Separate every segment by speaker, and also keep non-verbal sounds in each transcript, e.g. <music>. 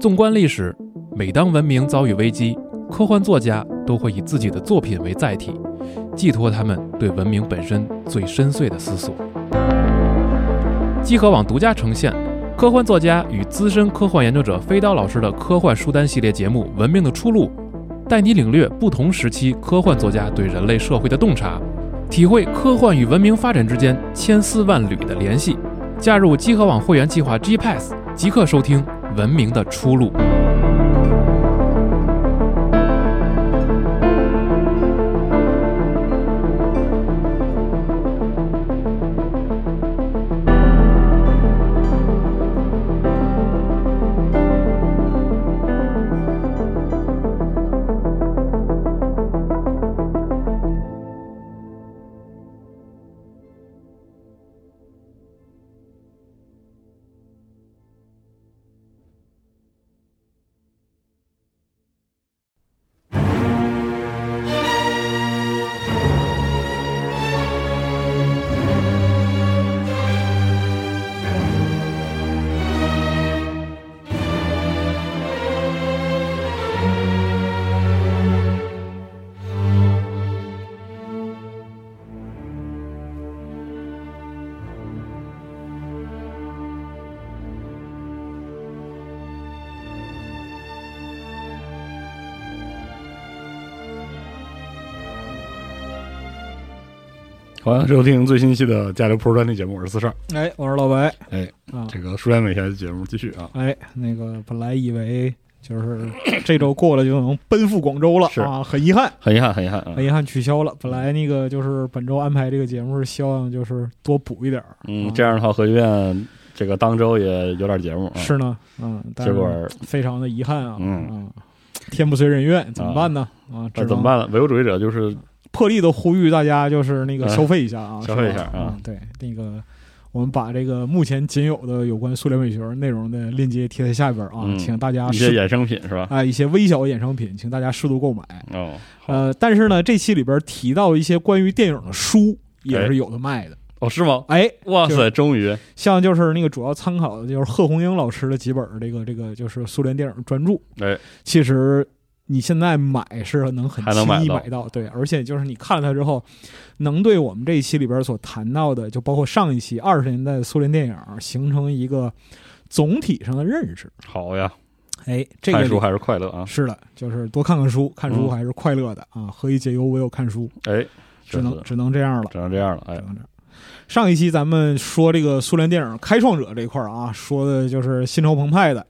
Speaker 1: 纵观历史，每当文明遭遇危机，科幻作家都会以自己的作品为载体，寄托他们对文明本身最深邃的思索。集合网独家呈现科幻作家与资深科幻研究者飞刀老师的科幻书单系列节目《文明的出路》，带你领略不同时期科幻作家对人类社会的洞察，体会科幻与文明发展之间千丝万缕的联系。加入集合网会员计划 G Pass，即刻收听《文明的出路》。
Speaker 2: 欢迎啊收听最新一期的《加流普专题节目》，我是四少。
Speaker 3: 哎，我是老白。
Speaker 2: 哎
Speaker 3: 啊，
Speaker 2: 这个书斋美学的节目继续啊，
Speaker 3: 哎，那个本来以为就是这周过了就能奔赴广州了
Speaker 2: 是
Speaker 3: 啊，很遗憾，
Speaker 2: 很遗憾，很遗憾啊
Speaker 3: 很。遗憾取消了。本来那个就是本周安排这个节目是希望就是多补一点儿，
Speaker 2: 嗯
Speaker 3: 啊，
Speaker 2: 这样的话，核学院这个当周也有点节目啊。
Speaker 3: 是呢，嗯，但
Speaker 2: 结
Speaker 3: 是
Speaker 2: 果
Speaker 3: 非常的遗憾啊，
Speaker 2: 嗯
Speaker 3: 啊天不遂人愿，怎么办呢？啊，
Speaker 2: 那
Speaker 3: 只
Speaker 2: 怎么
Speaker 3: 能
Speaker 2: 办呢？唯物主义者就是
Speaker 3: 破例的呼吁大家就是那个
Speaker 2: 哎
Speaker 3: 消费一下啊，
Speaker 2: 消费一
Speaker 3: 是吧
Speaker 2: 下啊
Speaker 3: 嗯对，那个。我们把这个目前仅有的有关苏联美学内容的链接贴在下边啊，
Speaker 2: 嗯
Speaker 3: 请大家
Speaker 2: 一些
Speaker 3: 试
Speaker 2: 衍生品是吧？
Speaker 3: 啊、一些微小的衍生品，请大家适度购买。
Speaker 2: 哦，好，
Speaker 3: 呃，但是呢，这期里边提到一些关于电影的书也
Speaker 2: 哎
Speaker 3: 是有的卖的。
Speaker 2: 哦，是吗？
Speaker 3: 哎，
Speaker 2: 哇
Speaker 3: 就
Speaker 2: 塞，终于
Speaker 3: 像就是那个主要参考的就是贺红英老师的几本儿这个这个就是苏联电影专著。
Speaker 2: 哎，
Speaker 3: 其实你现在买是能很
Speaker 2: 还能
Speaker 3: 轻易
Speaker 2: 买到
Speaker 3: 买到，对，而且就是你看了它之后，能对我们这一期里边所谈到的，就包括上一期二十年代的苏联电影形成一个总体上的认识。
Speaker 2: 好呀！
Speaker 3: 哎，这个
Speaker 2: 看
Speaker 3: 里
Speaker 2: 书还是快乐啊！
Speaker 3: 是的，就是多看看书，看书
Speaker 2: 嗯
Speaker 3: 还是快乐的、啊！何以解忧，唯有看书。
Speaker 2: 哎，
Speaker 3: 只
Speaker 2: 是
Speaker 3: 能
Speaker 2: 是
Speaker 3: 只能这样了，
Speaker 2: 只能这样了。
Speaker 3: 只
Speaker 2: 哎，
Speaker 3: 能这样。上一期咱们说这个苏联电影开创者这一块儿啊，说的就是心潮澎湃的，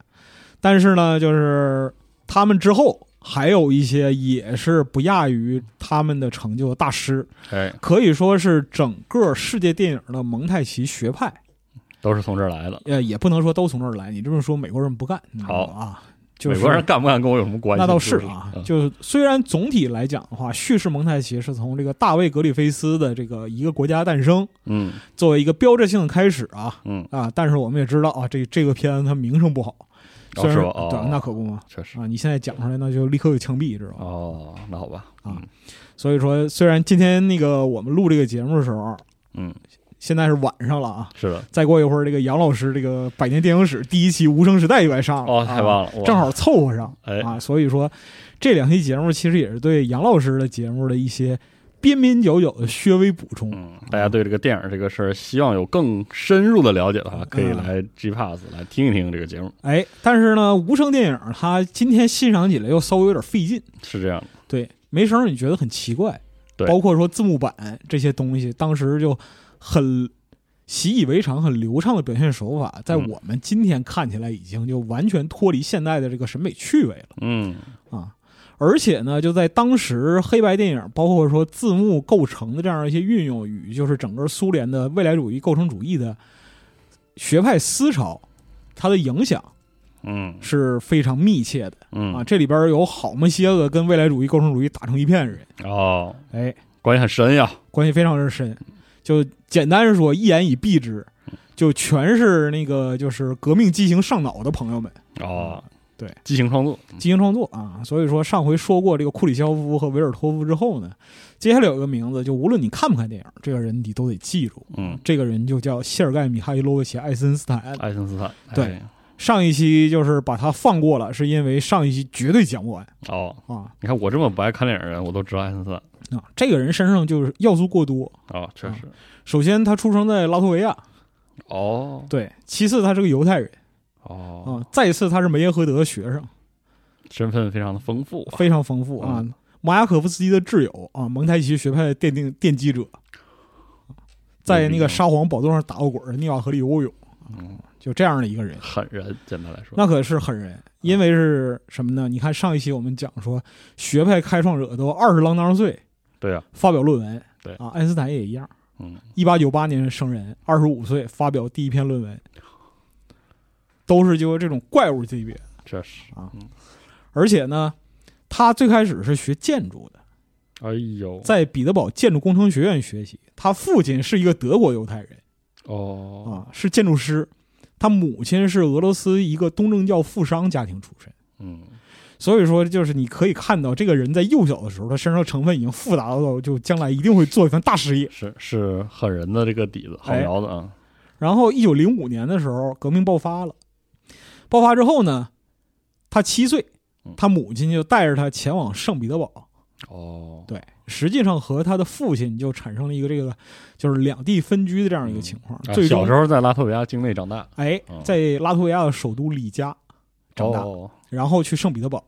Speaker 3: 但是呢，就是他们之后还有一些也是不亚于他们的成就的大师，
Speaker 2: 哎，
Speaker 3: 可以说是整个世界电影的蒙太奇学派。
Speaker 2: 都是从这儿来的。
Speaker 3: 呃，也不能说都从这儿来，你这么说美国人不干，你知道吧啊，就是
Speaker 2: 美国人干不干跟我有什么关系？
Speaker 3: 那倒
Speaker 2: 是嗯
Speaker 3: 是啊，就虽然总体来讲的话，叙事蒙太奇是从这个大卫格里菲斯的这个一个国家诞生
Speaker 2: 嗯
Speaker 3: 作为一个标志性的开始啊
Speaker 2: 嗯，
Speaker 3: 啊，但是我们也知道啊，这这个片它名声不好，虽
Speaker 2: 哦
Speaker 3: 然
Speaker 2: 是
Speaker 3: 说、
Speaker 2: 吧？哦，
Speaker 3: 对，那可不嘛
Speaker 2: 确实。
Speaker 3: 啊，你现在讲出来那就立刻就枪毙，知道吧？
Speaker 2: 哦，那好吧。
Speaker 3: 啊所以说，虽然今天那个我们录这个节目的时候，
Speaker 2: 嗯，
Speaker 3: 现在是晚上了啊，
Speaker 2: 是的。
Speaker 3: 再过一会儿这个杨老师这个百年电影史第一期无声时代就该上了，啊
Speaker 2: 哦，太
Speaker 3: 了。
Speaker 2: 棒了！哇
Speaker 3: 正好凑合上、
Speaker 2: 哎
Speaker 3: 啊，所以说这两期节目其实也是对杨老师的节目的一些边边角角的略微补充。
Speaker 2: 嗯，大家对这个电影这个事儿，希望有更深入的了解的话，可以来
Speaker 3: 嗯
Speaker 2: G Pass 来听一听这个节目，
Speaker 3: 哎，但是呢，无声电影它今天欣赏起来又稍微有点费劲，
Speaker 2: 是这样的。
Speaker 3: 对，没声儿你觉得很奇怪，
Speaker 2: 对
Speaker 3: 包括说字幕版这些东西，当时就很。习以为常、很流畅的表现手法，在
Speaker 2: 嗯
Speaker 3: 我们今天看起来已经就完全脱离现代的这个审美趣味了。
Speaker 2: 嗯，
Speaker 3: 啊。而且呢，就在当时黑白电影，包括说字幕构成的这样一些运用，与就是整个苏联的未来主义构成主义的学派思潮，它的影响
Speaker 2: 嗯
Speaker 3: 是非常密切的啊。
Speaker 2: 嗯
Speaker 3: 这里边有好么些个跟未来主义构成主义打成一片的人，
Speaker 2: 哦，
Speaker 3: 哎，
Speaker 2: 关系很深呀。
Speaker 3: 关系非常之深。就简单说，一言以蔽之，就全是那个就是革命激情上脑的朋友们
Speaker 2: 哦，
Speaker 3: 啊对，
Speaker 2: 激情创作，
Speaker 3: 进行创作啊。所以说上回说过这个库里肖夫和维尔托夫之后呢，接下来有一个名字，就无论你看不看电影，这个人你都得记住。
Speaker 2: 嗯，哎
Speaker 3: 这个人就叫谢尔盖·米哈伊洛维奇·爱森斯坦。
Speaker 2: 爱因斯坦，
Speaker 3: 嗯对
Speaker 2: 哎，
Speaker 3: 上一期就是把它放过了，是因为上一期绝对讲不完
Speaker 2: 哦，
Speaker 3: 啊
Speaker 2: 你看我这么不爱看电影的人，我都知道爱因斯坦
Speaker 3: 啊！这个人身上就是要素过多。
Speaker 2: 哦，确
Speaker 3: 嗯
Speaker 2: 实
Speaker 3: 首先，他出生在拉脱维亚，
Speaker 2: 哦
Speaker 3: 对；其次，他是个犹太人
Speaker 2: 哦，
Speaker 3: 啊；再次，他是梅耶荷德的学生，
Speaker 2: 身份非常的丰富啊，
Speaker 3: 非常丰富啊。马雅可夫斯基的挚友啊，蒙太奇学派的奠定奠基者，在那个沙皇宝座上打过滚儿，泥瓦河里游过泳，
Speaker 2: 嗯，
Speaker 3: 就这样的一个人。
Speaker 2: 狠人，简单来说，
Speaker 3: 那可是狠人，因为是什么呢？你看上一期我们讲说，学派开创者都二十郎当岁
Speaker 2: 对呀，
Speaker 3: 发表论文，
Speaker 2: 对
Speaker 3: 啊，爱因斯坦也一样，
Speaker 2: 嗯，
Speaker 3: 一八九八年生人，二十五岁发表第一篇论文，都是就这种怪物级别。
Speaker 2: 确实
Speaker 3: 啊，
Speaker 2: 嗯
Speaker 3: 而且呢，他最开始是学建筑的，
Speaker 2: 哎呦，
Speaker 3: 在彼得堡建筑工程学院学习。他父亲是一个德国犹太人
Speaker 2: 哦，
Speaker 3: 啊，是建筑师，他母亲是俄罗斯一个东正教富商家庭出身。
Speaker 2: 嗯，
Speaker 3: 所以说，就是你可以看到，这个人在幼小的时候，他身上成分已经复杂到，就将来一定会做一番大事业。
Speaker 2: 是是狠人的这个底子，好
Speaker 3: 哎
Speaker 2: 聊的啊，
Speaker 3: 然后，一九零五年的时候，革命爆发了。爆发之后呢，他七岁
Speaker 2: 嗯，
Speaker 3: 他母亲就带着他前往圣彼得堡。
Speaker 2: 哦，
Speaker 3: 对，实际上和他的父亲就产生了一个这个，就是两地分居的这样一个情况。
Speaker 2: 啊
Speaker 3: 最终
Speaker 2: 小时，候在拉脱维亚境内长大，
Speaker 3: 哎
Speaker 2: 嗯，
Speaker 3: 在拉脱维亚的首都里加长大，
Speaker 2: 哦
Speaker 3: 然后去圣彼得堡。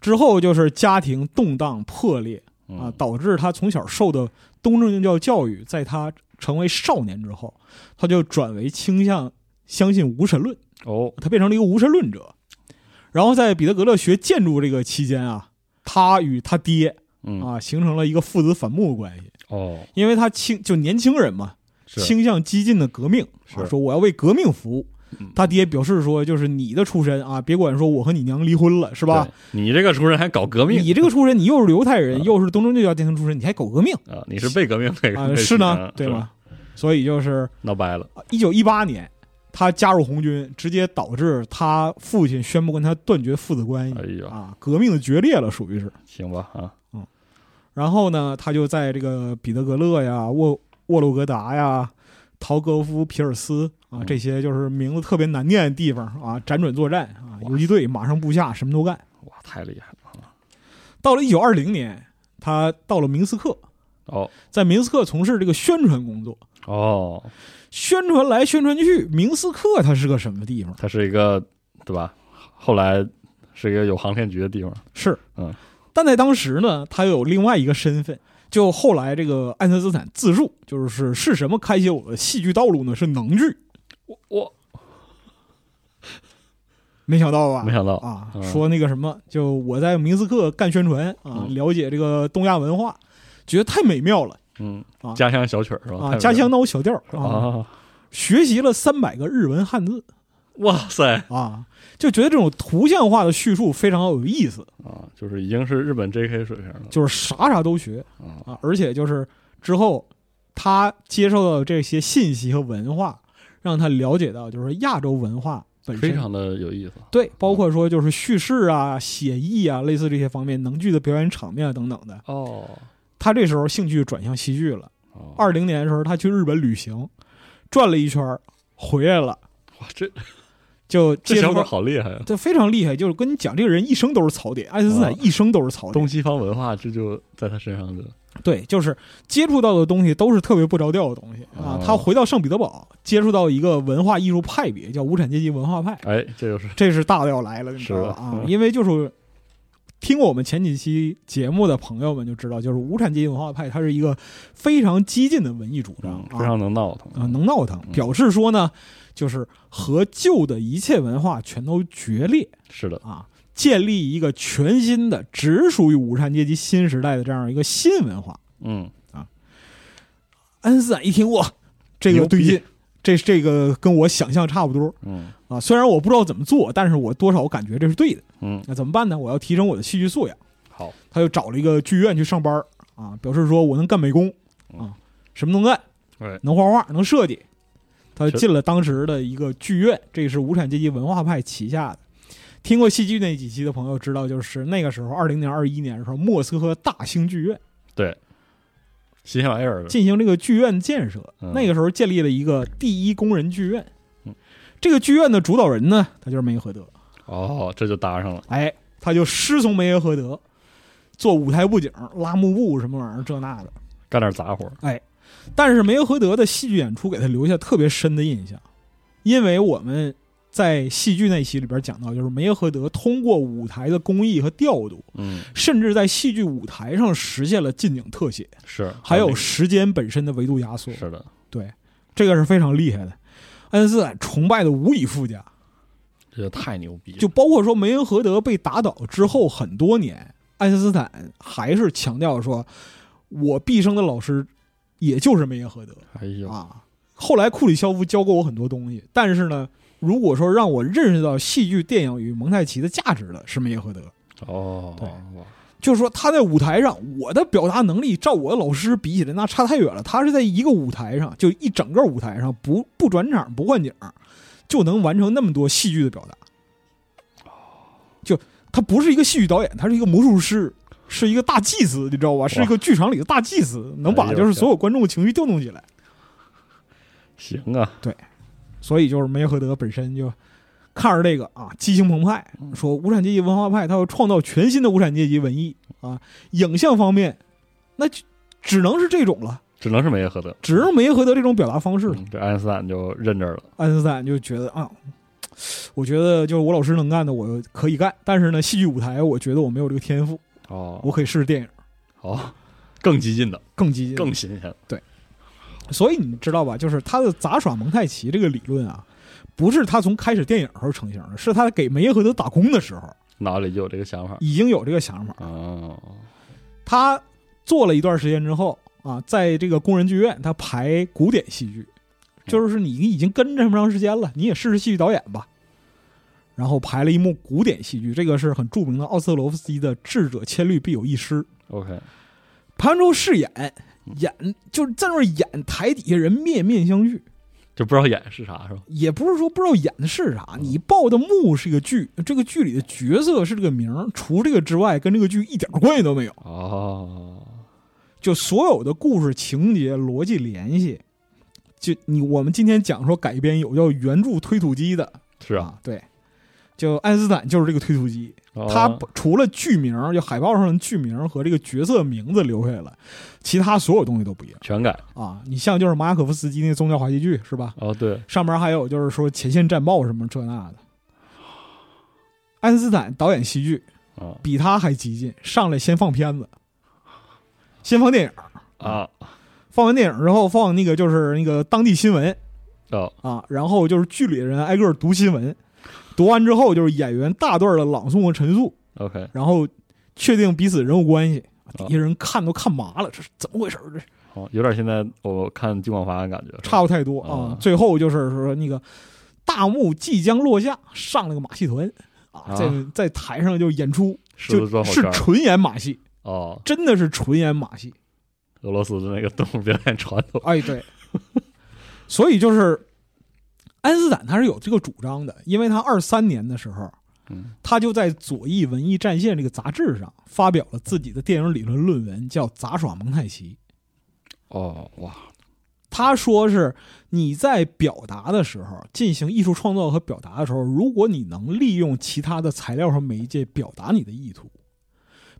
Speaker 3: 之后就是家庭动荡破裂，啊，
Speaker 2: 嗯
Speaker 3: 导致他从小受的东正教教育，在他成为少年之后，他就转为倾向相信无神论，
Speaker 2: 哦，
Speaker 3: 他变成了一个无神论者。然后在彼得格勒学建筑这个期间啊，他与他爹
Speaker 2: 嗯
Speaker 3: 啊形成了一个父子反目的关系，
Speaker 2: 哦，
Speaker 3: 因为他倾就年轻人嘛，
Speaker 2: 是
Speaker 3: 倾向激进的革命，啊
Speaker 2: 是
Speaker 3: 说我要为革命服务
Speaker 2: 嗯。
Speaker 3: 他爹表示说，就是你的出身啊，别管说我和你娘离婚了是
Speaker 2: 是
Speaker 3: 吧？？
Speaker 2: 对你这个出身还搞革命，
Speaker 3: 你这个出身，你又是犹太人，
Speaker 2: 嗯
Speaker 3: 又是东正教家庭出身，你还搞革命？
Speaker 2: 啊， <laughs> 你是被革命那
Speaker 3: 啊，
Speaker 2: 个
Speaker 3: 是呢，对
Speaker 2: 吧？
Speaker 3: 吧？所以就是啊
Speaker 2: 闹掰了，
Speaker 3: 一九一八年，他加入红军，直接导致他父亲宣布跟他断绝父子关系
Speaker 2: 哎呀，
Speaker 3: 啊，革命的决裂了，属于是。
Speaker 2: 行吧啊，
Speaker 3: 然后呢，他就在这个彼得格勒呀、沃沃洛格达呀、陶格夫皮尔斯啊
Speaker 2: 嗯
Speaker 3: 这些就是名字特别难念的地方啊，辗转作战啊，
Speaker 2: 哇
Speaker 3: 游击队马上布下，什么都干。
Speaker 2: 哇，太厉害了啊！
Speaker 3: 到了一九二零年，他到了明斯克，
Speaker 2: 哦
Speaker 3: 在明斯克从事这个宣传工作。
Speaker 2: 哦，
Speaker 3: 宣传来宣传去，明斯克它是个什么地方？
Speaker 2: 它是一个对吧？后来是一个有航天局的地方，
Speaker 3: 是，
Speaker 2: 嗯，
Speaker 3: 但在当时呢，他有另外一个身份。就后来这个爱因斯坦自述，就是是什么开启我的戏剧道路呢？是能剧，
Speaker 2: 我我
Speaker 3: 没想到吧？
Speaker 2: 没想到，
Speaker 3: 啊，
Speaker 2: 嗯
Speaker 3: 说那个什么，就我在明斯克干宣传啊，
Speaker 2: 嗯
Speaker 3: 了解这个东亚文化，觉得太美妙了
Speaker 2: 嗯
Speaker 3: 啊，
Speaker 2: 家乡小曲儿是吧？
Speaker 3: 啊！家乡闹小调
Speaker 2: 太美
Speaker 3: 啊，
Speaker 2: 妙了啊，
Speaker 3: 学习了三百个日文汉字
Speaker 2: 哇塞
Speaker 3: 啊，就觉得这种图像化的叙述非常有意思，
Speaker 2: 啊，就是已经是日本 J.K. 水平了
Speaker 3: 就是啥啥都学。
Speaker 2: 啊，
Speaker 3: 啊，而且就是之后他接受到这些信息和文化，让他了解到就是亚洲文化本
Speaker 2: 非
Speaker 3: 身
Speaker 2: 常的有意思，
Speaker 3: 对，包括说就是叙事啊、写意啊，类似这些方面，能剧的表演场面啊等等的。
Speaker 2: 哦
Speaker 3: 他这时候兴趣转向戏剧了。
Speaker 2: 哦，
Speaker 3: 二零年的时候，他去日本旅行，转了一圈儿回来了，
Speaker 2: 哇，这
Speaker 3: 就
Speaker 2: 这
Speaker 3: 接
Speaker 2: 小
Speaker 3: 触
Speaker 2: 伙儿
Speaker 3: 到。
Speaker 2: 好厉害啊！
Speaker 3: 这非常厉害，就是跟你讲，这个人一生都是槽点，爱因斯坦
Speaker 2: 哦
Speaker 3: 一生都是槽点
Speaker 2: 东。西方文化这就在他身上的，
Speaker 3: 对，就是接触到的东西都是特别不着调的东西啊
Speaker 2: 哦。
Speaker 3: 他回到圣彼得堡，接触到一个文化艺术派别，叫无产阶级文化派，
Speaker 2: 哎，这就是
Speaker 3: 这是大料来了，你知道吧？
Speaker 2: 是
Speaker 3: 啊，
Speaker 2: 嗯
Speaker 3: 因为就是听过我们前几期节目的朋友们就知道，就是无产阶级文化派，它是一个非常激进的文艺主张
Speaker 2: 嗯非
Speaker 3: 啊，
Speaker 2: 常能闹腾
Speaker 3: 啊，能闹腾，
Speaker 2: 嗯
Speaker 3: 表示说呢，就是和旧的一切文化全都决裂
Speaker 2: 是的，
Speaker 3: 啊。建立一个全新的、只属于无产阶级新时代的这样一个新文化，
Speaker 2: 嗯，
Speaker 3: 安斯坦一听，哇，这个对劲，这这个跟我想象差不多
Speaker 2: 嗯
Speaker 3: 啊。虽然我不知道怎么做，但是我多少感觉这是对的。
Speaker 2: 嗯，
Speaker 3: 那怎么办呢？我要提升我的戏剧素养。
Speaker 2: 好，
Speaker 3: 他就找了一个剧院去上班儿啊，表示说我能干美工啊，什么能干，
Speaker 2: 嗯哎，
Speaker 3: 能画画，能设计。他
Speaker 2: 是
Speaker 3: 进了当时的一个剧院，这是无产阶级文化派旗下的。听过戏剧那几期的朋友知道，就是那个时候，二零年、二一年的时候，莫斯科大兴剧院
Speaker 2: 新鲜玩意儿，
Speaker 3: 进行这个剧院建设。
Speaker 2: 嗯
Speaker 3: 那个时候建立了一个第一工人剧院
Speaker 2: 嗯，
Speaker 3: 这个剧院的主导人呢，他就是梅耶荷德。
Speaker 2: 哦，这就搭上了。
Speaker 3: 哎，他就师从梅耶荷德做舞台布景、拉幕布什么玩意儿这那的。
Speaker 2: 干点杂活儿，
Speaker 3: 但是梅耶荷德的戏剧演出给他留下特别深的印象，因为我们在戏剧那期里边讲到，就是梅耶荷德通过舞台的工艺和调度，
Speaker 2: 嗯，
Speaker 3: 甚至在戏剧舞台上实现了近景特写，
Speaker 2: 是，
Speaker 3: 还
Speaker 2: 啊那
Speaker 3: 有
Speaker 2: 个
Speaker 3: 时间本身的维度压缩，
Speaker 2: 是的，
Speaker 3: 这个是非常厉害的。爱因斯坦崇拜的无以复加，
Speaker 2: 这就太牛逼了，
Speaker 3: 就包括说梅因荷德被打倒之后很多年，爱因斯坦还是强调说，我毕生的老师也就是梅因荷德。
Speaker 2: 哎呦，
Speaker 3: 啊。后来库里肖夫教过我很多东西，但是呢，如果说让我认识到戏剧、电影与蒙太奇的价值的是梅耶荷德，
Speaker 2: 哦，
Speaker 3: 对
Speaker 2: 哇
Speaker 3: 就是说他在舞台上，我的表达能力照我的老师比起来那差太远了。他是在一个舞台上，就一整个舞台上不不转场不换景，就能完成那么多戏剧的表达。就他不是一个戏剧导演，他是一个魔术师，是一个大祭司，你知道吧？是一个剧场里的大祭司，能把就是所有观众的情绪调动起来。
Speaker 2: 行啊，
Speaker 3: 所以就是梅耶荷德本身就看着这个啊，激情澎湃，
Speaker 2: 嗯
Speaker 3: 说无产阶级文化派，他要创造全新的无产阶级文艺啊。影像方面，那就只能是这种了，
Speaker 2: 只能是梅耶荷德，
Speaker 3: 只能梅耶荷德这种表达方式了。
Speaker 2: 嗯这爱因斯坦就认这儿了，
Speaker 3: 爱因斯坦就觉得啊，我觉得就是我老师能干的，我可以干，但是呢，戏剧舞台，我觉得我没有这个天赋，
Speaker 2: 哦，
Speaker 3: 我可以试试电影，
Speaker 2: 好，更激进的，
Speaker 3: 更激进。
Speaker 2: 更新鲜的，
Speaker 3: 所以你知道吧，就是他的杂耍蒙太奇这个理论啊，不是他从开始电影时候成型的，是他给梅耶荷德打工的时候
Speaker 2: 脑里就有这个想法，
Speaker 3: 已经有这个想法。
Speaker 2: 哦，
Speaker 3: 他做了一段时间之后啊，在这个工人剧院，他排古典戏剧，就是你已经跟这么长时间了，你也试试戏剧导演吧。然后排了一幕古典戏剧，这个是很著名的奥斯特罗夫斯基的《智者千虑必有一失》。
Speaker 2: OK，
Speaker 3: 排完之后试演，演就是在那儿演，台底下人面面相觑，
Speaker 2: 就不知道演是啥是吧？
Speaker 3: 也不是说不知道演的是啥，你报的幕是一个剧，这个剧里的角色是这个名儿，除这个之外，跟这个剧一点关系都没有。
Speaker 2: 哦，
Speaker 3: 就所有的故事情节逻辑联系，就你我们今天讲说改编有叫原著推土机的，
Speaker 2: 是啊，
Speaker 3: 啊，对，就爱因斯坦就是这个推土机，
Speaker 2: 哦
Speaker 3: 他不除了剧名就海报上的剧名和这个角色名字留下来了，其他所有东西都不一样
Speaker 2: 全改，
Speaker 3: 啊。你像就是马可夫斯基那宗教滑稽剧是吧？
Speaker 2: 哦，对，
Speaker 3: 上面还有就是说前线战报什么这那的。爱因斯坦导演戏剧
Speaker 2: 啊
Speaker 3: 比他还激进，上来先放片子，先放电影。
Speaker 2: 啊，
Speaker 3: 放完电影之后放那个就是那个当地新闻
Speaker 2: 哦，
Speaker 3: 啊，然后就是剧里的人挨个儿读新闻，读完之后就是演员大段的朗诵和陈述，
Speaker 2: OK，
Speaker 3: 然后确定彼此人物关系。
Speaker 2: 哦
Speaker 3: 底下人看都看麻了，这是怎么回事儿？这是
Speaker 2: 好，有点现在我看金广发的感觉，
Speaker 3: 差不太多啊！
Speaker 2: 哦
Speaker 3: 最后就是说那个大幕即将落下，上了个马戏团啊，
Speaker 2: 啊
Speaker 3: 在在台上就演出，
Speaker 2: 狮
Speaker 3: 就
Speaker 2: 子座火
Speaker 3: 是
Speaker 2: 圈，
Speaker 3: 纯演马戏，
Speaker 2: 哦，
Speaker 3: 真的是纯演马戏。
Speaker 2: 俄罗斯的那个动物表演传统，
Speaker 3: 哎，对， <laughs> 所以就是爱因斯坦他是有这个主张的，因为他二三年的时候，
Speaker 2: 嗯，
Speaker 3: 他就在《左翼文艺战线》这个杂志上发表了自己的电影理论论文，叫《杂耍蒙太奇》。
Speaker 2: 哦，哇，
Speaker 3: 他说是你在表达的时候，进行艺术创作和表达的时候，如果你能利用其他的材料和媒介表达你的意图，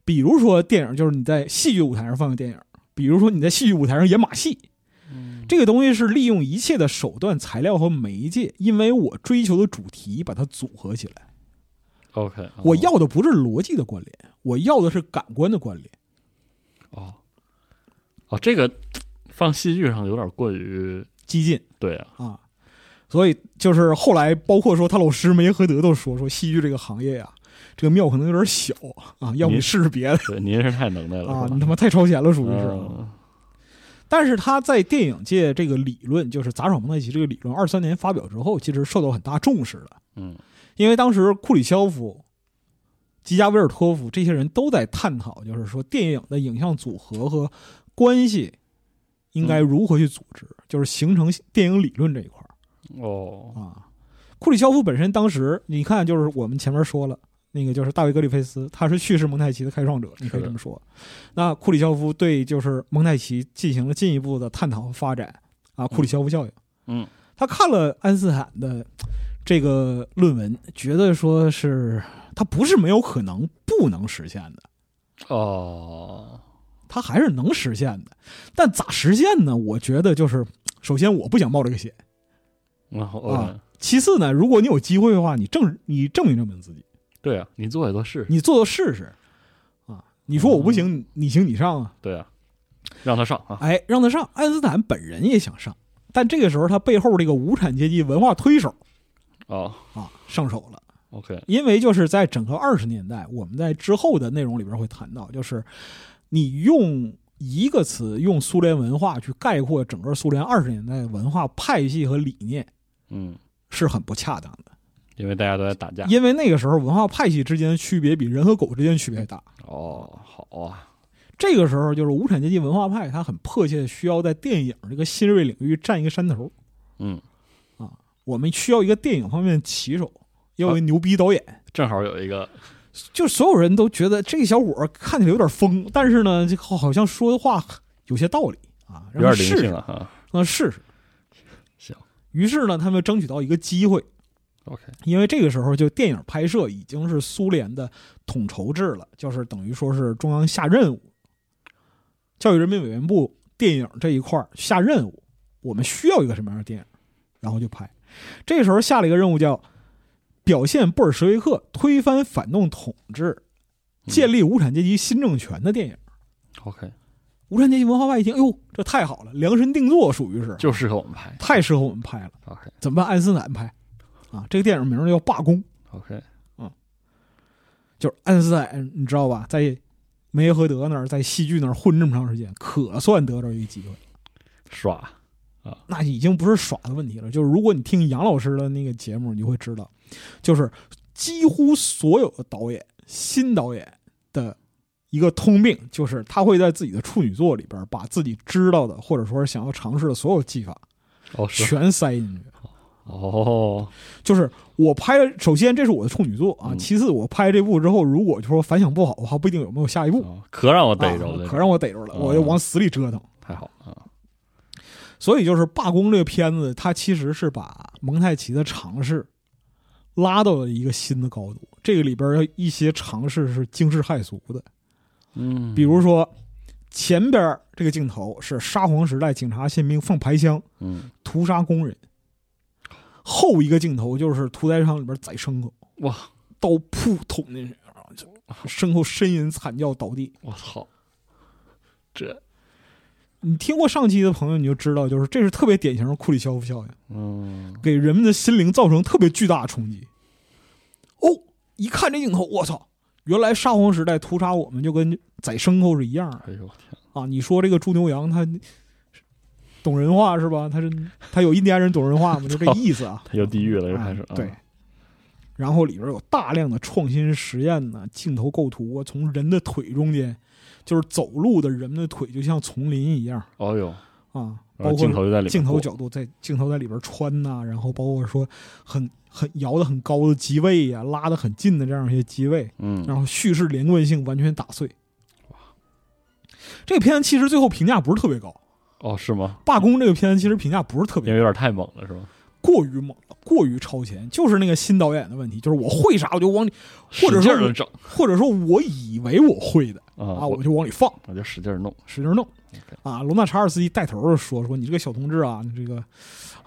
Speaker 3: 比如说电影，就是你在戏剧舞台上放映电影，比如说你在戏剧舞台上演马戏，这个东西是利用一切的手段、材料和媒介，因为我追求的主题把它组合起来。
Speaker 2: 嗯 OK，
Speaker 3: 我要的不是逻辑的关联，我要的是感官的关联。
Speaker 2: 哦，哦，这个放戏剧上有点过于
Speaker 3: 激进
Speaker 2: 对啊，
Speaker 3: 啊。所以就是后来，包括说他老师梅耶荷德都说，说戏剧这个行业呀、啊这个庙可能有点小啊，要不你试试别
Speaker 2: <laughs>
Speaker 3: 的
Speaker 2: 对，您是太能耐了
Speaker 3: 啊，
Speaker 2: 是
Speaker 3: 你
Speaker 2: 吧
Speaker 3: 他妈太超前了，属于是。啊
Speaker 2: 嗯
Speaker 3: 但是他在电影界这个理论，就是杂耍蒙太奇这个理论，二三年发表之后，其实受到很大重视的，
Speaker 2: 嗯，
Speaker 3: 因为当时库里肖夫、基加维尔托夫这些人都在探讨，就是说电影的影像组合和关系应
Speaker 2: 嗯
Speaker 3: 该如何去组织，就是形成电影理论这一块儿。
Speaker 2: 哦，
Speaker 3: 啊，库里肖夫本身当时，你看，就是我们前面说了，那个就是大卫·格里菲斯，他是叙事蒙太奇的开创者，你可以
Speaker 2: 是的
Speaker 3: 这么说。那库里肖夫对就是蒙太奇进行了进一步的探讨和发展啊，库里肖夫效应。
Speaker 2: 嗯，
Speaker 3: 他看了爱因斯坦的这个论文，觉得说是它不是没有可能不能实现的，
Speaker 2: 哦，
Speaker 3: 它还是能实现的。但咋实现呢？我觉得就是，首先我不想冒这个险，
Speaker 2: 然后
Speaker 3: 啊
Speaker 2: 嗯，
Speaker 3: 其次呢，如果你有机会的话，你证你证明证明自己，
Speaker 2: 对啊，你做也做试试，
Speaker 3: 你做做试试啊。你说我不行，你行你上啊！
Speaker 2: 对啊，让他上啊，
Speaker 3: 哎，让他上。爱因斯坦本人也想上，但这个时候他背后这个无产阶级文化推手
Speaker 2: 哦
Speaker 3: 啊上手了。
Speaker 2: ，OK，
Speaker 3: 因为就是在整个二十年代，我们在之后的内容里边会谈到，就是你用一个词，用苏联文化去概括整个苏联二十年代的文化派系和理念
Speaker 2: 嗯，
Speaker 3: 是很不恰当的，
Speaker 2: 因为大家都在打架，
Speaker 3: 因为那个时候文化派系之间的区别比人和狗之间区别大。
Speaker 2: 哦，好啊，
Speaker 3: 这个时候，就是无产阶级文化派，他很迫切地需要在电影这个新锐领域占一个山头。啊
Speaker 2: 嗯，
Speaker 3: 我们需要一个电影方面的旗手，要有一个牛逼导演。
Speaker 2: 正好有一个，
Speaker 3: 啊就所有人都觉得这小伙儿看起来有点疯，但是呢，这好像说的话有些道理啊，
Speaker 2: 有
Speaker 3: 让
Speaker 2: 点
Speaker 3: 他试
Speaker 2: 灵
Speaker 3: 试，
Speaker 2: 性
Speaker 3: 让
Speaker 2: 了啊哈
Speaker 3: 他试试。
Speaker 2: 行
Speaker 3: 于是呢，他们争取到一个机会，
Speaker 2: ，OK，
Speaker 3: 因为这个时候就电影拍摄已经是苏联的统筹制了，就是等于说是中央下任务，教育人民委员部电影这一块儿下任务，我们需要一个什么样的电影，然后就拍。这时候下了一个任务叫表现布尔什维克推翻反动统治、
Speaker 2: 嗯
Speaker 3: 建立无产阶级新政权的电影。
Speaker 2: OK，
Speaker 3: 无产阶级文化外一听，哎呦，这太好了，量身定做，属于是
Speaker 2: 就适合我们拍
Speaker 3: 太适合我们拍了。
Speaker 2: ，OK
Speaker 3: 怎么办？爱因斯坦拍啊，这个电影名儿叫《罢工》。
Speaker 2: OK，
Speaker 3: 就是爱因斯坦，你知道吧，在梅耶荷德那儿，在戏剧那儿混这么长时间，可算得着一机会。
Speaker 2: 耍，
Speaker 3: 那已经不是耍的问题了，就是如果你听杨老师的那个节目，你就会知道，就是几乎所有的导演，新导演的一个通病，就是他会在自己的处女作里边把自己知道的，或者说是想要尝试的所有技法
Speaker 2: 哦是，
Speaker 3: 全塞进去。
Speaker 2: 哦，
Speaker 3: 就是我拍了，首先这是我的处女作啊，
Speaker 2: 嗯
Speaker 3: 其次我拍这部之后，如果就说反响不好的话，不一定有没有下一部。
Speaker 2: 哦可让我逮着
Speaker 3: 啊
Speaker 2: 了，
Speaker 3: 可让我逮着了，
Speaker 2: 啊
Speaker 3: 我就往死里折腾。
Speaker 2: 太好了啊，
Speaker 3: 所以就是《罢工》这个片子，它其实是把蒙太奇的尝试拉到了一个新的高度。这个里边儿一些尝试是惊世骇俗的，
Speaker 2: 嗯，
Speaker 3: 比，如说前边儿这个镜头是沙皇时代警察宪兵放排枪
Speaker 2: 嗯，
Speaker 3: 屠杀工人，后一个镜头就是屠宰场里边宰牲口，
Speaker 2: 哇，
Speaker 3: 刀噗捅进去，然后就牲口呻吟惨叫倒地。
Speaker 2: 我操，这，
Speaker 3: 你听过上期的朋友，你就知道，就是这是特别典型的库里肖夫效应，
Speaker 2: 嗯，
Speaker 3: 给人们的心灵造成特别巨大的冲击。哦，一看这镜头，我操！原来沙皇时代屠杀我们就跟宰牲口是一样的
Speaker 2: 哎呦我天，
Speaker 3: 啊！你说这个猪牛羊，它懂人话是吧？它是它有印第安人懂人话吗？就这意思啊！
Speaker 2: 他又地狱了，又开始嗯
Speaker 3: 啊，对。然后里边有大量的创新实验呢、镜头构图啊，从人的腿中间，就是走路的人的腿就像丛林一样
Speaker 2: 哦呦，
Speaker 3: 啊，
Speaker 2: 然
Speaker 3: 包
Speaker 2: 后
Speaker 3: 括
Speaker 2: 镜头就在里面过，哦
Speaker 3: 镜头角度在镜头在里边穿呐、然后包括说很很摇的很高的机位呀、拉的很近的这样一些机位，
Speaker 2: 嗯，
Speaker 3: 然后叙事连贯性完全打碎。这个片子其实最后评价不是特别高，
Speaker 2: 哦是吗？
Speaker 3: 《罢工》这个片子其实评价不是特
Speaker 2: 因
Speaker 3: 别
Speaker 2: 为
Speaker 3: 高
Speaker 2: 有点太猛了是吗？
Speaker 3: 过于猛了，过于超前，就是那个新导演的问题，就是我会啥我就往里，或者
Speaker 2: 使
Speaker 3: 说
Speaker 2: 劲儿地整
Speaker 3: 或者说我以为我会的
Speaker 2: 啊，
Speaker 3: 啊，
Speaker 2: 我
Speaker 3: 我就往里放，
Speaker 2: 我就使劲儿弄，
Speaker 3: 使劲弄。啊，罗纳查尔斯基带头儿说说你这个小同志啊，你这个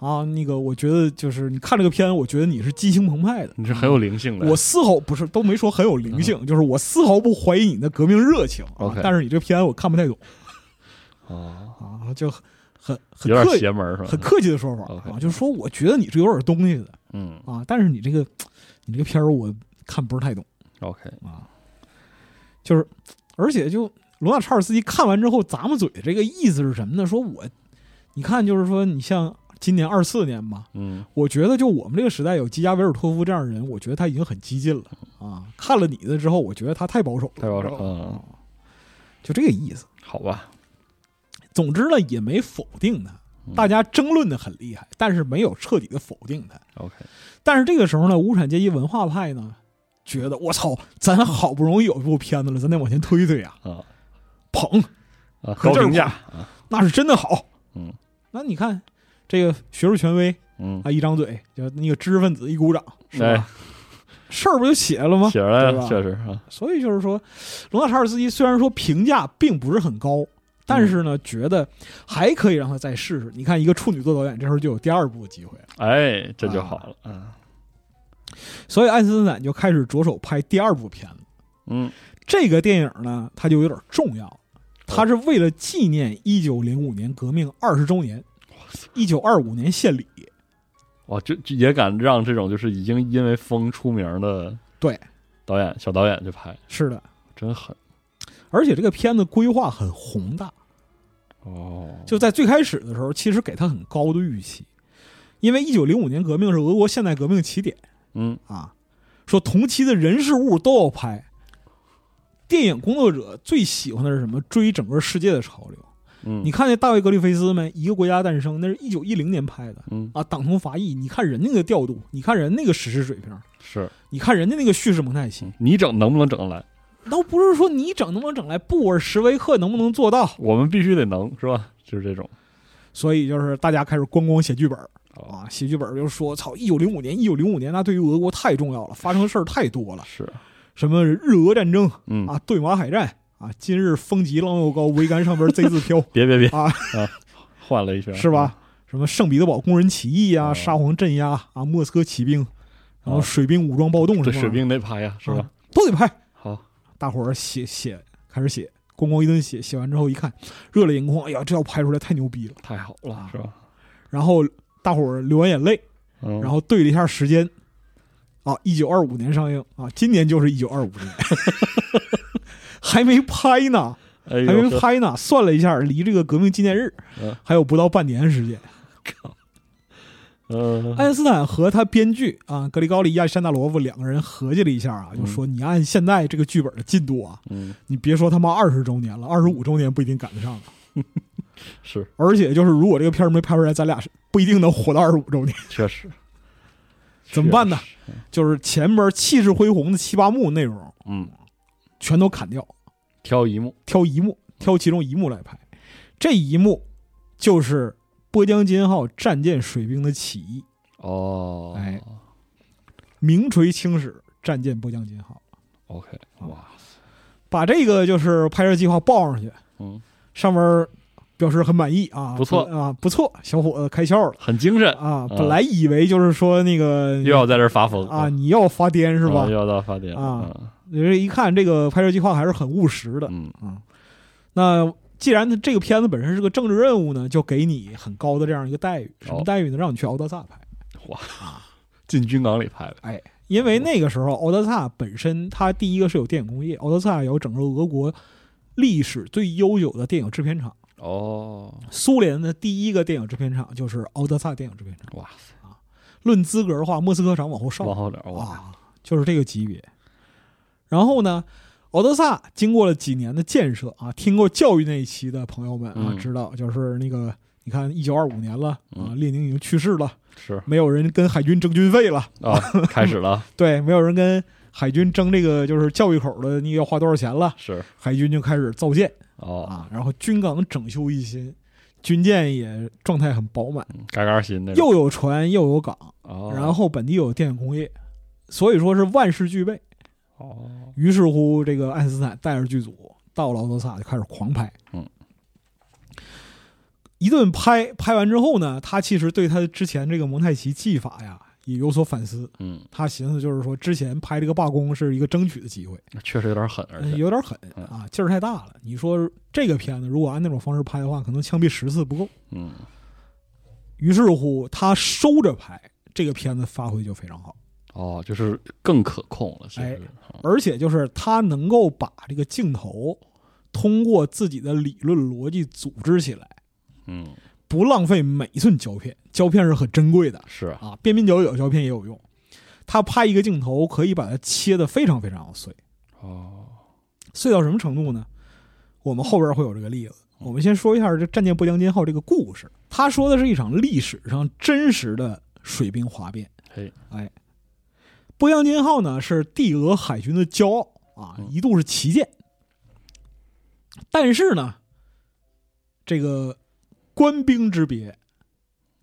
Speaker 3: 啊，那个我觉得就是你看这个片，我觉得你是激情澎湃的，
Speaker 2: 你是很有灵性的，
Speaker 3: 我丝毫不是都没说很有灵性，就是我丝毫不怀疑你的革命热情啊
Speaker 2: OK
Speaker 3: 但是你这片我看不太懂
Speaker 2: 哦，
Speaker 3: 啊，就很很很
Speaker 2: 有点
Speaker 3: 客气
Speaker 2: 邪门儿是吧？
Speaker 3: 很客气的说法
Speaker 2: OK
Speaker 3: 啊，就是说我觉得你是有点东西的
Speaker 2: 嗯
Speaker 3: 啊，但是你这个你这个片儿我看不是太懂
Speaker 2: ，OK，
Speaker 3: 啊，就是而且就罗纳查尔斯基看完之后咂摸嘴的这个意思是什么呢？说我你看就是说你像今年二四年吧，
Speaker 2: 嗯，
Speaker 3: 我觉得就我们这个时代有基加维尔托夫这样的人，我觉得他已经很激进了啊。看了你的之后，我觉得他太保守了，
Speaker 2: 太保守，嗯，
Speaker 3: 就这个意思。
Speaker 2: 好吧，
Speaker 3: 总之呢，也没否定他，
Speaker 2: 嗯
Speaker 3: 大家争论的很厉害，但是没有彻底的否定他。
Speaker 2: OK，
Speaker 3: 但是这个时候呢，无产阶级文化派呢，觉得我操，咱好不容易有一部片子了，咱得往前推推呀、
Speaker 2: 啊
Speaker 3: 捧
Speaker 2: 啊，
Speaker 3: 可
Speaker 2: <laughs> 高
Speaker 3: 劲儿
Speaker 2: 评价
Speaker 3: 那是真的好。
Speaker 2: 嗯，
Speaker 3: 那你看这个学术权威
Speaker 2: 嗯，
Speaker 3: 啊，一张嘴，就那个知识分子一鼓掌，是吧？
Speaker 2: 哎
Speaker 3: 事儿不就起来了吗？
Speaker 2: 写出来
Speaker 3: 对
Speaker 2: 了，
Speaker 3: 吧
Speaker 2: 确实啊，
Speaker 3: 所以就是说，罗纳查尔斯基虽然说评价并不是很高，但是呢，觉得还可以让他再试试。你看，一个处女座导演，这时候就有第二部的机会了。
Speaker 2: 哎，这
Speaker 3: 啊
Speaker 2: 就好了，嗯
Speaker 3: 所以爱因斯坦就开始着手拍第二部片子。
Speaker 2: 嗯，
Speaker 3: 这个电影呢，它就有点重要了，它是为了纪念一九零五年革命二十周年，一九二五年献礼。
Speaker 2: 哇，这这也敢让这种就是已经因为风出名的
Speaker 3: 对
Speaker 2: 导演小导演去拍，
Speaker 3: 是的，
Speaker 2: 真狠
Speaker 3: 而且这个片子规划很宏大，
Speaker 2: 哦，
Speaker 3: 就在最开始的时候，其实给他很高的预期，因为一九零五年革命是俄国现代革命起点。
Speaker 2: 嗯
Speaker 3: 啊，说同期的人事物都要拍。电影工作者最喜欢的是什么？追整个世界的潮流。
Speaker 2: 嗯，
Speaker 3: 你看那大卫·格里菲斯没？《一个国家诞生》，那是一九一零年拍的
Speaker 2: 嗯
Speaker 3: 啊，党同伐异。你看人家那个调度，你看人那个史诗水平，
Speaker 2: 是
Speaker 3: 你看人家那个叙事蒙太奇，
Speaker 2: 嗯你整能不能整得来？
Speaker 3: 都不是说你整能不能整来，布尔什维克能不能做到？
Speaker 2: 我们必须得能是吧？就是这种
Speaker 3: 所以就是大家开始咣咣写剧本
Speaker 2: 哦，
Speaker 3: 啊，写剧本就说：“操，一九零五年，一九零五年那对于俄国太重要了，发生的事儿太多了，
Speaker 2: 是
Speaker 3: 什么日俄战争，
Speaker 2: 嗯，
Speaker 3: 啊，对马海战啊，今日风急浪又高，桅杆上边 Z 字
Speaker 2: <laughs>
Speaker 3: 飘，
Speaker 2: 别别别
Speaker 3: 啊
Speaker 2: 换了一圈
Speaker 3: 是吧？什么圣彼得堡工人起义啊，
Speaker 2: 哦
Speaker 3: 沙皇镇压啊，莫斯科骑兵，然后水兵武装暴动
Speaker 2: 这
Speaker 3: 什么
Speaker 2: 啊水
Speaker 3: 玩意儿，
Speaker 2: 兵得拍呀，是吧？
Speaker 3: 都得拍。
Speaker 2: 好，
Speaker 3: 大伙儿写写，开始写，咣咣一顿写，写完之后一看，热泪盈眶，哎呀，这要拍出来太牛逼了。
Speaker 2: 太好了
Speaker 3: 啊，
Speaker 2: 是吧？
Speaker 3: 然后大伙儿流完眼泪，
Speaker 2: 嗯，
Speaker 3: 然后对了一下时间，啊，一九二五年上映啊，今年就是一九二五年，
Speaker 2: <laughs>
Speaker 3: 还没拍呢。
Speaker 2: 哎呦
Speaker 3: 还没
Speaker 2: 呵
Speaker 3: 拍呢。算了一下，离这个革命纪念日
Speaker 2: 嗯
Speaker 3: 还有不到半年时间。
Speaker 2: 嗯
Speaker 3: 爱因斯坦和他编剧啊格里高利亚历山大罗夫两个人合计了一下啊，就说你按现在这个剧本的进度啊，
Speaker 2: 嗯
Speaker 3: 你别说他妈二十周年了，二十五周年不一定赶得上了。啊
Speaker 2: 是
Speaker 3: 而且就是如果这个片儿没拍出来，咱俩是不一定能活到二十五周年。
Speaker 2: 确实，
Speaker 3: 怎么办呢
Speaker 2: 确实？
Speaker 3: 就是前边气势恢宏的七八幕内容
Speaker 2: 嗯，
Speaker 3: 全都砍掉，
Speaker 2: 挑一幕，
Speaker 3: 挑一幕，挑其中一幕来拍。这一幕就是波江金号战舰水兵的起义。
Speaker 2: 哦，
Speaker 3: 哎名垂青史，战舰波江金号。
Speaker 2: ，OK，哇，
Speaker 3: 把这个就是拍摄计划报上去，
Speaker 2: 嗯，
Speaker 3: 上面表示很满意啊，
Speaker 2: 不错
Speaker 3: 啊，不错，小伙子开窍了
Speaker 2: 很精神，
Speaker 3: 啊。
Speaker 2: 嗯
Speaker 3: 本来以为就是说那个
Speaker 2: 又要在这儿发疯
Speaker 3: 啊，你要发癫是吧
Speaker 2: 啊？又要到发癫
Speaker 3: 啊，人一看这个拍摄计划还是很务实的。
Speaker 2: 嗯，
Speaker 3: 那既然它这个片子本身是个政治任务呢，就给你很高的这样一个待遇，什么
Speaker 2: 哦
Speaker 3: 待遇呢？让你去敖德萨拍。
Speaker 2: 进军港里拍的，
Speaker 3: 因
Speaker 2: 哦
Speaker 3: 为那个时候，敖德萨本身它第一个是有电影工业，敖德萨有整个俄国历史最悠久的电影制片厂。
Speaker 2: 哦，
Speaker 3: 苏联的第一个电影制片厂就是敖德萨电影制片厂。
Speaker 2: 哇塞，
Speaker 3: 论资格的话，莫斯科厂往后上
Speaker 2: 往后点儿，哇，
Speaker 3: 啊，就是这个级别。然后呢，敖德萨经过了几年的建设啊，听过教育那一期的朋友们啊，
Speaker 2: 嗯
Speaker 3: 知道就是那个，你看一九二五年了啊，
Speaker 2: 嗯
Speaker 3: 列宁已经去世了，
Speaker 2: 是
Speaker 3: 没有人跟海军争军费了，
Speaker 2: 啊， <laughs> 开始了，
Speaker 3: 对，没有人跟海军争这个就是教育口的，你要花多少钱了，
Speaker 2: 是，
Speaker 3: 海军就开始造舰
Speaker 2: 哦，
Speaker 3: 啊，然后军港整修一新，军舰也状态很饱满。
Speaker 2: 嗯嘎嘎新那种，
Speaker 3: 又有船又有港，
Speaker 2: 哦，
Speaker 3: 然后本地又有电影工业，所以说是万事俱备。
Speaker 2: 哦，
Speaker 3: 于是乎，这个爱因斯坦带着剧组到了奥德萨就开始狂拍，
Speaker 2: 嗯，
Speaker 3: 一顿拍，拍完之后呢，他其实对他之前这个蒙太奇技法呀也有所反思。
Speaker 2: 嗯，
Speaker 3: 他寻思就是说，之前拍这个罢工是一个争取的机会，
Speaker 2: 确实有点狠，而
Speaker 3: 嗯
Speaker 2: 且
Speaker 3: 有点狠
Speaker 2: 嗯
Speaker 3: 啊，劲儿太大了。你说这个片子如果按那种方式拍的话，可能枪毙十次不够。
Speaker 2: 嗯，
Speaker 3: 于是乎，他收着拍，这个片子发挥就非常好。
Speaker 2: 哦，就是更可控了，其
Speaker 3: 哎
Speaker 2: 实，嗯
Speaker 3: 而且就是他能够把这个镜头通过自己的理论逻辑组织起来，
Speaker 2: 嗯，
Speaker 3: 不浪费每一寸胶片，胶片是很珍贵的
Speaker 2: 是啊，
Speaker 3: 啊，边边角角胶片也有用。他拍一个镜头可以把它切得非常非常碎，
Speaker 2: 哦，
Speaker 3: 碎到什么程度呢？我们后边会有这个例子。
Speaker 2: 嗯
Speaker 3: 我们先说一下这战舰波江金号这个故事，他说的是一场历史上真实的水兵哗变。哎
Speaker 2: 嘿，
Speaker 3: 波江金号呢是帝俄海军的骄傲啊，
Speaker 2: 嗯
Speaker 3: 一度是旗舰。但是呢，这个官兵之别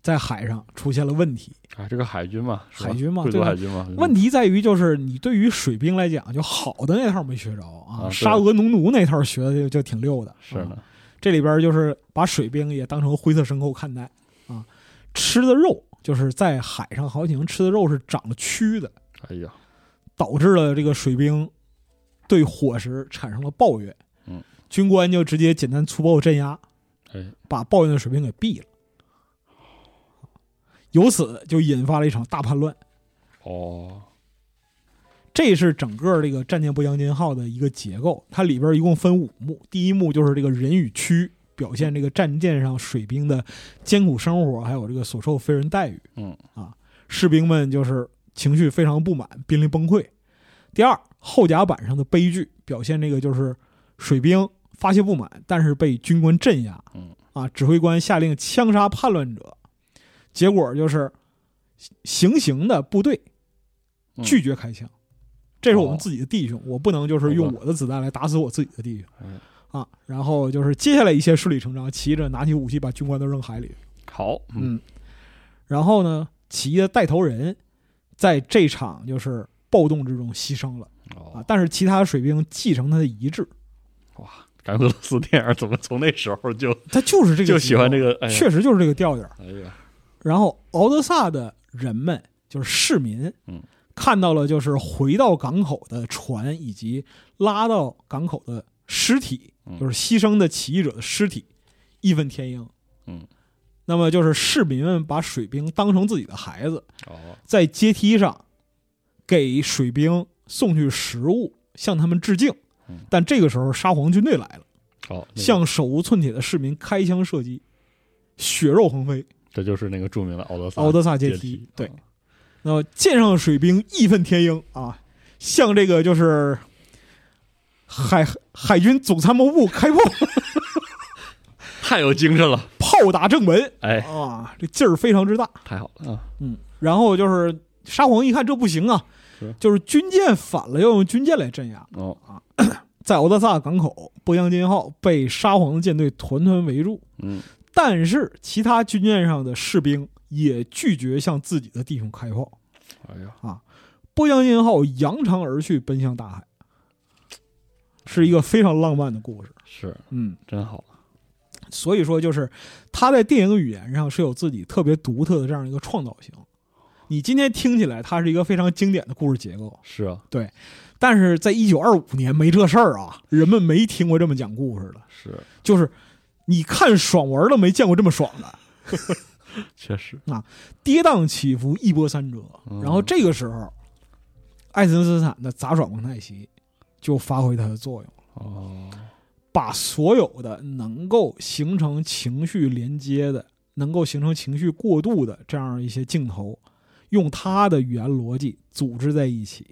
Speaker 3: 在海上出现了问题。
Speaker 2: 啊，这个海军嘛，是吧
Speaker 3: 海军嘛
Speaker 2: 贵
Speaker 3: 对
Speaker 2: 族
Speaker 3: 吧
Speaker 2: 海军嘛，
Speaker 3: 问题在于，就是你对于水兵来讲，就好的那套没学着
Speaker 2: 啊
Speaker 3: 啊，
Speaker 2: 对
Speaker 3: 沙俄农奴那套学的就就挺溜的。
Speaker 2: 是
Speaker 3: 啊
Speaker 2: 呢，
Speaker 3: 这里边就是把水兵也当成灰色牲口看待啊，吃的肉就是在海上好几能吃的肉是长了蛆的，
Speaker 2: 哎呀，
Speaker 3: 导致了这个水兵对伙食产生了抱怨。
Speaker 2: 嗯，
Speaker 3: 军官就直接简单粗暴镇压，
Speaker 2: 哎，
Speaker 3: 把抱怨的水兵给毙了。啊由此就引发了一场大叛乱，
Speaker 2: 哦，
Speaker 3: 这是整个这个《战舰不将军号》的一个结构，它里边一共分五幕。第一幕就是这个人与区表现这个战舰上水兵的艰苦生活，还有这个所受非人待遇。
Speaker 2: 嗯
Speaker 3: 啊，士兵们就是情绪非常不满，濒临崩溃。第二，后甲板上的悲剧表现这个就是水兵发泄不满，但是被军官镇压。
Speaker 2: 嗯
Speaker 3: 啊，指挥官下令枪杀叛乱者，结果就是行刑的部队
Speaker 2: 嗯
Speaker 3: 拒绝开枪。这是我们
Speaker 2: 哦
Speaker 3: 自己的弟兄，我不能就是用我的子弹来打死我自己的弟兄
Speaker 2: 嗯
Speaker 3: 啊。然后就是接下来一切顺理成章，起义者拿起武器把军官都扔海里。
Speaker 2: 好，
Speaker 3: 嗯，然后呢，起义的带头人在这场就是暴动之中牺牲了啊
Speaker 2: 哦，，
Speaker 3: 但是其他水兵继承他的遗志，
Speaker 2: 感觉俄罗斯电影怎么从那时候就
Speaker 3: 他就是这个
Speaker 2: 就喜欢这
Speaker 3: 个，
Speaker 2: 个，哎呀
Speaker 3: 确实就是这个调调。
Speaker 2: 哎呀，
Speaker 3: 然后敖德萨的人们就是市民，
Speaker 2: 嗯，
Speaker 3: 看到了就是回到港口的船以及拉到港口的尸体，
Speaker 2: 嗯
Speaker 3: 就是牺牲的起义者的尸体，义愤填膺。
Speaker 2: 嗯，
Speaker 3: 那么就是市民们把水兵当成自己的孩子，
Speaker 2: 哦，
Speaker 3: 在阶梯上给水兵送去食物，向他们致敬
Speaker 2: 嗯。
Speaker 3: 但这个时候，沙皇军队来了，
Speaker 2: 好，那个
Speaker 3: 向手无寸铁的市民开枪射击，血肉横飞，
Speaker 2: 这就是那个著名的奥德萨
Speaker 3: 敖德萨
Speaker 2: 啊阶
Speaker 3: 阶梯。对，
Speaker 2: 啊
Speaker 3: 那么舰上水兵义愤填膺啊，向这个就是海海军总参谋部开炮，
Speaker 2: 太有精神了，
Speaker 3: 炮打正门
Speaker 2: 哎，
Speaker 3: 啊，这劲儿非常之大。
Speaker 2: 太好了啊，
Speaker 3: 嗯，然后就是沙皇一看这不行啊
Speaker 2: 是，
Speaker 3: 就是军舰反了，要用军舰来镇压。
Speaker 2: 哦，
Speaker 3: 在敖德萨港口，波江金号被沙皇的舰队团团围住，
Speaker 2: 嗯，
Speaker 3: 但是其他军舰上的士兵也拒绝向自己的弟兄开炮。
Speaker 2: 哎呀，
Speaker 3: 波江金号扬长而去，奔向大海，是一个非常浪漫的故事。
Speaker 2: 是
Speaker 3: 嗯，
Speaker 2: 真好，
Speaker 3: 所以说就是他在电影语言上是有自己特别独特的这样一个创造性。你今天听起来，它是一个非常经典的故事结构，
Speaker 2: 是啊，
Speaker 3: 但是在一九二五年没这事儿啊，人们没听过这么讲故事的，
Speaker 2: 是，
Speaker 3: 就是你看爽文都没见过这么爽的，
Speaker 2: 确实，
Speaker 3: 跌宕起伏，一波三折
Speaker 2: 嗯。
Speaker 3: 然后这个时候，爱因斯坦的杂耍蒙太奇就发挥它的作用。
Speaker 2: 哦，
Speaker 3: 把所有的能够形成情绪连接的、能够形成情绪过渡的这样一些镜头，用它的语言逻辑组织在一起，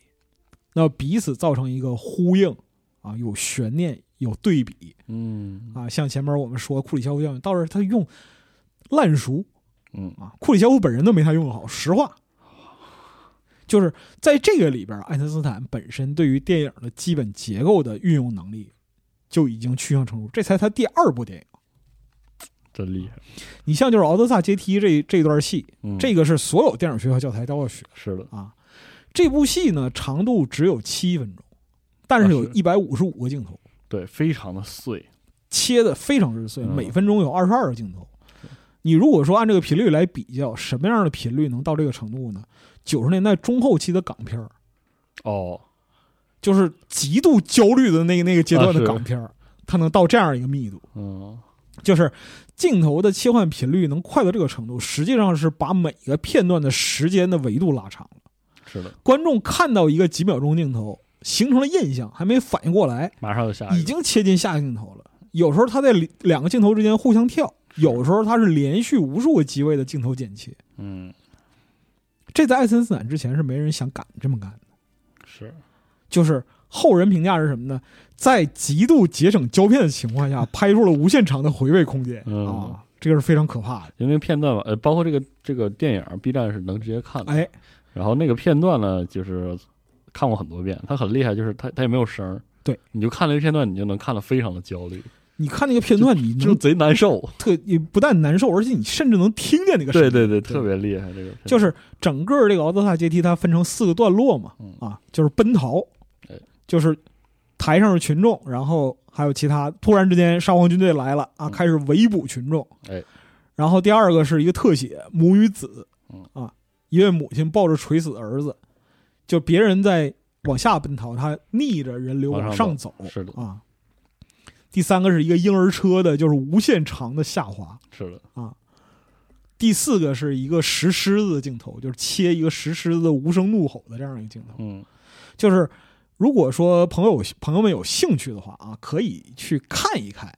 Speaker 3: 那彼此造成一个呼应啊，有悬念，有对比
Speaker 2: 嗯
Speaker 3: 啊。像前面我们说库里肖夫效应，倒是他用烂熟
Speaker 2: 嗯，
Speaker 3: 啊，库里肖夫本人都没他用的好，实话。就是在这个里边，爱因斯坦本身对于电影的基本结构的运用能力就已经趋向成熟，这才他第二部电影。
Speaker 2: 真厉害，
Speaker 3: 你像就是《敖德萨阶梯这》这段戏，
Speaker 2: 嗯，
Speaker 3: 这个是所有电影学校教材都要学
Speaker 2: 是的，
Speaker 3: 啊。这部戏呢，长度只有七分钟，但是有
Speaker 2: 啊是
Speaker 3: 一百五十五个镜头，
Speaker 2: 对，非常的碎，
Speaker 3: 切的非常之碎，
Speaker 2: 嗯
Speaker 3: 每分钟有二十二个镜头。你如果说按这个频率来比较，什么样的频率能到这个程度呢？九十年代中后期的港片儿，
Speaker 2: 哦，
Speaker 3: 就是极度焦虑的那个那个阶段
Speaker 2: 啊
Speaker 3: 的
Speaker 2: 是
Speaker 3: 港片儿，它能到这样一个密度，
Speaker 2: 嗯，
Speaker 3: 就是镜头的切换频率能快到这个程度，实际上是把每个片段的时间的维度拉长了。
Speaker 2: 是的，
Speaker 3: 观众看到一个几秒钟镜头，形成了印象，还没反应过来，
Speaker 2: 马上就下一个，
Speaker 3: 已经切进下一个镜头了。有时候他在里两个镜头之间互相跳，有时候他是连续无数个机位的镜头剪切。
Speaker 2: 嗯，
Speaker 3: 这在爱森斯坦之前是没人想敢这么干的。
Speaker 2: 是，
Speaker 3: 就是后人评价是什么呢？在极度节省胶片的情况
Speaker 2: <laughs>
Speaker 3: 下，拍出了无限长的回味空间、
Speaker 2: 嗯
Speaker 3: 啊，这个是非常可怕的。
Speaker 2: 因为片段嘛，呃，包括这个这个电影，B 站是能直接看的。
Speaker 3: 哎，
Speaker 2: 然后那个片段呢，就是看过很多遍，它很厉害，就是它它也没有声儿，
Speaker 3: 对，
Speaker 2: 你就看了一片段，你就能看得非常的焦虑，
Speaker 3: 你看那个片段，你
Speaker 2: 就
Speaker 3: 能
Speaker 2: 贼
Speaker 3: <laughs>
Speaker 2: 难受。
Speaker 3: 特你不但难受，而且你甚至能听见那个声音。
Speaker 2: 对对对，特别厉害，这个
Speaker 3: 就是整个这个敖德萨阶梯，它分成四个段落嘛
Speaker 2: 嗯，
Speaker 3: 啊，就是奔逃
Speaker 2: 哎，
Speaker 3: 就是台上是群众，然后还有其他，突然之间沙皇军队来了啊，
Speaker 2: 嗯
Speaker 3: 开始围捕群众，
Speaker 2: 哎，
Speaker 3: 然后第二个是一个特写，母与子
Speaker 2: 嗯，
Speaker 3: 啊，一位母亲抱着垂死的儿子，就别人在往下奔逃，他逆着人流
Speaker 2: 往
Speaker 3: 往
Speaker 2: 上
Speaker 3: 上走
Speaker 2: 是的，
Speaker 3: 啊。第三个是一个婴儿车的，就是无限长的下滑，
Speaker 2: 是的，
Speaker 3: 第四个是一个石狮子的镜头，就是切一个石狮子无声怒吼的这样一个镜头。
Speaker 2: 嗯，
Speaker 3: 就是如果说朋友朋友们有兴趣的话啊，可以去看一看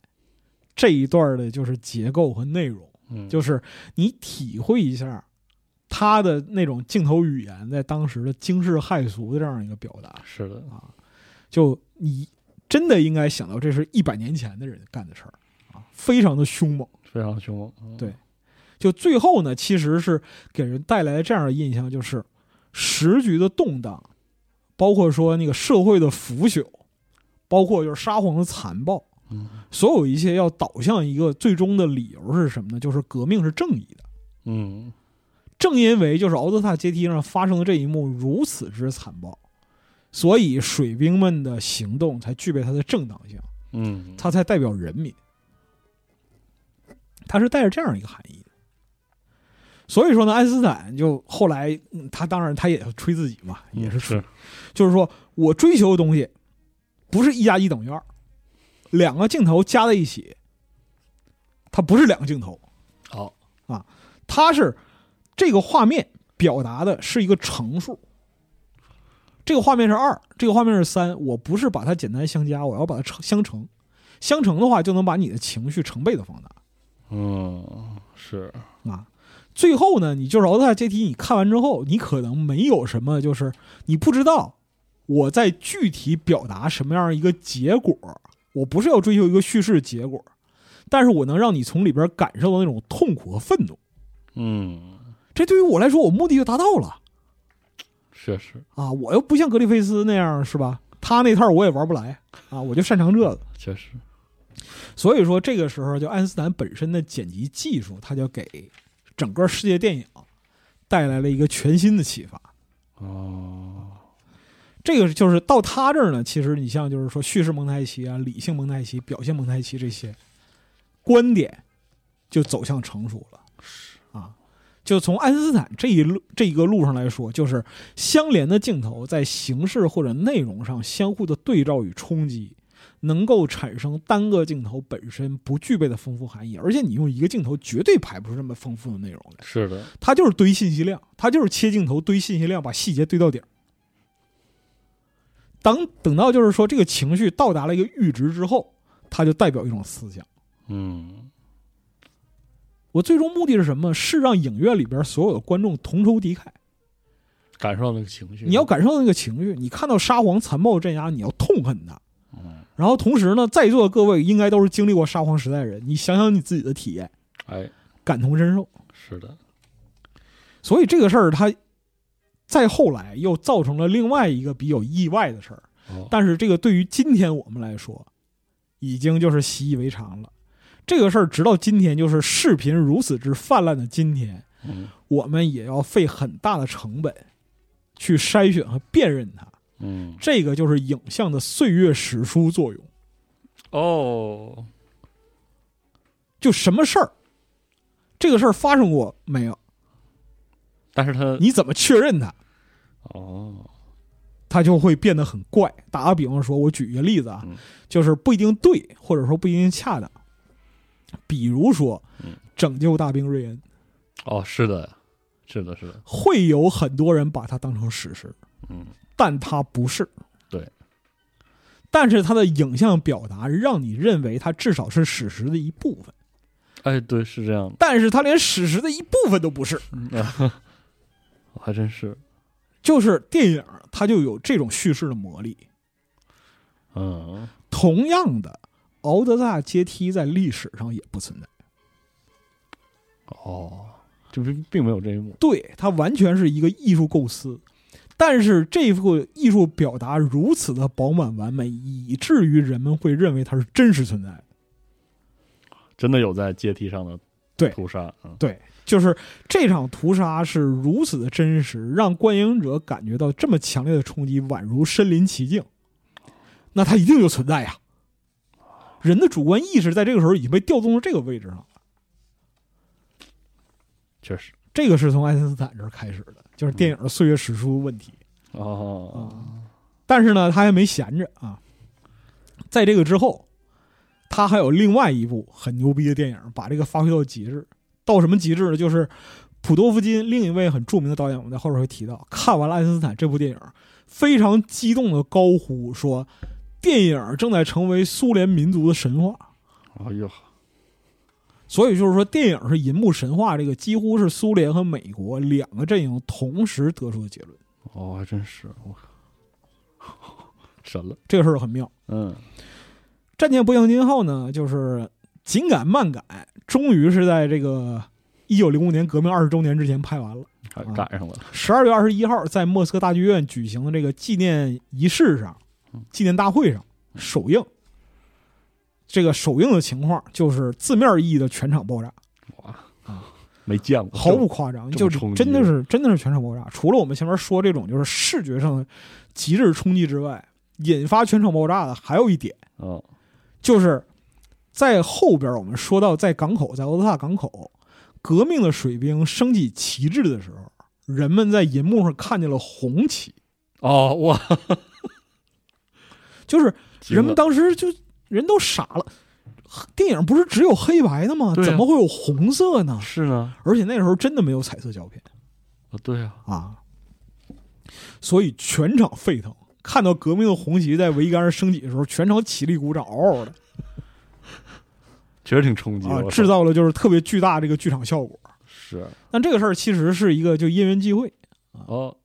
Speaker 3: 这一段的，就是结构和内容，
Speaker 2: 嗯
Speaker 3: 就是你体会一下他的那种镜头语言在当时的惊世骇俗的这样一个表达。
Speaker 2: 是的，
Speaker 3: 就你真的应该想到，这是一百年前的人干的事儿啊，非常的凶猛。
Speaker 2: 非常凶猛，嗯
Speaker 3: 对就最后呢，其实是给人带来这样的印象，就是时局的动荡，包括说那个社会的腐朽，包括就是沙皇的残暴，
Speaker 2: 嗯
Speaker 3: 所有一切要导向一个最终的理由是什么呢？就是革命是正义的。
Speaker 2: 嗯，
Speaker 3: 正因为就是敖德萨阶梯上发生的这一幕如此之残暴，所以水兵们的行动才具备它的正当性。
Speaker 2: 嗯，
Speaker 3: 它才代表人民。它是带着这样一个含义的。所以说呢，爱因斯坦就后来、嗯他当然他也吹自己嘛，也是吹，
Speaker 2: 是，
Speaker 3: 就是说我追求的东西不是一加一等于二，两个镜头加在一起，它不是两个镜头，啊
Speaker 2: 好，
Speaker 3: 它是这个画面表达的是一个乘数。这个画面是二，这个画面是三，我不是把它简单相加，我要把它乘相乘。相乘的话，就能把你的情绪成倍的放大
Speaker 2: 嗯，是，
Speaker 3: 啊。最后呢，你就是敖德萨阶梯，你看完之后，你可能没有什么，就是你不知道我在具体表达什么样一个结果。我不是要追求一个叙事结果，但是我能让你从里边感受到那种痛苦和愤怒。
Speaker 2: 嗯，
Speaker 3: 这对于我来说，我目的就达到了。
Speaker 2: 确实，
Speaker 3: 啊，我又不像格里菲斯那样是吧？他那套我也玩不来啊，我就擅长这个。
Speaker 2: 确实，
Speaker 3: 所以说这个时候，就爱因斯坦本身的剪辑技术，他就给整个世界电影带来了一个全新的启发。
Speaker 2: 哦，
Speaker 3: 这个就是到他这儿呢，其实你像就是说叙事蒙太奇啊、理性蒙太奇、表现蒙太奇这些观点，就走向成熟了。啊，就从爱因斯坦这一路这一个路上来说，就是相连的镜头在形式或者内容上相互的对照与冲击，能够产生单个镜头本身不具备的丰富含义，而且你用一个镜头绝对排不出这么丰富的内容来，
Speaker 2: 是的，
Speaker 3: 它就是堆信息量，它就是切镜头堆信息量，把细节堆到底儿。等等到就是说这个情绪到达了一个阈值之后，它就代表一种思想。
Speaker 2: 嗯，
Speaker 3: 我最终目的是什么？是让影院里边所有的观众同仇敌忾。
Speaker 2: 感受到那个情绪，
Speaker 3: 你要感受到那个情绪，你看到沙皇残暴镇压，你要痛恨他。
Speaker 2: 嗯，
Speaker 3: 然后同时呢，在座的各位应该都是经历过沙皇时代的人，你想想你自己的体验，
Speaker 2: 哎，
Speaker 3: 感同身受。
Speaker 2: 是的，
Speaker 3: 所以这个事儿，它再后来又造成了另外一个比较意外的事儿，
Speaker 2: 哦，
Speaker 3: 但是这个对于今天我们来说，已经就是习以为常了。这个事儿直到今天，就是视频如此之泛滥的今天，
Speaker 2: 嗯
Speaker 3: 我们也要费很大的成本去筛选和辨认它。
Speaker 2: 嗯，
Speaker 3: 这个就是影像的岁月史书作用。
Speaker 2: 哦，
Speaker 3: 就什么事儿，这个事儿发生过没有？
Speaker 2: 但是他，
Speaker 3: 你怎么确认它？
Speaker 2: 哦，
Speaker 3: 它就会变得很怪。打个比方说，我举一个例子啊
Speaker 2: 嗯，
Speaker 3: 就是不一定对，或者说不一定恰当。比如说
Speaker 2: 嗯，
Speaker 3: 拯救大兵瑞恩，
Speaker 2: 哦，是的，是的，是的，
Speaker 3: 会有很多人把它当成史实，
Speaker 2: 嗯，
Speaker 3: 但它不是。
Speaker 2: 对。
Speaker 3: 但是它的影像表达让你认为它至少是史实的一部分，
Speaker 2: 哎，对，是这样的
Speaker 3: 但是它连史实的一部分都不是。
Speaker 2: 嗯，还真是，
Speaker 3: 就是电影它就有这种叙事的魔力。
Speaker 2: 嗯，
Speaker 3: 同样的，敖德萨阶梯在历史上也不存在，
Speaker 2: 哦，这并并没有这一幕，
Speaker 3: 对，它完全是一个艺术构思。但是这幅艺术表达如此的饱满完美，以至于人们会认为它是真实存在的。
Speaker 2: 真的有在阶梯上的
Speaker 3: 对
Speaker 2: 屠杀，嗯，
Speaker 3: 就是这场屠杀是如此的真实，让观影者感觉到这么强烈的冲击，宛如身临其境。那它一定就存在呀！人的主观意识在这个时候已经被调动到这个位置上了。
Speaker 2: 确实。
Speaker 3: 这个是从爱因斯坦这儿开始的，就是电影的岁月史书问题啊。
Speaker 2: 哦，
Speaker 3: 但是呢，他还没闲着啊，在这个之后，他还有另外一部很牛逼的电影，把这个发挥到极致。到什么极致呢？就是普多夫金另一位很著名的导演，我们在后边会提到。看完了《爱因斯坦》这部电影，非常激动的高呼说：“电影正在成为苏联民族的神话。”
Speaker 2: 哎呦，
Speaker 3: 所以就是说，电影是银幕神话，这个几乎是苏联和美国两个阵营同时得出的结论。
Speaker 2: 哦，还真是，我靠，神了，
Speaker 3: 这个事儿很妙。
Speaker 2: 嗯，
Speaker 3: 战舰波将金号呢，就是紧赶慢赶，终于是在这个一九零五年革命二十周年之前拍完了。
Speaker 2: 还
Speaker 3: 啊
Speaker 2: 赶上了，
Speaker 3: 十二月二十一号，在莫斯科大剧院举行的这个纪念仪式上
Speaker 2: 嗯，
Speaker 3: 纪念大会上首映。这个首映的情况就是字面意义的全场爆炸，
Speaker 2: 哇
Speaker 3: 啊，
Speaker 2: 没见过，
Speaker 3: 毫不夸张，
Speaker 2: 哦这
Speaker 3: 就
Speaker 2: 么
Speaker 3: 是
Speaker 2: 冲击
Speaker 3: 真的是真的是全场爆炸。除了我们前面说这种就是视觉上的极致冲击之外，引发全场爆炸的还有一点，
Speaker 2: 这哦，
Speaker 3: 就是在后边我们说到在港口，在欧德萨港口，革命的水兵升起旗帜的时候，人们在银幕上看见了红旗，
Speaker 2: 哦，哇，
Speaker 3: 就是
Speaker 2: 惊
Speaker 3: 人们
Speaker 2: 了
Speaker 3: 当时就人都傻了。电影不是只有黑白的吗？
Speaker 2: 对啊
Speaker 3: 怎么会有红色呢？
Speaker 2: 是呢，
Speaker 3: 而且那时候真的没有彩色胶片。
Speaker 2: 啊，对啊，
Speaker 3: 啊，所以全场沸腾。看到革命的红旗在桅杆上升起的时候，全场起立鼓掌，嗷嗷的
Speaker 2: 确实挺冲击
Speaker 3: 啊
Speaker 2: 我，操
Speaker 3: 制造了就是特别巨大这个剧场效果。
Speaker 2: 是
Speaker 3: 但这个事儿其实是一个就因缘际会。
Speaker 2: 哦，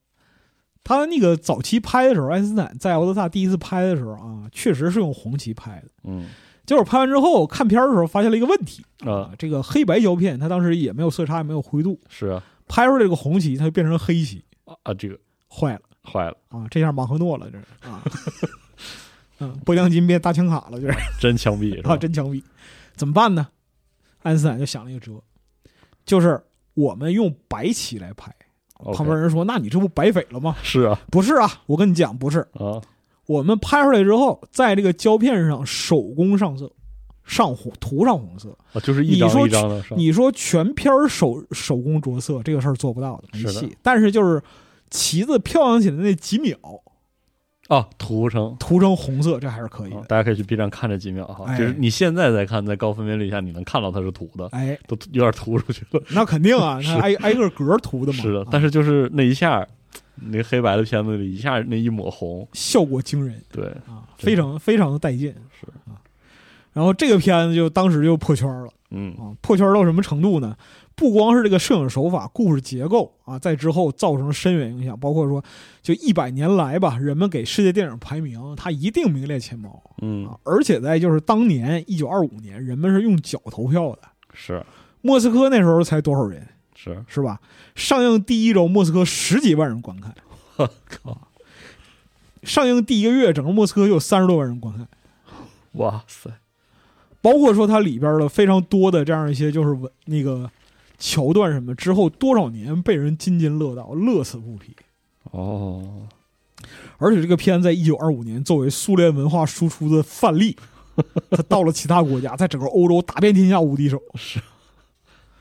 Speaker 3: 他那个早期拍的时候，爱因斯坦在敖德萨第一次拍的时候啊，确实是用红旗拍的。
Speaker 2: 嗯
Speaker 3: 结果拍完之后看片儿的时候，发现了一个问题
Speaker 2: 啊
Speaker 3: 啊，，这个黑白胶片它当时也没有色差，也没有灰度，
Speaker 2: 是啊，
Speaker 3: 拍出来这个红旗它就变成黑旗，
Speaker 2: 啊，这个
Speaker 3: 坏了
Speaker 2: 坏了，
Speaker 3: 啊，这下马赫诺了，这是啊， <laughs> 嗯，波将金变大枪卡了，这是。
Speaker 2: 真
Speaker 3: <laughs>
Speaker 2: 枪毙是
Speaker 3: 啊，
Speaker 2: 吧？
Speaker 3: 真枪毙，怎么办呢？爱因斯坦就想了一个辙，就是我们用白旗来拍。
Speaker 2: OK
Speaker 3: 旁边人说：“那你这不白匪了吗
Speaker 2: 是啊，？”
Speaker 3: 不是啊，我跟你讲，不是。
Speaker 2: 啊，
Speaker 3: 我们拍出来之后，在这个胶片上手工上色，上红涂上红色。
Speaker 2: 啊就是一
Speaker 3: 你
Speaker 2: 张
Speaker 3: 说
Speaker 2: 一张的上，
Speaker 3: 你说全片儿手手工着色这个事儿做不到的，没
Speaker 2: 是的
Speaker 3: 戏。但是就是旗子飘扬起来那几秒，
Speaker 2: 啊，涂成。
Speaker 3: 涂成红色，这还是可以
Speaker 2: 啊
Speaker 3: 的。
Speaker 2: 大家可以去 B 站看这几秒哈，
Speaker 3: 哎
Speaker 2: 就是你现在再看，在高分辨率下，你能看到它是涂的，
Speaker 3: 哎，
Speaker 2: 都有点涂出去了。
Speaker 3: 那肯定
Speaker 2: <laughs>
Speaker 3: 啊，
Speaker 2: 是
Speaker 3: 那挨挨个格儿涂的嘛。
Speaker 2: 是的
Speaker 3: 啊，
Speaker 2: 但是就是那一下，那黑白的片子里一下那一抹红，
Speaker 3: 效果惊人。
Speaker 2: 对，
Speaker 3: 啊，
Speaker 2: 对
Speaker 3: 非常非常的带劲，
Speaker 2: 是
Speaker 3: 啊。然后这个片子就当时就破圈了
Speaker 2: 嗯，
Speaker 3: 啊，破圈到什么程度呢？不光是这个摄影手法、故事结构啊，在之后造成深远影响，包括说，就一百年来吧，人们给世界电影排名，它一定名列前茅
Speaker 2: 嗯
Speaker 3: 啊。而且在就是当年一九二五年，人们是用脚投票的。
Speaker 2: 是
Speaker 3: 莫斯科那时候才多少人，
Speaker 2: 是，
Speaker 3: 是吧？上映第一周，莫斯科十几万人观看，
Speaker 2: <laughs> 我靠，
Speaker 3: 上映第一个月，整个莫斯科就有三十多万人观看。
Speaker 2: 哇塞，
Speaker 3: 包括说它里边的非常多的这样一些就是文那个桥段什么，之后多少年被人津津乐道，乐此不疲。
Speaker 2: 哦，
Speaker 3: 而且这个片在一九二五年作为苏联文化输出的范例， <laughs> 它到了其他国家，在整个欧洲打遍天下无敌手，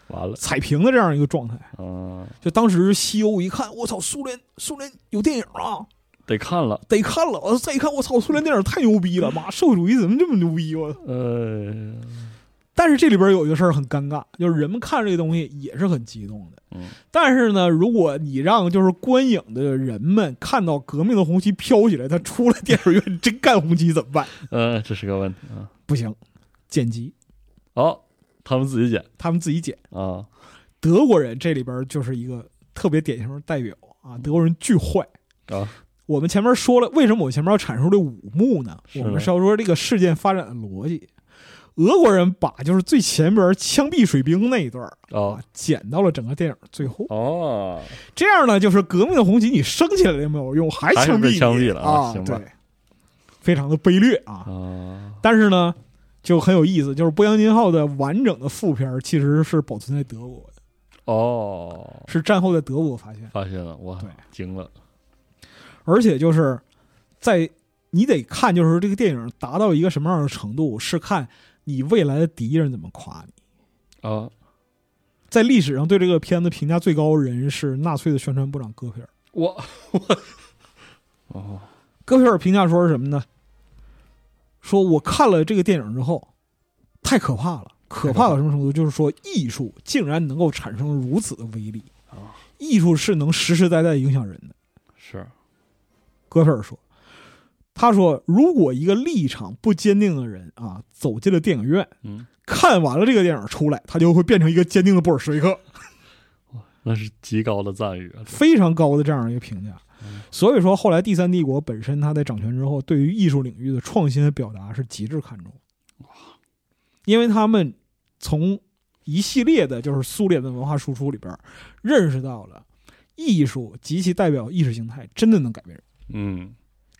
Speaker 2: 完了，
Speaker 3: 踩平的这样一个状态。
Speaker 2: 嗯，
Speaker 3: 就当时西欧一看，我操，苏联苏联有电影啊，
Speaker 2: 得看了，
Speaker 3: 得看了。我再一看，我操，苏联电影太牛逼了，妈，社会主义怎么这么牛逼？我操！
Speaker 2: 呃，
Speaker 3: 但是这里边有一个事儿很尴尬，就是人们看这个东西也是很激动的。
Speaker 2: 嗯，
Speaker 3: 但是呢，如果你让就是观影的人们看到革命的红旗飘起来，他出了电影院真干红旗怎么办？
Speaker 2: 呃，这是个问题啊，
Speaker 3: 不行，剪辑
Speaker 2: 哦，他们自己剪
Speaker 3: 他们自己剪。
Speaker 2: 啊，
Speaker 3: 德国人这里边就是一个特别典型的代表啊，德国人巨坏
Speaker 2: 啊。
Speaker 3: 我们前面说了，为什么我前面要阐述这五幕呢？
Speaker 2: 是
Speaker 3: 我
Speaker 2: 的
Speaker 3: 们是要说这个事件发展的逻辑。俄国人把就是最前边枪毙水兵那一段儿
Speaker 2: 哦
Speaker 3: 啊，剪到了整个电影最后。
Speaker 2: 哦，
Speaker 3: 这样呢，就是革命的红旗，你升起来也没有用，还
Speaker 2: 还是
Speaker 3: 枪
Speaker 2: 被
Speaker 3: 毙你
Speaker 2: 枪毙了啊
Speaker 3: 啊！
Speaker 2: 行吧
Speaker 3: 对，非常的卑劣啊。
Speaker 2: 啊，
Speaker 3: 但是呢，就很有意思，就是《波扬金号》的完整的副片儿其实是保存在德国的，
Speaker 2: 哦，
Speaker 3: 是战后在德国发现，
Speaker 2: 发现了，哇
Speaker 3: 对，
Speaker 2: 惊了，
Speaker 3: 而且就是在你得看，就是这个电影达到一个什么样的程度，是看你未来的敌人怎么夸你。
Speaker 2: 啊，
Speaker 3: 在历史上对这个片子评价最高的人是纳粹的宣传部长戈培尔。
Speaker 2: 我我，哦，
Speaker 3: 戈培尔评价说是什么呢？说我看了这个电影之后，太可怕了，可怕到什么程度？就是说艺术竟然能够产生如此的威力
Speaker 2: 啊！
Speaker 3: 艺术是能实实在在影响人的。
Speaker 2: <laughs> 是，
Speaker 3: 戈培尔说，他说如果一个立场不坚定的人啊走进了电影院，
Speaker 2: 嗯，
Speaker 3: 看完了这个电影出来，他就会变成一个坚定的布尔什维克，
Speaker 2: 那是极高的赞誉啊，
Speaker 3: 非常高的这样一个评价
Speaker 2: 嗯。
Speaker 3: 所以说，后来第三帝国本身它在掌权之后，对于艺术领域的创新和表达是极致看重的，因为他们从一系列的就是苏联的文化输出里边儿认识到了艺术及其代表意识形态真的能改变人。
Speaker 2: 嗯，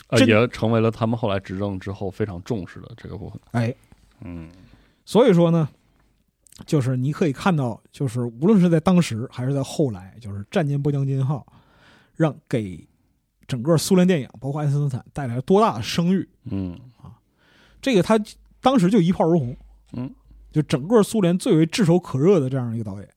Speaker 2: 啊
Speaker 3: 真
Speaker 2: 也成为了他们后来执政之后非常重视的这个部分，
Speaker 3: 哎，
Speaker 2: 嗯，
Speaker 3: 所以说呢，就是你可以看到，就是无论是在当时还是在后来，就是战舰波将金号，让给整个苏联电影，包括爱因斯坦带来了多大的声誉。
Speaker 2: 嗯，
Speaker 3: 这个他当时就一炮而红，
Speaker 2: 嗯，
Speaker 3: 就整个苏联最为炙手可热的这样一个导演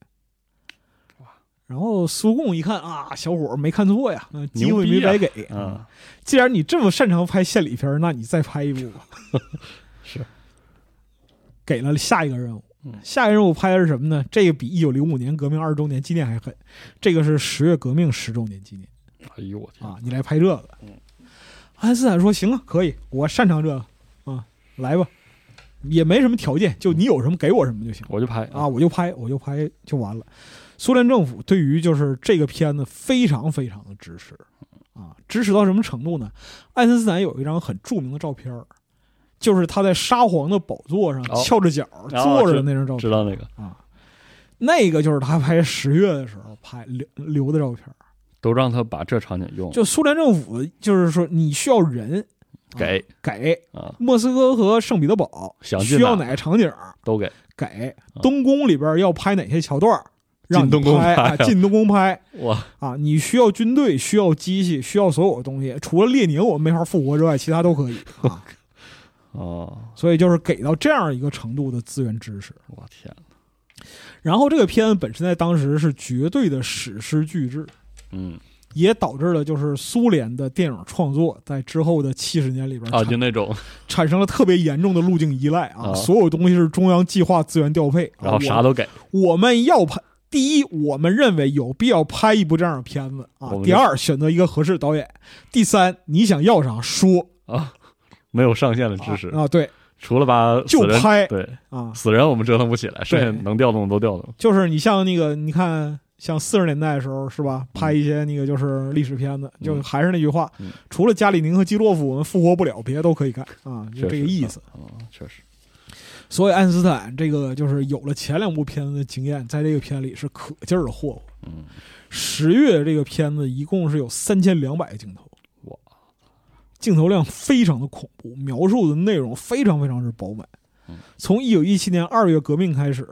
Speaker 2: 哇。
Speaker 3: 然后苏共一看啊，小伙儿没看错呀，那机会
Speaker 2: 牛
Speaker 3: 没
Speaker 2: 逼啊
Speaker 3: 白给
Speaker 2: 啊，
Speaker 3: 既然你这么擅长拍献礼片儿，那你再拍一部吧。
Speaker 2: <laughs> 是，
Speaker 3: 给了下一个任务
Speaker 2: 嗯。
Speaker 3: 下一个任务拍的是什么呢？这个比一九零五年革命二十周年纪念还狠，这个是十月革命十周年纪念
Speaker 2: 哎呦我天，
Speaker 3: 啊！你来拍这个
Speaker 2: 嗯。
Speaker 3: 爱因斯坦说：“行啊，可以，我擅长这个啊，来吧，也没什么条件，就你有什么给我什么就行
Speaker 2: 我就拍
Speaker 3: 啊，，我就拍，我就拍就完了。”苏联政府对于就是这个片子非常非常的支持啊，支持到什么程度呢？爱因斯坦有一张很著名的照片儿，就是他在沙皇的宝座上
Speaker 2: 哦
Speaker 3: 翘着脚、坐着的那张照片。
Speaker 2: 知道那个
Speaker 3: 啊，那个就是他拍十月的时候拍留留的照片儿。
Speaker 2: 都让他把这场景用
Speaker 3: 就苏联政府就是说，你需要人啊
Speaker 2: 给
Speaker 3: 给
Speaker 2: 啊，
Speaker 3: 莫斯科和圣彼得堡
Speaker 2: 想进
Speaker 3: 需要
Speaker 2: 哪
Speaker 3: 哪个场景儿
Speaker 2: 都给，
Speaker 3: 给东宫里边要拍哪些桥段儿，让你
Speaker 2: 哦进东宫
Speaker 3: 拍
Speaker 2: 拍
Speaker 3: 啊
Speaker 2: 啊
Speaker 3: 进东宫拍
Speaker 2: 哇，
Speaker 3: 啊，你需要军队，需要机器，需要所有的东西，除了列宁我没法复活之外，其他都可以
Speaker 2: <laughs>
Speaker 3: 啊。
Speaker 2: 哦，
Speaker 3: 所以就是给到这样一个程度的资源支持。
Speaker 2: 我天，
Speaker 3: 然后这个片子本身在当时是绝对的史诗巨制，
Speaker 2: 嗯，
Speaker 3: 也导致了就是苏联的电影创作在之后的七十年里边
Speaker 2: 啊，
Speaker 3: 产,、
Speaker 2: 就那种，
Speaker 3: 产生了特别严重的路径依赖啊，
Speaker 2: 啊
Speaker 3: 所有东西是中央计划资源调配，
Speaker 2: 然后啥
Speaker 3: 都
Speaker 2: 都给，
Speaker 3: 我们要拍。第一，我们认为有必要拍一部这样的片子啊
Speaker 2: 我。们
Speaker 3: 第二，选择一个合适的导演。第三，你想要啥说
Speaker 2: 啊，没有上限的知识，
Speaker 3: 啊啊，对，
Speaker 2: 除了把
Speaker 3: 就
Speaker 2: 死人
Speaker 3: 拍
Speaker 2: 对
Speaker 3: 啊，
Speaker 2: 死人我们折腾不起来，剩下能调动的都调动。
Speaker 3: 就是你像那个，你看，像四十年代的时候是吧，拍一些那个就是历史片子，
Speaker 2: 嗯
Speaker 3: 就还是那句话，
Speaker 2: 嗯
Speaker 3: 除了加里宁和基洛夫，我们复活不了，别的都可以干啊，就
Speaker 2: 确
Speaker 3: 这
Speaker 2: 实
Speaker 3: 个意思。
Speaker 2: 啊，确实，
Speaker 3: 所以爱因斯坦这个就是有了前两部片子的经验，在这个片里是可劲儿的霍霍。
Speaker 2: 嗯，
Speaker 3: 十月这个片子一共是有三千两百个镜头，
Speaker 2: 哇，
Speaker 3: 镜头量非常的恐怖，描述的内容非常非常之饱满
Speaker 2: 嗯。
Speaker 3: 从一九一七年二月革命开始，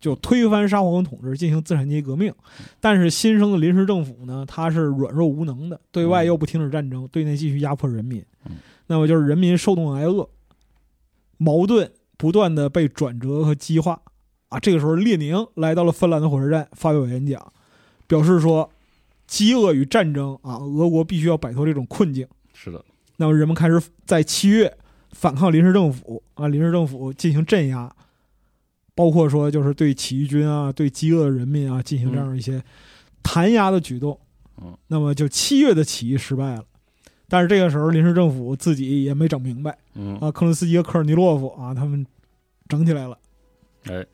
Speaker 3: 就推翻沙皇统治，进行资产阶级革命。
Speaker 2: 嗯
Speaker 3: 但是新生的临时政府呢，它是软弱无能的，对外
Speaker 2: 嗯
Speaker 3: 又不停止战争，对内继续压迫人民
Speaker 2: 嗯。
Speaker 3: 那么就是人民受冻挨饿，矛盾不断的被转折和激化。啊，这个时候列宁来到了芬兰的火车站，发表演讲，表示说，饥饿与战争啊，俄国必须要摆脱这种困境。
Speaker 2: 是的，
Speaker 3: 那么人们开始在七月反抗临时政府啊，临时政府进行镇压，包括说就是对起义军啊、对饥饿的人民啊进行这样一些弹压的举动。
Speaker 2: 嗯，
Speaker 3: 那么就七月的起义失败了，但是这个时候临时政府自己也没整明白
Speaker 2: 嗯，
Speaker 3: 啊，克伦斯基和科尔尼洛夫啊他们整起来了。嗯
Speaker 2: 哎，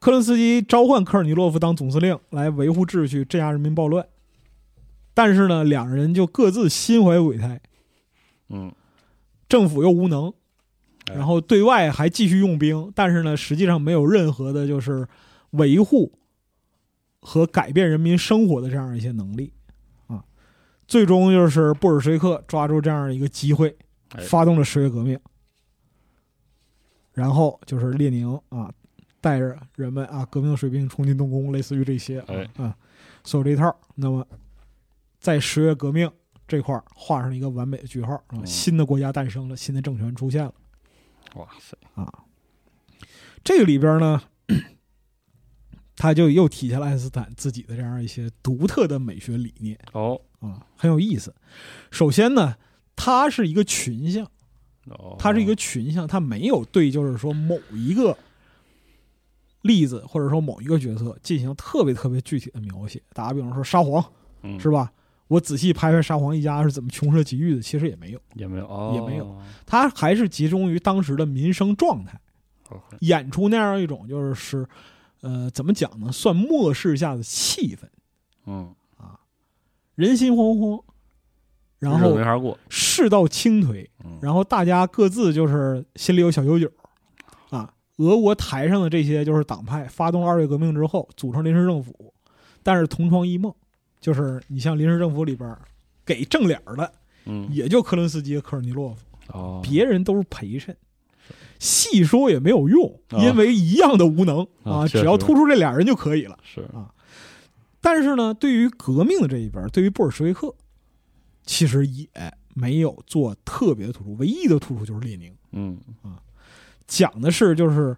Speaker 3: 克伦斯基召唤科尔尼洛夫当总司令来维护秩序、镇压人民暴乱，但是呢，两人就各自心怀鬼胎，
Speaker 2: 嗯，
Speaker 3: 政府又无能，
Speaker 2: 哎
Speaker 3: 然后对外还继续用兵，但是呢，实际上没有任何的就是维护和改变人民生活的这样一些能力啊。最终就是布尔什维克抓住这样一个机会
Speaker 2: 哎，
Speaker 3: 发动了十月革命。然后就是列宁啊，带着人们啊革命水兵冲进东宫，类似于这些啊
Speaker 2: 哎
Speaker 3: 啊，所有这一套。那么在十月革命这块儿画上一个完美的句号啊，
Speaker 2: 嗯
Speaker 3: 新的国家诞生了，新的政权出现了。
Speaker 2: 哇塞，
Speaker 3: 啊。这个里边呢，他就又体现了爱因斯坦自己的这样一些独特的美学理念
Speaker 2: 哦
Speaker 3: 啊，很有意思。首先呢，它是一个群像，
Speaker 2: 哦，
Speaker 3: 它是一个群像，它没有对就是说某一个例子或者说某一个角色进行特别特别具体的描写。打个比方说沙皇
Speaker 2: 嗯
Speaker 3: 是吧？我仔细拍拍沙皇一家是怎么穷奢极欲的，其实也没有，
Speaker 2: 也没有，哦、
Speaker 3: 也没有它还是集中于当时的民生状态。
Speaker 2: OK，
Speaker 3: 演出那样一种就是是，呃，怎么讲呢？算末世下的气氛，
Speaker 2: 嗯，
Speaker 3: 人心惶惶，然
Speaker 2: 日子
Speaker 3: 后
Speaker 2: 没法过，
Speaker 3: 世道倾颓，
Speaker 2: 嗯，
Speaker 3: 然后大家各自就是心里有小九九，啊，俄国台上的这些就是党派发动二月革命之后组成临时政府，但是同床异梦，就是你像临时政府里边儿给正脸儿的，
Speaker 2: 嗯，
Speaker 3: 也就克伦斯基、科尔尼洛夫。
Speaker 2: 哦，
Speaker 3: 别人都是陪衬，细说也没有用，
Speaker 2: 啊
Speaker 3: 因为一样的无能
Speaker 2: 啊
Speaker 3: 啊，
Speaker 2: 确实
Speaker 3: 只要突出这俩人就可以了。
Speaker 2: 是，
Speaker 3: 但是呢，对于革命的这一边，对于布尔什维克，其实也没有做特别的突出，唯一的突出就是列宁，
Speaker 2: 嗯，
Speaker 3: 讲的是就是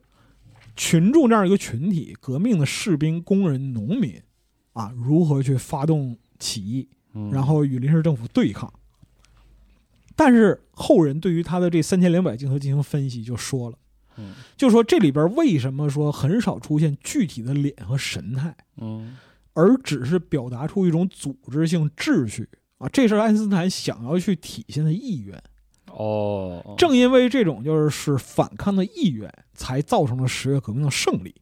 Speaker 3: 群众这样一个群体，革命的士兵、工人、农民啊，如何去发动起义，
Speaker 2: 嗯
Speaker 3: 然后与临时政府对抗。但是后人对于他的这三千两百镜头进行分析，就说了，
Speaker 2: 嗯
Speaker 3: 就说这里边为什么说很少出现具体的脸和神态，
Speaker 2: 嗯，
Speaker 3: 而只是表达出一种组织性秩序啊，这是爱因斯坦想要去体现的意愿。
Speaker 2: 哦，
Speaker 3: 正因为这种就是是反抗的意愿，才造成了十月革命的胜利，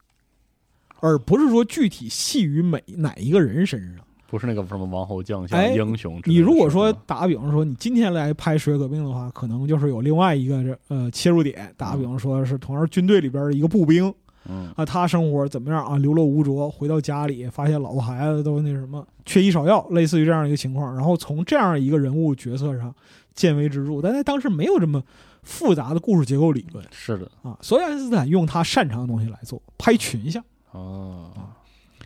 Speaker 3: 而不是说具体系于每哪一个人身上。
Speaker 2: 不是那个什么王侯将相、
Speaker 3: 哎
Speaker 2: 英雄之类
Speaker 3: 你
Speaker 2: 的事儿吗，
Speaker 3: 如果说打个比方说，你今天来拍《十月革命》的话，可能就是有另外一个这呃切入点。打个比方说，是同样是军队里边的一个步兵
Speaker 2: 嗯，
Speaker 3: 啊，他生活怎么样啊，流落无着，回到家里发现老婆孩子都那什么，缺医少药，类似于这样一个情况。然后从这样一个人物角色上见微知著，但在当时没有这么复杂的故事结构理论
Speaker 2: 是的，
Speaker 3: 啊，所以爱因斯坦用他擅长的东西来做，拍群像。
Speaker 2: 哦，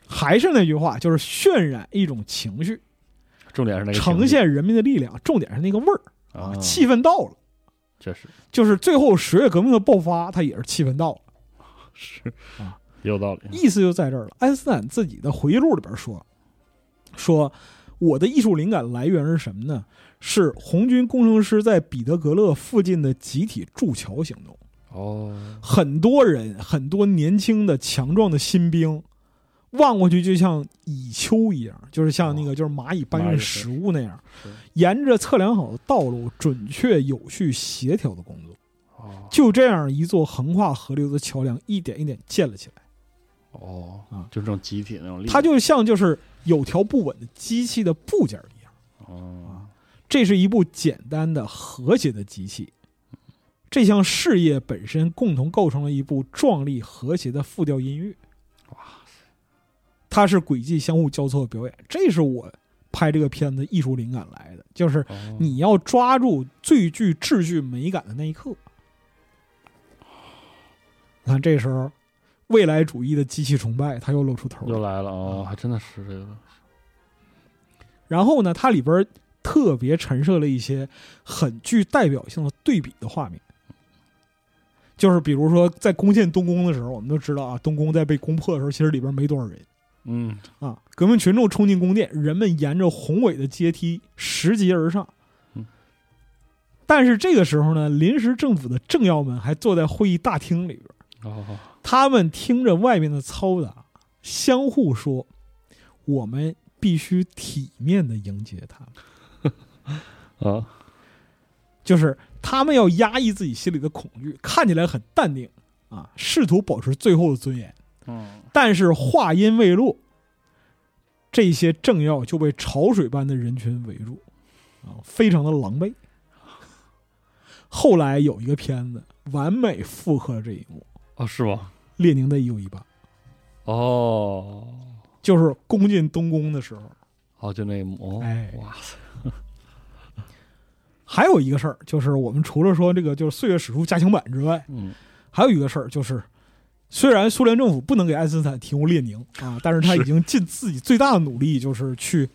Speaker 3: 还是那句话，就是渲染一种情绪，
Speaker 2: 重点是那个
Speaker 3: 呈
Speaker 2: 情绪
Speaker 3: 现人民的力量，重点是那个味儿。啊
Speaker 2: 啊，，
Speaker 3: 气氛到了，
Speaker 2: 确实
Speaker 3: 就是最后十月革命的爆发，它也是气氛到了，
Speaker 2: 是
Speaker 3: 啊，
Speaker 2: 也有道理，
Speaker 3: 意思就在这儿了。爱因斯坦自己的回忆录里边说，说我的艺术灵感来源是什么呢？是红军工程师在彼得格勒附近的集体筑桥行动，
Speaker 2: 哦，
Speaker 3: 很多人，很多年轻的强壮的新兵。望过去就像蚁丘一样，就是像那个就是蚂蚁搬
Speaker 2: 哦蚂蚁
Speaker 3: 运
Speaker 2: 是
Speaker 3: 食物那样
Speaker 2: 是，
Speaker 3: 沿着测量好的道路，准确、有序、协调的工作。
Speaker 2: 哦，
Speaker 3: 就这样一座横跨河流的桥梁，一点一点建了起来。
Speaker 2: 哦
Speaker 3: 啊，
Speaker 2: 就这种集体那种力量，
Speaker 3: 它就像就是有条不紊的机器的部件一样。
Speaker 2: 哦，
Speaker 3: 这是一部简单的、和谐的机器。这项事业本身共同构成了一部壮丽和谐的复调音乐。
Speaker 2: 哇
Speaker 3: 它是轨迹相互交错的表演，这是我拍这个片子艺术灵感来的，就是
Speaker 2: 哦
Speaker 3: 你要抓住最具秩序美感的那一刻。你看，这时候未来主义的机器崇拜，它又露出头
Speaker 2: 又
Speaker 3: 了。
Speaker 2: 来了哦，还真的是这个，
Speaker 3: 然后呢，它里边特别陈设了一些很具代表性的对比的画面，就是比如说在攻陷东宫的时候，我们都知道啊，东宫在被攻破的时候，其实里边没多少人
Speaker 2: 嗯，
Speaker 3: 啊。革命群众冲进宫殿，人们沿着宏伟的阶梯拾级而上
Speaker 2: 嗯。
Speaker 3: 但是这个时候呢，临时政府的政要们还坐在会议大厅里边，
Speaker 2: 哦，
Speaker 3: 他们听着外面的嘈杂，相互说：“我们必须体面的迎接他们。”
Speaker 2: 啊，
Speaker 3: 就是他们要压抑自己心里的恐惧，看起来很淡定啊，试图保持最后的尊严。
Speaker 2: 嗯，
Speaker 3: 但是话音未落，这些政要就被潮水般的人群围住，啊，非常的狼狈。后来有一个片子完美复刻了这一幕，
Speaker 2: 哦，是吗？
Speaker 3: 列宁的一九一八，
Speaker 2: 哦，
Speaker 3: 就是攻进东宫的时候。
Speaker 2: 哦，就那一幕，哦
Speaker 3: 哎
Speaker 2: 哇塞，
Speaker 3: 还有一个事儿，就是我们除了说这个就是《岁月史书》加强版之外，
Speaker 2: 嗯，
Speaker 3: 还有一个事儿就是，虽然苏联政府不能给爱因斯坦提供列宁啊，但是他
Speaker 2: 是
Speaker 3: 已经尽自己最大的努力，就是去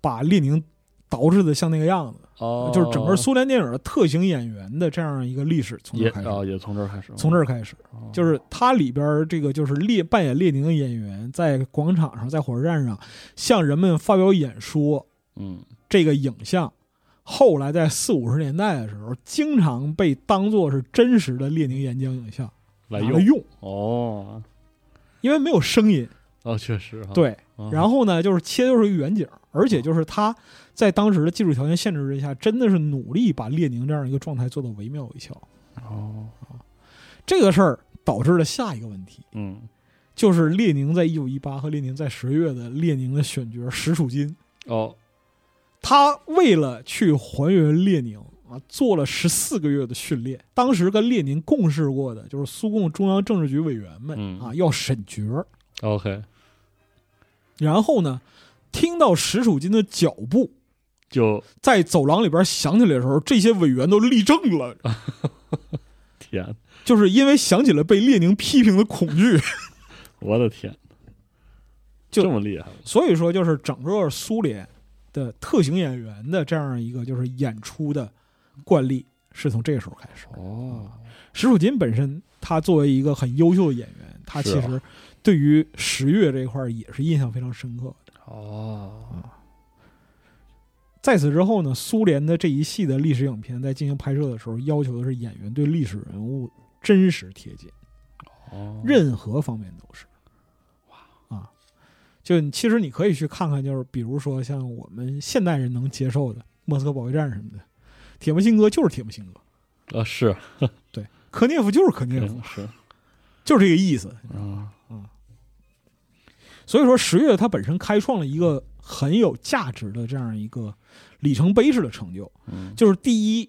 Speaker 3: 把列宁捯饬的像那个样子，
Speaker 2: 哦
Speaker 3: 就是整个苏联电影的特型演员的这样一个历史从这
Speaker 2: 也
Speaker 3: 儿开始。
Speaker 2: 啊，也从这儿开始，哦
Speaker 3: 从这儿开始，
Speaker 2: 儿
Speaker 3: 哦就是它里边儿这个就是列扮演列宁的演员在广场上、在火车站上向人们发表演说，
Speaker 2: 嗯
Speaker 3: 这个影像，后来在四五十年代的时候，经常被当作是真实的列宁演讲影像
Speaker 2: 来
Speaker 3: 拿
Speaker 2: 用
Speaker 3: 用，
Speaker 2: 哦
Speaker 3: 因为没有声音。
Speaker 2: 哦，确实哈，
Speaker 3: 对，
Speaker 2: 嗯，
Speaker 3: 然后呢，就是切就是一个远景，而
Speaker 2: 啊
Speaker 3: 且就是他在当时的技术条件限制之下，真的是努力把列宁这样一个状态做到惟妙惟肖。
Speaker 2: 哦
Speaker 3: 这个事儿导致了下一个问题，
Speaker 2: 嗯
Speaker 3: 就是列宁在一九一八和列宁在十月的列宁的选角实属金，
Speaker 2: 哦
Speaker 3: 他为了去还原列宁啊，做了十四个月的训练。当时跟列宁共事过的就是苏共中央政治局委员们、
Speaker 2: 嗯
Speaker 3: 啊，要审角儿。
Speaker 2: ，OK，
Speaker 3: 然后呢，听到石楚金的脚步
Speaker 2: 就
Speaker 3: 在走廊里边响起来的时候，这些委员都立正了，
Speaker 2: 天，
Speaker 3: 就是因为想起了被列宁批评的恐惧。
Speaker 2: 我的天，
Speaker 3: 就
Speaker 2: 这么厉害吗，
Speaker 3: <laughs> 所以说，就是整个苏联的特型演员的这样一个就是演出的惯例，是从这个时候开始。
Speaker 2: 哦，
Speaker 3: 石楚金本身，他作为一个很优秀的演员，他
Speaker 2: 是
Speaker 3: 其
Speaker 2: 啊
Speaker 3: 实对于十月这一块儿也是印象非常深刻的。
Speaker 2: 哦，
Speaker 3: 在此之后呢，苏联的这一系的历史影片在进行拍摄的时候，要求的是演员对历史人物真实贴近，
Speaker 2: 哦
Speaker 3: 任何方面都是。哇啊！就你其实你可以去看看，就是比如说像我们现代人能接受的《莫斯科保卫战》什么的，铁木辛哥就是铁木辛哥，
Speaker 2: 啊是嗯
Speaker 3: 科涅夫就是科涅夫，
Speaker 2: 是
Speaker 3: 就是这个意思。
Speaker 2: 啊，
Speaker 3: 所以说，十月它本身开创了一个很有价值的这样一个里程碑式的成就，
Speaker 2: 嗯
Speaker 3: 就是第一，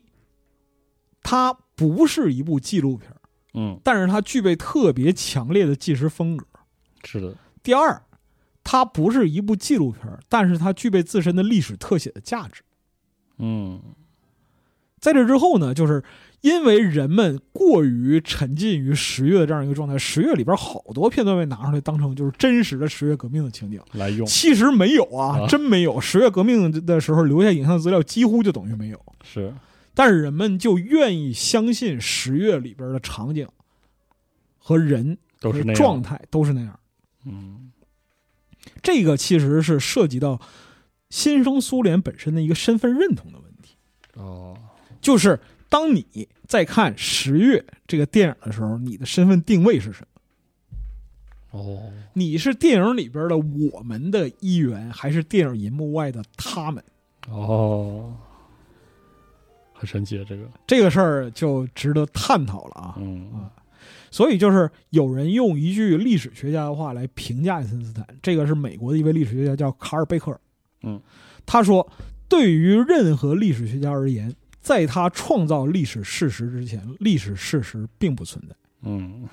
Speaker 3: 它不是一部纪录片儿，
Speaker 2: 嗯
Speaker 3: 但是它具备特别强烈的纪实风格；
Speaker 2: 是的，
Speaker 3: 第二，它不是一部纪录片儿，但是它具备自身的历史特写的价值。
Speaker 2: 嗯
Speaker 3: 在这之后呢，就是因为人们过于沉浸于十月的这样一个状态，十月里边好多片段被拿出来当成就是真实的十月革命的情景。
Speaker 2: 来用
Speaker 3: 其实没有啊，
Speaker 2: 啊
Speaker 3: 真没有。十月革命的时候留下影像资料几乎就等于没有，
Speaker 2: 是
Speaker 3: 但是人们就愿意相信十月里边的场景和人
Speaker 2: 都是
Speaker 3: 和
Speaker 2: 那样
Speaker 3: 状，态都是那样。
Speaker 2: 嗯
Speaker 3: 这个其实是涉及到新生苏联本身的一个身份认同的问题，
Speaker 2: 哦
Speaker 3: 就是当你在看十月这个电影的时候，你的身份定位是什么？
Speaker 2: 哦
Speaker 3: 你是电影里边的我们的一员，还是电影银幕外的他们？
Speaker 2: 哦，很神奇啊这个，
Speaker 3: 这个事儿就值得探讨了啊。
Speaker 2: 嗯
Speaker 3: 所以就是有人用一句历史学家的话来评价爱因斯坦，这个是美国的一位历史学家叫卡尔贝克尔。
Speaker 2: 嗯，
Speaker 3: 他说，对于任何历史学家而言，在他创造历史事实之前，历史事实并不存在
Speaker 2: 嗯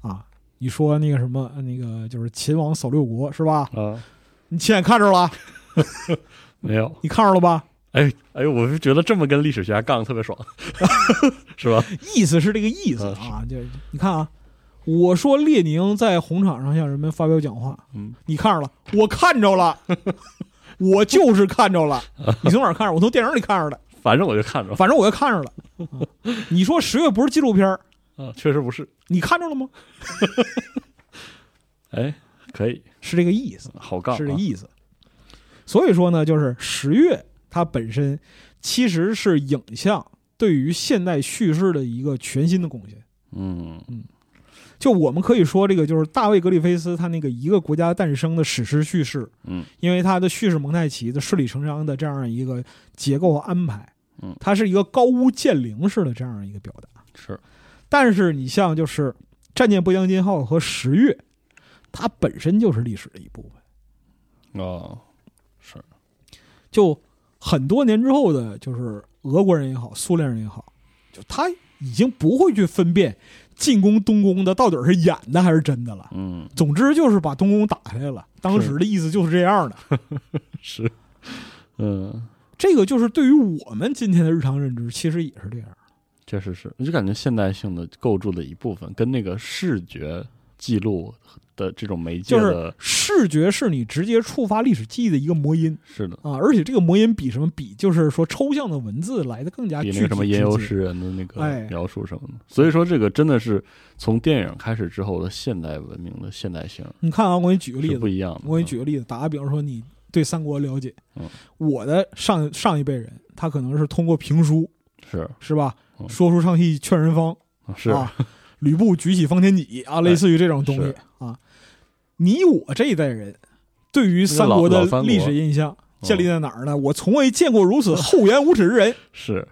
Speaker 3: 啊。你说那个什么，那个就是秦王扫六国是吧？
Speaker 2: 啊
Speaker 3: 你亲眼看着了，
Speaker 2: 没有。
Speaker 3: 你看着了吧？
Speaker 2: 哎哎，我是觉得这么跟历史学家杠特别爽， <laughs> 是吧？
Speaker 3: 意思是这个意思啊。就你看啊，我说列宁在红场上向人们发表讲话，
Speaker 2: 嗯，
Speaker 3: 你看着了，我看着了，我就是看着了。你从哪儿看着？我从电影里看着的，
Speaker 2: 反正我就看着，
Speaker 3: 反正我就看着了。啊你说十月不是纪录片儿，
Speaker 2: 啊，确实不是。
Speaker 3: 你看着了吗？
Speaker 2: 哎，可以，
Speaker 3: 是这个意思，
Speaker 2: 好杠、啊，
Speaker 3: 是这意思。所以说呢，就是十月它本身其实是影像对于现代叙事的一个全新的贡献。
Speaker 2: 嗯
Speaker 3: 就我们可以说，这个就是大卫·格里菲斯他那个《一个国家诞生》的史诗叙事，
Speaker 2: 嗯，
Speaker 3: 因为他的叙事蒙太奇的顺理成章的这样一个结构和安排，
Speaker 2: 嗯
Speaker 3: 它是一个高屋建瓴式的这样一个表达。
Speaker 2: 是，
Speaker 3: 但是你像就是《战舰波江金号》和《十月》，它本身就是历史的一部分。
Speaker 2: 哦，
Speaker 3: 就很多年之后的，就是俄国人也好，苏联人也好，就他已经不会去分辨进攻东宫的到底是演的还是真的了。
Speaker 2: 嗯
Speaker 3: 总之就是把东宫打下来了。当时的意思就是这样的。
Speaker 2: 是，嗯
Speaker 3: 这个就是对于我们今天的日常认知，其实也是这样。
Speaker 2: 确实是，我就感觉现代性的构筑的一部分，跟那个视觉记录的这种媒介
Speaker 3: 就是
Speaker 2: 的，
Speaker 3: 视觉是你直接触发历史记忆的一个魔音
Speaker 2: 是的，
Speaker 3: 啊，而且这个魔音比什么比，就是说抽象的文字来的更加
Speaker 2: 比
Speaker 3: 具体
Speaker 2: 那个什么吟游
Speaker 3: 直接
Speaker 2: 诗人的那
Speaker 3: 哎
Speaker 2: 个描述什么的。所以说，这个真的是从电影开始之后的现代文明的现代性
Speaker 3: 你看啊，我给你举个例
Speaker 2: 是
Speaker 3: 子
Speaker 2: 不，一样的。啊
Speaker 3: 我给你举个例子，打个比方说，你对三国了解，
Speaker 2: 嗯
Speaker 3: 我的上上一辈人，他可能是通过评书
Speaker 2: 是
Speaker 3: 是吧，
Speaker 2: 嗯
Speaker 3: 说书唱戏劝人方
Speaker 2: 是哎
Speaker 3: 啊，吕布举起方天戟啊，类似于这种东西
Speaker 2: 是
Speaker 3: 啊。你我这一代人，对于三
Speaker 2: 老
Speaker 3: 国的
Speaker 2: 老三国
Speaker 3: 历史印象建立在哪儿呢？我从未见过如此厚颜无耻之
Speaker 2: <laughs>
Speaker 3: 人。
Speaker 2: 是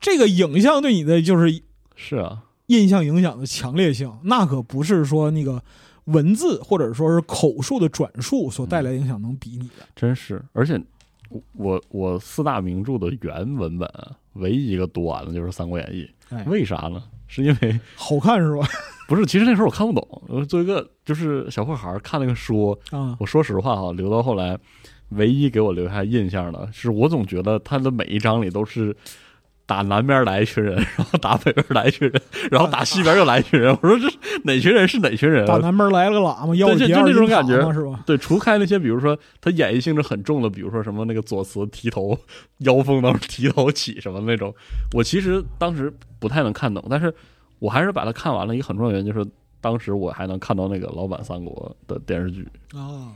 Speaker 3: 这个影像对你的就是
Speaker 2: 是啊，
Speaker 3: 印象影响的强烈性，那可不是说那个文字或者说是口述的转述所带来的影响能比拟的。
Speaker 2: 真是。而且我我我四大名著的原文本啊唯一一个读完的就是《三国演义
Speaker 3: 哎》，
Speaker 2: 为啥呢？是因为 <laughs>
Speaker 3: 好看是吧？ <laughs>
Speaker 2: 不是，其实那时候我看不懂，我作为一个就是小破孩儿看那个书，
Speaker 3: 啊，
Speaker 2: 我说实话哈，留到后来，唯一给我留下印象的是，我总觉得他的每一章里都是打南边来一群人，然后打北边来一群人，然后打西边又来一群人。我说这是哪群人是哪群人
Speaker 3: 打
Speaker 2: 啊？
Speaker 3: 南门来了个喇嘛，要
Speaker 2: 就
Speaker 3: 别
Speaker 2: 就
Speaker 3: 二
Speaker 2: 那种
Speaker 3: 斤塔
Speaker 2: 感觉
Speaker 3: 嘛是吧？
Speaker 2: 对，除开那些比如说他演绎性质很重的，比如说什么那个左慈提头妖风当中提头起什么那种，我其实当时不太能看懂，但是我还是把它看完了。一个很重要的原因就是，当时我还能看到那个老版三国的电视剧，
Speaker 3: 啊，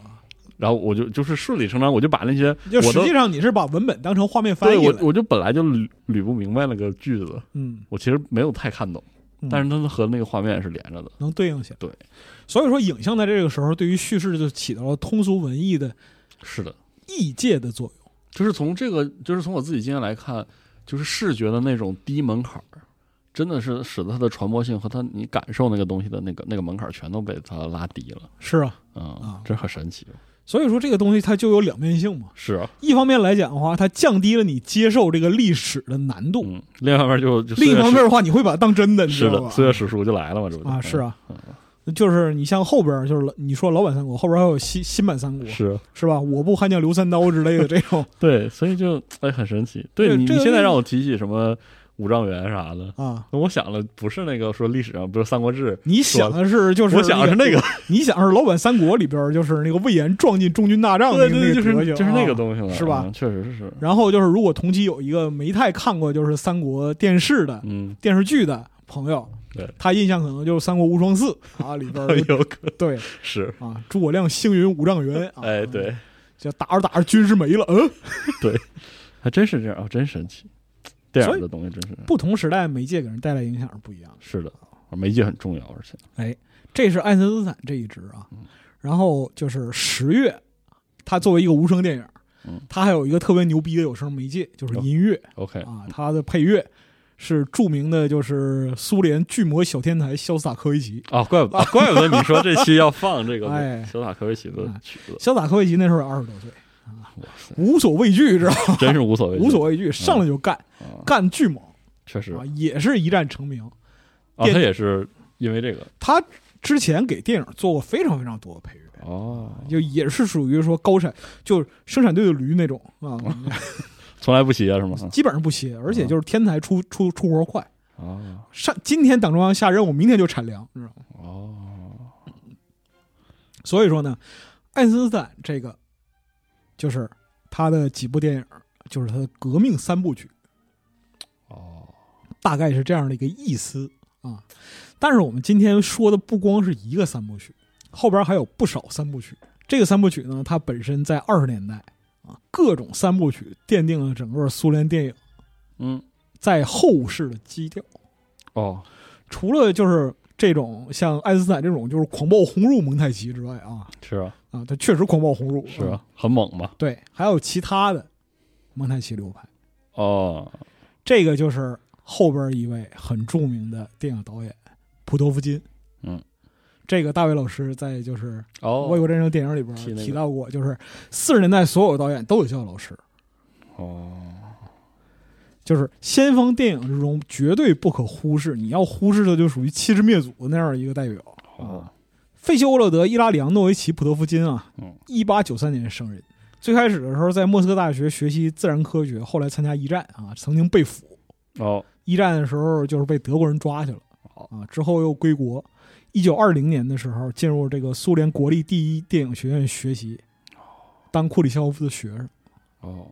Speaker 2: 然后我就就是顺理成章，我就把那些
Speaker 3: 就
Speaker 2: 我
Speaker 3: 实
Speaker 2: 都
Speaker 3: 际上你是把文本当成画面翻
Speaker 2: 对
Speaker 3: 译
Speaker 2: 我
Speaker 3: 了。
Speaker 2: 我就本来就捋捋不明白那个句子，
Speaker 3: 嗯，
Speaker 2: 我其实没有太看懂，
Speaker 3: 嗯
Speaker 2: 但是它和那个画面是连着的，
Speaker 3: 能对应起来。
Speaker 2: 对，
Speaker 3: 所以说影像在这个时候对于叙事就起到了通俗文艺的
Speaker 2: 是的，
Speaker 3: 异界的作用。
Speaker 2: 就是从这个，就是从我自己经验来看，就是视觉的那种低门槛儿，真的是使得它的传播性和它你感受那个东西的那个那个门槛儿全都被它拉低了，
Speaker 3: 是啊，
Speaker 2: 嗯
Speaker 3: 啊，
Speaker 2: 这很神奇，
Speaker 3: 所以说这个东西它就有两面性嘛。
Speaker 2: 是啊，
Speaker 3: 一方面来讲的话，它降低了你接受这个历史的难度；
Speaker 2: 嗯，另一方面就就
Speaker 3: 哦另一方面
Speaker 2: 岁
Speaker 3: 的话，你会把它当真的，
Speaker 2: 月
Speaker 3: 你
Speaker 2: 史
Speaker 3: 知
Speaker 2: 是
Speaker 3: 道
Speaker 2: 的，
Speaker 3: 吧？
Speaker 2: 岁月史书就来了嘛，这不就
Speaker 3: 啊，是，啊
Speaker 2: 嗯。
Speaker 3: 就是你像后边儿就是老你说老版三国，后边儿还有新新版三国，
Speaker 2: 是啊
Speaker 3: 是吧？我不悍将刘三刀之类的这
Speaker 2: <laughs>
Speaker 3: 种
Speaker 2: 对，所以就哎很神奇，对
Speaker 3: 对
Speaker 2: 你
Speaker 3: 这
Speaker 2: 你
Speaker 3: 个
Speaker 2: 现在
Speaker 3: 就
Speaker 2: 让我提起什么五丈原啥的，
Speaker 3: 啊，
Speaker 2: 那我想的不是那个说历史上不是《三国志》，
Speaker 3: 你想的是就是
Speaker 2: 我想的是那个，
Speaker 3: 你想是老版三国里边儿就是那个魏延撞进中军大帐那
Speaker 2: 对
Speaker 3: 个
Speaker 2: 对，
Speaker 3: 那
Speaker 2: 就
Speaker 3: 个
Speaker 2: 是
Speaker 3: 德行，
Speaker 2: 就是那个
Speaker 3: 啊
Speaker 2: 东西了，
Speaker 3: 是吧
Speaker 2: 嗯确实
Speaker 3: <laughs>
Speaker 2: 是，
Speaker 3: 然后就是，如果同期有一个没太看过就是三国电视的、
Speaker 2: 嗯，
Speaker 3: 电视剧的朋友，
Speaker 2: 对
Speaker 3: 他印象可能就是《三国无双四》 <laughs> 啊里边儿
Speaker 2: 有可
Speaker 3: 对
Speaker 2: 是，
Speaker 3: 啊，诸葛亮星云五丈 <laughs> 原啊，
Speaker 2: 哎，，对，
Speaker 3: 就打着打着军师没了，嗯，
Speaker 2: 还真是这样，哦，真神奇，电
Speaker 3: 所
Speaker 2: 影
Speaker 3: 以
Speaker 2: 的东西真是
Speaker 3: 不同时代媒介给人带来影响是不一样的。
Speaker 2: 是的，媒介很重要，而且
Speaker 3: 这是爱因斯坦这一支啊，然后就是十月，它作为一个无声电影
Speaker 2: 嗯，
Speaker 3: 它还有一个特别牛逼的有声媒介，就是音乐
Speaker 2: OK，
Speaker 3: 啊，它的配乐是著名的，就是苏联巨魔小天才肖斯塔科维奇。
Speaker 2: 啊，怪不得，怪不得你说这期要放这
Speaker 3: <laughs> 哎
Speaker 2: 个小塔科维奇的曲子，
Speaker 3: 肖斯塔科维奇那时候也二十多岁，
Speaker 2: 哇
Speaker 3: <laughs>
Speaker 2: 塞，
Speaker 3: 无所畏惧，知道吗？
Speaker 2: 真是无所谓，
Speaker 3: 无所畏惧，上来就干，
Speaker 2: 啊，
Speaker 3: 干巨猛
Speaker 2: 确实
Speaker 3: 啊
Speaker 2: 啊，，
Speaker 3: 也是一战成名。
Speaker 2: 他也是因为这个
Speaker 3: 他之前给电影做过非常非常多的配乐，
Speaker 2: 哦，
Speaker 3: 就也是属于说高产，就是生产队的驴那种啊，
Speaker 2: 从来不歇是吗？
Speaker 3: <laughs> 基本上不歇，而且就是天才出出出活快。
Speaker 2: 啊，
Speaker 3: 上今天党中央下任务，明天就产粮，知道吗？
Speaker 2: 哦，
Speaker 3: 所以说呢，爱因斯坦这个就是他的几部电影，就是他的革命三部曲，
Speaker 2: 哦，
Speaker 3: 大概是这样的一个意思啊。但是我们今天说的不光是一个三部曲，后边还有不少三部曲。这个三部曲呢，它本身在二十年代啊，各种三部曲奠定了整个苏联电影
Speaker 2: 嗯，
Speaker 3: 在后世的基调。
Speaker 2: 哦，
Speaker 3: 除了就是这种像爱因斯坦这种就是狂暴轰入蒙太奇之外啊
Speaker 2: 是啊，
Speaker 3: 啊，他确实狂暴轰入，
Speaker 2: 是
Speaker 3: 啊
Speaker 2: 啊，很猛吧？
Speaker 3: 对，还有其他的蒙太奇流派，
Speaker 2: 哦，
Speaker 3: 这个就是后边一位很著名的电影导演普多夫金，
Speaker 2: 嗯，
Speaker 3: 这个大卫老师在就是
Speaker 2: 哦
Speaker 3: 《外国战争》电影里边
Speaker 2: 提那个
Speaker 3: 提到过，就是四十年代所有导演都有教老师，
Speaker 2: 哦，
Speaker 3: 就是先锋电影之中绝对不可忽视，你要忽视的就属于欺师灭祖那样一个代表。
Speaker 2: 哦，
Speaker 3: 费希欧勒德·伊拉里昂诺维奇·普多夫金啊
Speaker 2: 嗯，
Speaker 3: 一八九三年生人。最开始的时候在莫斯科大学学习自然科学，后来参加一战啊，曾经被俘，
Speaker 2: 哦，
Speaker 3: 一战的时候就是被德国人抓去了
Speaker 2: 哦
Speaker 3: 啊，之后又归国。一九二零年的时候进入这个苏联国立第一电影学院学习，当库里肖夫的学生。
Speaker 2: 哦，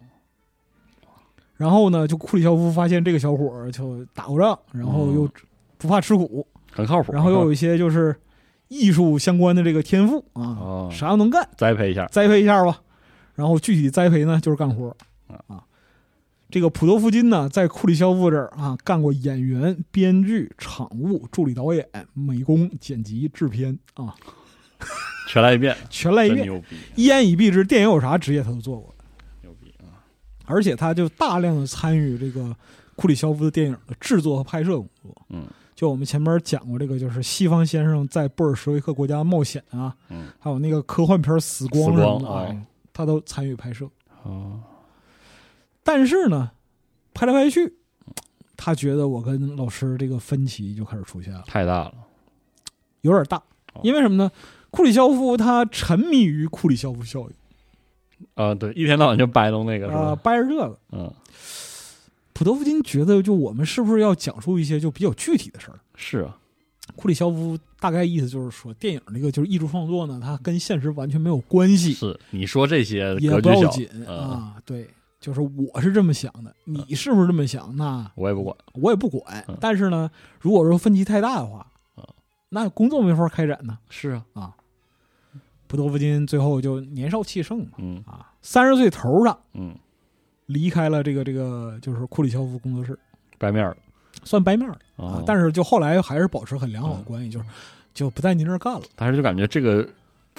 Speaker 3: 然后呢，就库里肖夫发现这个小伙儿就打过仗，然后
Speaker 2: 哦
Speaker 3: 又不怕吃苦，
Speaker 2: 很靠谱。
Speaker 3: 然后又有一些就是艺术相关的这个天赋啊，
Speaker 2: 哦，
Speaker 3: 啥都能干，
Speaker 2: 栽培一下
Speaker 3: 栽培一下吧。然后具体栽培呢，就是干活
Speaker 2: 啊
Speaker 3: 啊。这个普多夫金呢，在库里肖夫这儿啊，干过演员、编剧、场务、助理导演、美工、剪辑、制片啊，
Speaker 2: 全来一遍，
Speaker 3: 全来一
Speaker 2: 真
Speaker 3: 遍，
Speaker 2: 牛逼，
Speaker 3: 一言以蔽之，电影有啥职业他都做过，
Speaker 2: 牛逼啊！
Speaker 3: 而且他就大量的参与这个库里肖夫的电影的制作和拍摄工作。
Speaker 2: 嗯，
Speaker 3: 就我们前面讲过这个，就是西方先生在布尔什维克国家冒险啊，
Speaker 2: 嗯，
Speaker 3: 还有那个科幻片《死光》
Speaker 2: 死
Speaker 3: 什
Speaker 2: 光
Speaker 3: 么的
Speaker 2: 哦
Speaker 3: 啊，他都参与拍摄。
Speaker 2: 哦，
Speaker 3: 但是呢，拍来拍去，他觉得我跟老师这个分歧就开始出现了，
Speaker 2: 太大了，
Speaker 3: 有点大
Speaker 2: 哦。
Speaker 3: 因为什么呢？库里肖夫他沉迷于库里肖夫效应
Speaker 2: 啊，对，一天到晚就掰弄那个是
Speaker 3: 啊、
Speaker 2: 吧？
Speaker 3: 掰着这个。
Speaker 2: 嗯，
Speaker 3: 普德夫金觉得，就我们是不是要讲述一些就比较具体的事儿？
Speaker 2: 是啊，
Speaker 3: 库里肖夫大概意思就是说，电影这个就是艺术创作呢，它跟现实完全没有关系，
Speaker 2: 是你说这些
Speaker 3: 也
Speaker 2: 格
Speaker 3: 不
Speaker 2: 局
Speaker 3: 要
Speaker 2: 小
Speaker 3: 紧，
Speaker 2: 嗯
Speaker 3: 啊。对，就是我是这么想的，你是不是这么想？那
Speaker 2: 我也不管，
Speaker 3: 我也不管
Speaker 2: 嗯。
Speaker 3: 但是呢，如果说分歧太大的话
Speaker 2: 嗯，
Speaker 3: 那工作没法开展呢。
Speaker 2: 是啊，
Speaker 3: 普多夫金最后就年少气盛嘛，
Speaker 2: 嗯
Speaker 3: 啊，三十岁头上
Speaker 2: 嗯，
Speaker 3: 离开了这个这个就是库里肖夫工作室，
Speaker 2: 掰面了
Speaker 3: 算掰面了啊
Speaker 2: 啊。。
Speaker 3: 但
Speaker 2: 是
Speaker 3: 是就后来还是保持很良
Speaker 2: 哦
Speaker 3: 好的关系，就是就不在您这儿干了。
Speaker 2: 但是就感觉这个。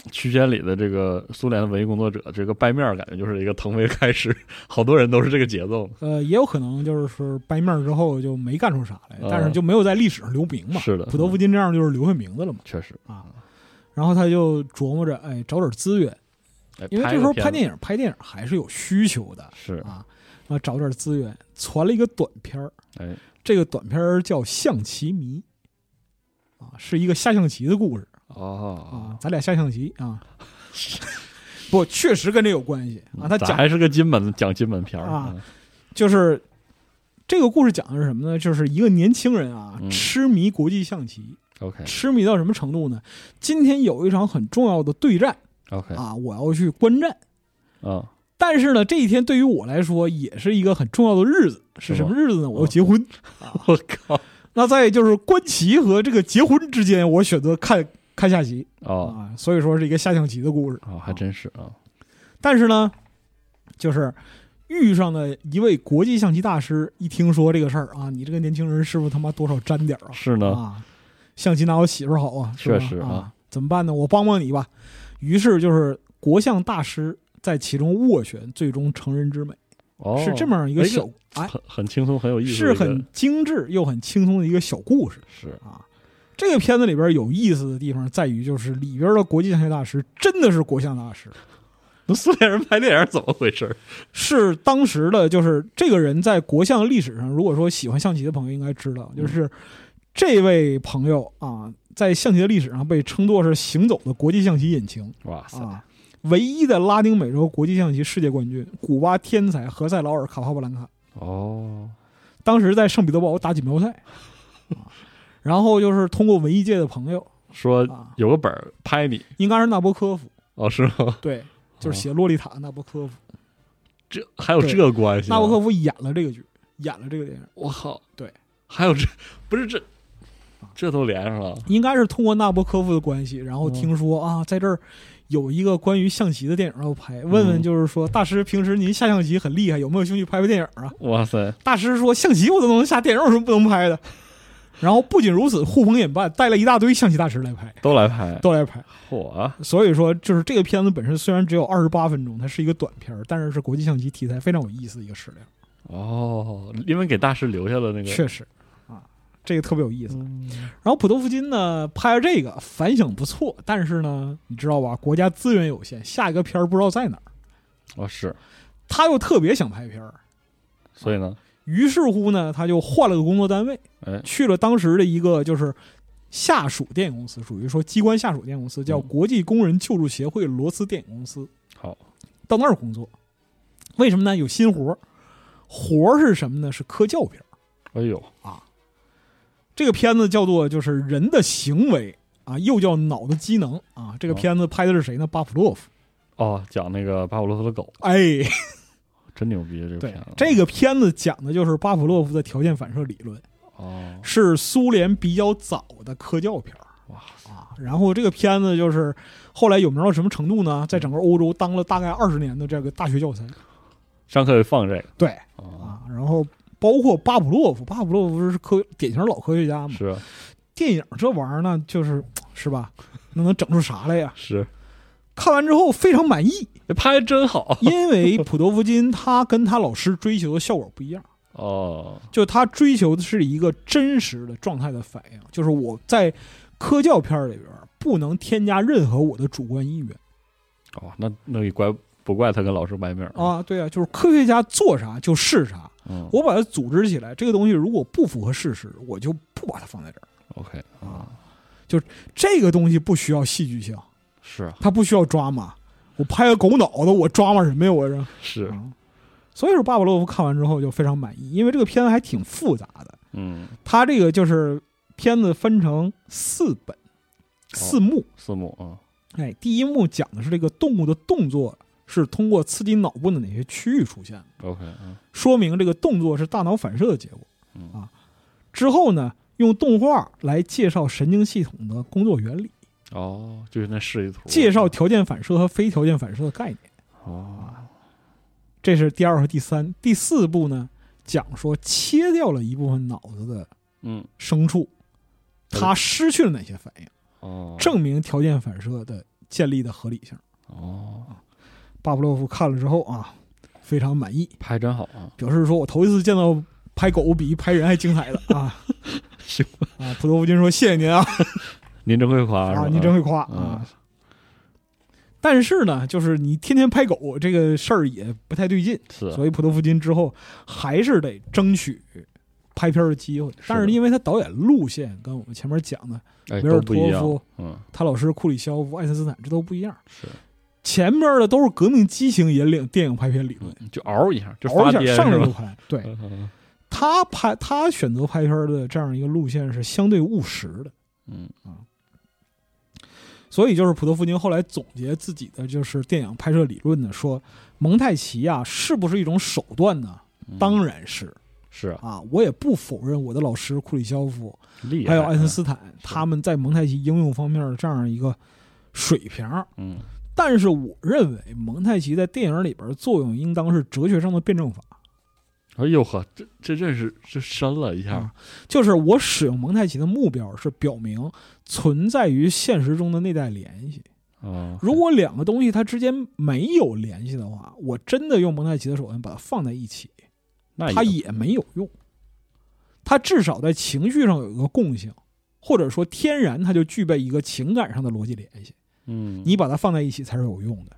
Speaker 2: 区间里的这个苏联的文艺工作者，这个掰面儿感觉就是一个腾飞开始， <laughs> 好多人都是这个节奏，
Speaker 3: 呃，也有可能就是说掰面之后就没干出啥来，
Speaker 2: 嗯
Speaker 3: 但是就没有在历史上留名嘛。
Speaker 2: 是的嗯
Speaker 3: 普多夫金这样就是留下名字了嘛
Speaker 2: 确实。
Speaker 3: 啊。然后他就琢磨着，哎，找点资源，
Speaker 2: 哎
Speaker 3: 因为这时候
Speaker 2: 个片
Speaker 3: 拍
Speaker 2: 子
Speaker 3: 电影，拍电影还是有需求的。
Speaker 2: 是
Speaker 3: 啊，啊，找点资源，传了一个短片儿。
Speaker 2: 哎，
Speaker 3: 这个短片儿叫《象棋迷》，啊，是一个下象棋的故事
Speaker 2: 哦
Speaker 3: 啊，，咱俩下象棋啊， <laughs> 不，确实跟这有关系啊。他
Speaker 2: 咱
Speaker 3: 讲
Speaker 2: 还是个金门讲金门片儿
Speaker 3: 啊
Speaker 2: 嗯
Speaker 3: 就是这个故事讲的是什么呢？就是一个年轻人啊，
Speaker 2: 嗯哎
Speaker 3: 痴迷国际象棋，
Speaker 2: ，OK
Speaker 3: 痴迷到什么程度呢？今天有一场很重要的对战
Speaker 2: OK
Speaker 3: 啊，我要去观战。
Speaker 2: 啊，
Speaker 3: 但是呢，这一天对于我来说也是一个很重要的日子，是
Speaker 2: 是
Speaker 3: 什
Speaker 2: 吗
Speaker 3: 么日子呢？我要
Speaker 2: 哦
Speaker 3: 结婚。
Speaker 2: <laughs> 我靠
Speaker 3: 那在就是观棋和这个结婚之间，我选择看看下棋
Speaker 2: 哦
Speaker 3: 啊，所以说是一个下象棋的故事。
Speaker 2: 哦，还真是啊，
Speaker 3: 但是呢，就是遇上了一位国际象棋大师，一听说这个事儿啊，你这个年轻人是不是他妈多少沾点儿啊？
Speaker 2: 是呢，
Speaker 3: 啊，象棋哪有媳妇儿好啊？是吧
Speaker 2: 确实啊
Speaker 3: 啊，怎么办呢？我帮帮你吧。于是就是国象大师在其中斡旋，最终成人之美，
Speaker 2: 哦，
Speaker 3: 是这么样一个
Speaker 2: 哎
Speaker 3: 小哎，
Speaker 2: 很很轻松，很有意思的
Speaker 3: 是
Speaker 2: 一个，
Speaker 3: 很精致又很轻松的一个小故事。
Speaker 2: 是
Speaker 3: 啊。这个片子里边有意思的地方在于，就是里边的国际象棋大师真的是国象大师，
Speaker 2: 那苏联人拍电影怎么回事儿？
Speaker 3: 是当时的，就是这个人在国象历史上，如果说喜欢象棋的朋友应该知道，就是这位朋友啊，在象棋的历史上被称作是行走的国际象棋引擎
Speaker 2: 哇塞，
Speaker 3: 啊，唯一的拉丁美洲国际象棋世界冠军，古巴天才何塞劳尔卡帕布兰卡。
Speaker 2: 哦，
Speaker 3: 当时在圣彼得堡打锦标赛， <laughs> 啊然后就是通过文艺界的朋友
Speaker 2: 说
Speaker 3: 啊，
Speaker 2: 有个本儿拍你，
Speaker 3: 应该是纳博科夫。
Speaker 2: 哦，是吗？
Speaker 3: 对，就是
Speaker 2: 哦
Speaker 3: 写《洛丽塔》纳博科夫，
Speaker 2: 这还有
Speaker 3: 对
Speaker 2: 这关系吗？
Speaker 3: 纳博科夫演了这个剧，演了这个电影，
Speaker 2: 我靠，啊
Speaker 3: 对，
Speaker 2: 还有这不是这这都连上了，
Speaker 3: 应该是通过纳博科夫的关系，然后听说、啊，在这儿有一个关于象棋的电影要拍，问问就是说，大师平时您下象棋很厉害，有没有兴趣拍拍电影啊？
Speaker 2: 哇塞，
Speaker 3: 大师说象棋我都能下，电影有什么不能拍的？然后不仅如此，呼朋引伴，带了一大堆象棋大师来拍，
Speaker 2: 都来拍，
Speaker 3: 都来拍。
Speaker 2: 嚯啊，
Speaker 3: 所以说，就是这个片子本身虽然只有二十八分钟，它是一个短片儿，但是是国际象棋题材非常有意思的一个史料。
Speaker 2: 哦，因为给大师留下了那个，
Speaker 3: 确实啊，这个特别有意思。
Speaker 2: 嗯
Speaker 3: 然后普多夫金呢拍了这个反响不错，但是呢，你知道吧，国家资源有限，下一个片儿不知道在哪儿，
Speaker 2: 哦是，
Speaker 3: 他又特别想拍片儿。
Speaker 2: 所以呢，
Speaker 3: 于是乎呢，他就换了个工作单位，
Speaker 2: 哎，
Speaker 3: 去了当时的一个就是下属电影公司，属于说机关下属电影公司，叫
Speaker 2: 嗯
Speaker 3: 国际工人救助协会罗斯电影公司。
Speaker 2: 好，
Speaker 3: 到那儿工作，为什么呢？有新活儿，活儿是什么呢？是科教片儿
Speaker 2: 哎呦，
Speaker 3: 这个片子叫做就是人的行为啊，又叫脑的机能啊。这个
Speaker 2: 哦
Speaker 3: 片子拍的是谁呢？巴甫洛夫。
Speaker 2: 哦，讲那个巴甫洛夫的狗，
Speaker 3: 哎，
Speaker 2: 真牛逼，啊这个
Speaker 3: 对
Speaker 2: 片子，
Speaker 3: 这个片子讲的就是巴甫洛夫的条件反射理论，
Speaker 2: 哦，
Speaker 3: 是苏联比较早的科教片儿
Speaker 2: 哇
Speaker 3: 啊。然后这个片子就是后来有名到什么程度呢？在整个欧洲当了大概二十年的这个大学教材。
Speaker 2: 上课就放这个
Speaker 3: 对
Speaker 2: 啊，
Speaker 3: 啊，然后包括巴甫洛夫，巴甫洛夫是科典型老科学家嘛。
Speaker 2: 是啊
Speaker 3: 电影这玩意儿呢，就是是吧？那能整出啥来呀？
Speaker 2: 是，
Speaker 3: 看完之后非常满意，
Speaker 2: 哎拍得真
Speaker 3: <laughs>
Speaker 2: 好
Speaker 3: 因为普多夫金他跟他老师追求的效果不一样，
Speaker 2: 哦，
Speaker 3: 就他追求的是一个真实的状态的反应，就是我在科教片儿里边儿不能添加任何我的主观意愿
Speaker 2: 哦，那那也怪不怪他跟老师掰面儿，
Speaker 3: 啊，对啊，就是科学家做啥就是啥，
Speaker 2: 嗯
Speaker 3: 我把它组织起来，这个东西如果不符合事实，我就不把它放在这儿。
Speaker 2: ，OK 啊，
Speaker 3: 这个东西不需要戏剧性，
Speaker 2: 是啊
Speaker 3: 它不需要抓马。我拍个狗脑子，我抓马什么呀？我这
Speaker 2: 是，
Speaker 3: 啊所以说，巴甫洛夫看完之后就非常满意，因为这个片子还挺复杂的。
Speaker 2: 嗯，
Speaker 3: 它这个就是片子分成四本、
Speaker 2: 哦
Speaker 3: 四幕。
Speaker 2: 四幕啊，
Speaker 3: 哎，第一幕讲的是这个动物的动作是通过刺激脑部的哪些区域出现的，
Speaker 2: OK，嗯
Speaker 3: 说明这个动作是大脑反射的结果。
Speaker 2: 嗯
Speaker 3: 啊之后呢，用动画来介绍神经系统的工作原理，
Speaker 2: 哦，就是那示意图，
Speaker 3: 介绍条件反射和非条件反射的概念。
Speaker 2: 哦，
Speaker 3: 这是第二和第三。第四部呢，讲说切掉了一部分脑子的
Speaker 2: 嗯
Speaker 3: 牲畜，
Speaker 2: 对
Speaker 3: 它失去了哪些反应，
Speaker 2: 哦，
Speaker 3: 证明条件反射的建立的合理性。
Speaker 2: 哦，
Speaker 3: 巴甫洛夫看了之后啊，非常满意，
Speaker 2: 拍真好啊，
Speaker 3: 表示说：“我头一次见到拍狗比拍人还精彩的啊！” <laughs>
Speaker 2: 行
Speaker 3: 啊，普多夫君说：“谢谢您啊，
Speaker 2: 您真会夸是吧
Speaker 3: 啊，您真会夸
Speaker 2: 嗯
Speaker 3: 啊。”但是呢，就是你天天拍狗这个事儿也不太对劲，
Speaker 2: 是啊
Speaker 3: 所以普多夫金之后还是得争取拍片儿的机会。但是因为他导演路线跟我们前面讲的
Speaker 2: 哎
Speaker 3: 维尔
Speaker 2: 都不一
Speaker 3: 托
Speaker 2: 样，
Speaker 3: 夫、
Speaker 2: 嗯
Speaker 3: 他老师库里肖夫、爱因斯坦这都不一样。
Speaker 2: 是，
Speaker 3: 前面的都是革命激情引领电影拍片理论，
Speaker 2: 嗯就嗷一下就
Speaker 3: 嗷
Speaker 2: 发
Speaker 3: 一下
Speaker 2: 癫
Speaker 3: 上
Speaker 2: 是
Speaker 3: 来就
Speaker 2: 吧？
Speaker 3: 拍。对
Speaker 2: 嗯嗯
Speaker 3: 他拍他选择拍片儿的这样一个路线是相对务实的，
Speaker 2: 嗯
Speaker 3: 所以就是普多夫金后来总结自己的就是电影拍摄理论呢，说蒙太奇啊是不是一种手段呢？
Speaker 2: 嗯
Speaker 3: 当然是。
Speaker 2: 是啊
Speaker 3: 啊，我也不否认我的老师库里肖夫
Speaker 2: 厉害，啊
Speaker 3: 还有爱因
Speaker 2: 嗯
Speaker 3: 斯坦他们在蒙太奇应用方面的这样一个水平，
Speaker 2: 嗯
Speaker 3: 但是我认为蒙太奇在电影里边作用应当是哲学上的辩证法，
Speaker 2: 哎呦呵，这这认识这深了一下
Speaker 3: 啊，就是我使用蒙太奇的目标是表明存在于现实中的内在联系。
Speaker 2: 啊，
Speaker 3: 嗯如果两个东西它之间没有联系的话，我真的用蒙太奇的手段把它放在一起，
Speaker 2: 那
Speaker 3: 它也没有用。它至少在情绪上有一个共性，或者说天然它就具备一个情感上的逻辑联系。
Speaker 2: 嗯，
Speaker 3: 你把它放在一起才是有用的。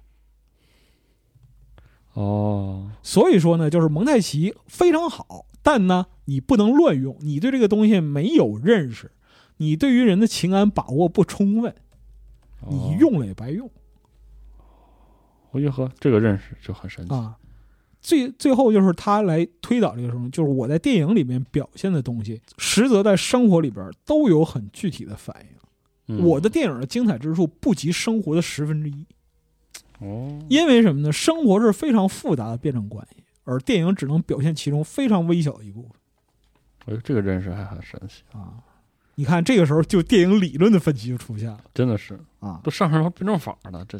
Speaker 2: 哦，
Speaker 3: 所以说呢，就是蒙太奇非常好，但呢，你不能乱用。你对这个东西没有认识，你对于人的情感把握不充分，你
Speaker 2: 哦，
Speaker 3: 用了也白用
Speaker 2: 哎呦呵，这个认识就很神奇，
Speaker 3: 啊。最最后就是他来推导这个什么，就是我在电影里面表现的东西，实则在生活里边都有很具体的反应。
Speaker 2: 嗯
Speaker 3: 我的电影的精彩之处不及生活的十分之一，
Speaker 2: 哦，
Speaker 3: 因为什么呢？生活是非常复杂的辩证关系，而电影只能表现其中非常微小的一部分。
Speaker 2: 哎呦，这个认识还很神奇，
Speaker 3: 啊。你看这个时候就电影理论的分歧就出现了
Speaker 2: 真的是
Speaker 3: 啊。
Speaker 2: 都上升到辩证法了，这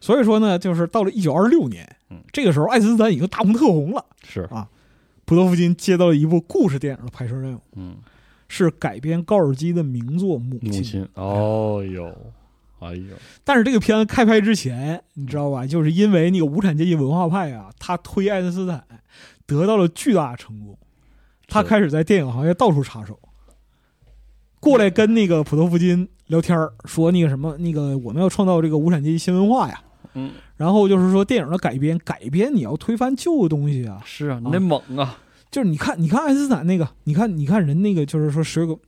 Speaker 3: 所以说呢，就是到了一九二六年
Speaker 2: 嗯，
Speaker 3: 这个时候爱因斯坦已经大红特红了。
Speaker 2: 是
Speaker 3: 普多夫金接到了一部故事电影的拍摄任务，
Speaker 2: 嗯，
Speaker 3: 是改编高尔基的名作《母
Speaker 2: 母
Speaker 3: 亲》。
Speaker 2: 亲，哦呦，哎呦，
Speaker 3: 但是这个片子开拍之前，你知道吧？就是因为那个无产阶级文化派啊，他推爱因斯坦得到了巨大的成功，他
Speaker 2: 是
Speaker 3: 开始在电影行业到处插手，过来跟那个普多夫金聊天儿，说那个什么，那个我们要创造这个无产阶级新文化呀。
Speaker 2: 嗯，
Speaker 3: 然后就是说电影的改编，改编你要推翻旧的东西啊，
Speaker 2: 是啊，你得猛啊，
Speaker 3: 就是你看，你看爱因斯坦那个，你看，你看人那个，就是说水果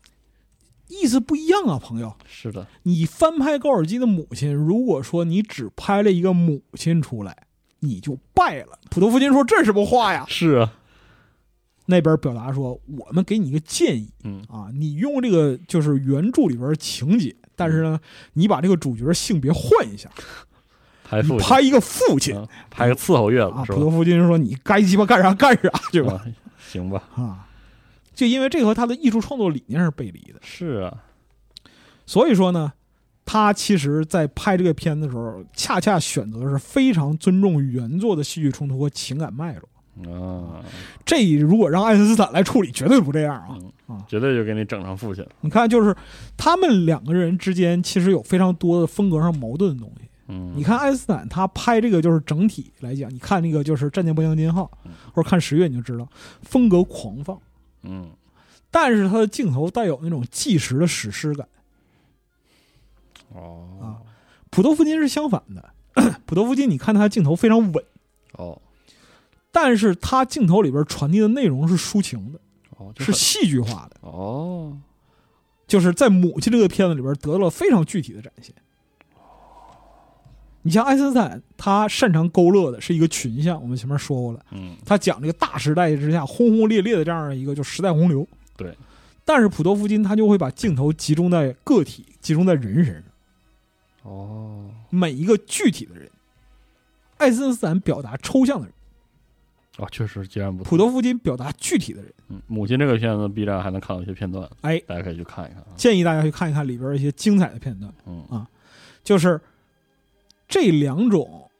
Speaker 3: 意思不一样啊，朋友。
Speaker 2: 是的，
Speaker 3: 你翻拍高尔基的母亲，如果说你只拍了一个母亲出来，你就败了。普多夫金说：“这是什么话呀？
Speaker 2: 是啊，
Speaker 3: 那边表达说，我们给你一个建议
Speaker 2: 嗯
Speaker 3: 啊，你用这个就是原著里边情节，但是呢，你把这个主角性别换一下，
Speaker 2: 拍
Speaker 3: 你
Speaker 2: 父亲
Speaker 3: 拍一个父亲
Speaker 2: 嗯拍个伺候月子
Speaker 3: 啊。
Speaker 2: 是
Speaker 3: 普陀
Speaker 2: 吧？
Speaker 3: 夫君说你该鸡巴干啥干啥，对吧？
Speaker 2: 啊行吧，
Speaker 3: 啊，就因为这和他的艺术创作理念是背离的。
Speaker 2: 是啊，
Speaker 3: 所以说呢，他其实在拍这个片子的时候，恰恰选择是非常尊重原作的戏剧冲突和情感脉络。
Speaker 2: 啊，
Speaker 3: 这如果让爱因斯坦来处理，绝对不这样啊！
Speaker 2: 嗯绝对就给你整上父亲了。
Speaker 3: 你看，就是他们两个人之间其实有非常多的风格上矛盾的东西。
Speaker 2: 嗯，
Speaker 3: 你看爱因斯坦他拍这个就是整体来讲，你看那个就是《战舰波将金号
Speaker 2: 嗯》，
Speaker 3: 或者看《十月》，你就知道风格狂放，
Speaker 2: 嗯，
Speaker 3: 但是他的镜头带有那种纪实的史诗感。啊
Speaker 2: 哦，
Speaker 3: 普陀夫金是相反的， <coughs> 普陀夫金你看他的镜头非常稳。
Speaker 2: 哦，
Speaker 3: 但是他镜头里边传递的内容是抒情的，
Speaker 2: 哦，就是很
Speaker 3: 戏剧化的，
Speaker 2: 哦，
Speaker 3: 就是在《母亲》这个片子里边得到了非常具体的展现。你像爱因斯坦，他擅长勾勒的是一个群像，我们前面说过了，
Speaker 2: 嗯，
Speaker 3: 他讲这个大时代之下轰轰烈烈的这样的一个就时代洪流。
Speaker 2: 对，
Speaker 3: 但是普多夫金他就会把镜头集中在个体，集中在人身上，
Speaker 2: 哦，
Speaker 3: 每一个具体的人。爱因斯坦表达抽象的人，
Speaker 2: 啊，确实截然不同。
Speaker 3: 普多夫金表达具体的人。
Speaker 2: 嗯母亲这个片子，B 站还能看到一些片段，
Speaker 3: 哎
Speaker 2: 大家可以去看一看啊。
Speaker 3: 建议大家去看一看里边一些精彩的片段。
Speaker 2: 嗯
Speaker 3: 就是这两种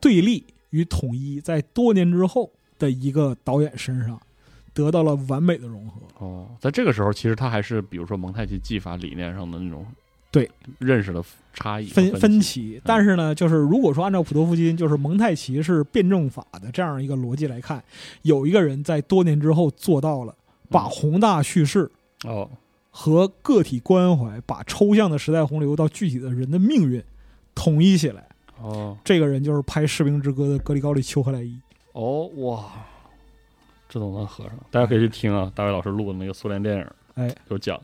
Speaker 3: 对立与统一，在多年之后的一个导演身上得到了完美的融合。
Speaker 2: 哦，在这个时候，其实他还是比如说蒙太奇技法理念上的那种
Speaker 3: 对
Speaker 2: 认识的差异和
Speaker 3: 分分
Speaker 2: 歧
Speaker 3: 歧，但是呢，就是如果说按照普陀夫金就是蒙太奇是辩证法的这样一个逻辑来看，有一个人在多年之后做到了把宏大叙事
Speaker 2: 哦，
Speaker 3: 和个体关怀，把抽象的时代洪流到具体的人的命运统一起来，
Speaker 2: 哦
Speaker 3: 这个人就是拍《士兵之歌》的格里高利丘克莱伊。
Speaker 2: 哦哇，这都能合上，大家可以去听啊，大卫老师录的那个苏联电影，
Speaker 3: 哎，
Speaker 2: 有讲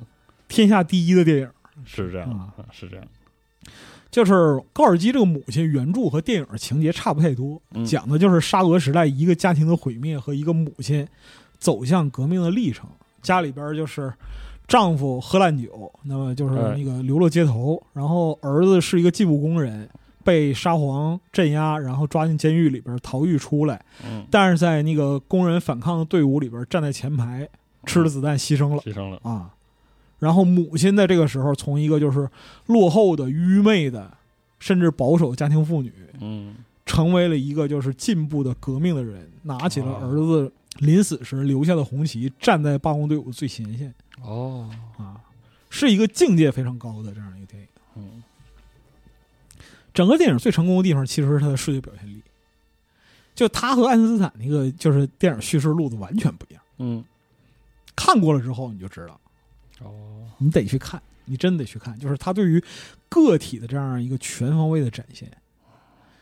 Speaker 3: 天下第一的电影，
Speaker 2: 是这样
Speaker 3: 啊
Speaker 2: 的，是这样的，
Speaker 3: 就是高尔基这个母亲原著和电影情节差不太多，
Speaker 2: 嗯
Speaker 3: 讲的就是沙俄时代一个家庭的毁灭和一个母亲走向革命的历程。家里边就是丈夫喝烂酒，那么就是
Speaker 2: 哎
Speaker 3: 那个流落街头，然后儿子是一个进步工人，被沙皇镇压，然后抓进监狱里边逃狱出来，
Speaker 2: 嗯，
Speaker 3: 但是在那个工人反抗的队伍里边站在前排，吃了子弹牺牲了。
Speaker 2: 牺牲了，
Speaker 3: 啊。然后母亲在这个时候从一个就是落后的、愚昧的，甚至保守家庭妇女，
Speaker 2: 嗯，
Speaker 3: 成为了一个就是进步的革命的人，拿起了儿子临死时留下的红旗，站在罢工队伍最前线
Speaker 2: 哦，
Speaker 3: 啊，是一个境界非常高的这样一个电影。
Speaker 2: 嗯，
Speaker 3: 整个电影最成功的地方其实是它的视觉表现力，就他和爱因斯坦那个就是电影叙事路子完全不一样。
Speaker 2: 嗯，
Speaker 3: 看过了之后你就知道，
Speaker 2: 哦，
Speaker 3: 你得去看，你真得去看，就是他对于个体的这样一个全方位的展现，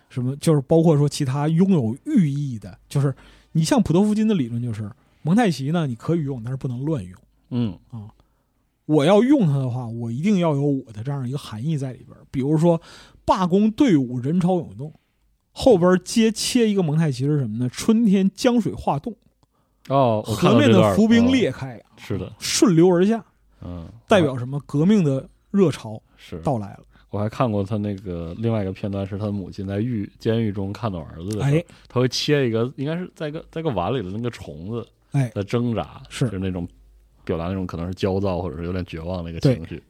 Speaker 3: 什么就是包括说其他拥有寓意的，就是你像普多夫金的理论就是蒙太奇呢，你可以用，但是不能乱用。
Speaker 2: 嗯，
Speaker 3: 我要用它的话，我一定要有我的这样一个含义在里边儿。比如说，罢工队伍人潮涌动，后边接切一个蒙太奇是什么呢？春天江水化冻，
Speaker 2: 哦，我看
Speaker 3: 河
Speaker 2: 到
Speaker 3: 面
Speaker 2: 这段
Speaker 3: 的
Speaker 2: 儿
Speaker 3: 浮冰
Speaker 2: 哦
Speaker 3: 裂开，
Speaker 2: 是的，
Speaker 3: 顺流而下，
Speaker 2: 嗯，
Speaker 3: 代表什么？革命的热潮
Speaker 2: 是
Speaker 3: 到来了。
Speaker 2: 我还看过他那个另外一个片段，是他母亲在狱监狱中看到儿子的时候，
Speaker 3: 哎
Speaker 2: 他会切一个，应该是在一个在一个碗里的那个虫子，
Speaker 3: 哎
Speaker 2: 在挣扎，
Speaker 3: 是
Speaker 2: 就是那种表达那种可能是焦躁或者是有点绝望的一个
Speaker 3: 对
Speaker 2: 情绪，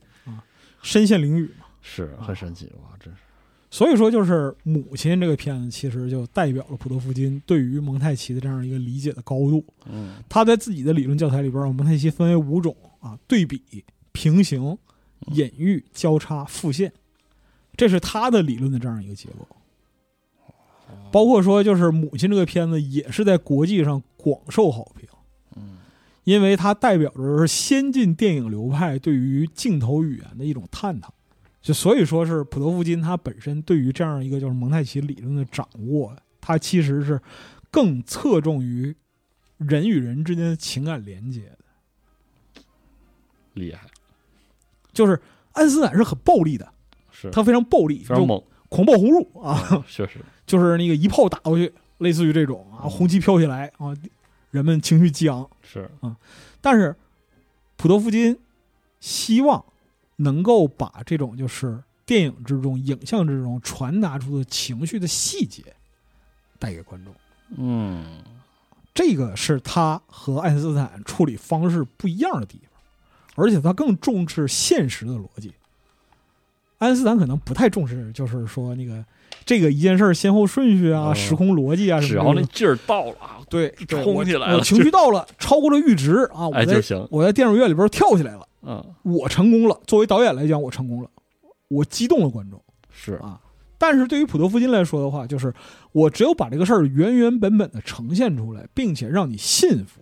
Speaker 3: 身陷囹圄嘛。
Speaker 2: 是很神奇，哇，真是，
Speaker 3: 所以说，就是《母亲》这个片子，其实就代表了普多夫金对于蒙太奇的这样一个理解的高度。
Speaker 2: 嗯
Speaker 3: 他在自己的理论教材里边，蒙太奇分为五种啊：对比、平行、
Speaker 2: 嗯
Speaker 3: 隐喻、交叉、复现，这是他的理论的这样一个结构。包括说，就是《母亲》这个片子也是在国际上广受好评，
Speaker 2: 嗯，
Speaker 3: 因为它代表着是先进电影流派对于镜头语言的一种探讨。就所以说是普陀夫金他本身对于这样一个就是蒙太奇理论的掌握，他其实是更侧重于人与人之间的情感连接的。
Speaker 2: 厉害，
Speaker 3: 就是爱因斯坦是很暴力的，
Speaker 2: 是
Speaker 3: 他非常暴力，
Speaker 2: 嗯非常猛，嗯
Speaker 3: 就狂暴红入啊， <laughs>
Speaker 2: 确实，嗯
Speaker 3: 就是那个一炮打过去，类似于这种啊，红旗飘起来啊，人们情绪激昂。
Speaker 2: 是
Speaker 3: 但是普多夫金希望能够把这种就是电影之中、影像之中传达出的情绪的细节带给观众。
Speaker 2: 嗯
Speaker 3: 这个是他和爱因斯坦处理方式不一样的地方，而且他更重视现实的逻辑。爱因斯坦可能不太重视，就是说那个这个一件事儿先后顺序啊、
Speaker 2: 嗯
Speaker 3: 时空逻辑啊什
Speaker 2: 只
Speaker 3: 么
Speaker 2: 要
Speaker 3: 的。
Speaker 2: 那劲儿到了啊，
Speaker 3: 对，对我
Speaker 2: 冲起来了
Speaker 3: 我
Speaker 2: <laughs>
Speaker 3: 情绪到了，超过了阈值啊！我
Speaker 2: 哎
Speaker 3: 在
Speaker 2: 就行
Speaker 3: 我在电影院里边跳起来了，
Speaker 2: 嗯
Speaker 3: 我成功了。作为导演来讲，我成功了，我激动了观众。
Speaker 2: 是
Speaker 3: 但是对于普多夫金来说的话，就是我只有把这个事儿原原本本的呈现出来，并且让你信服，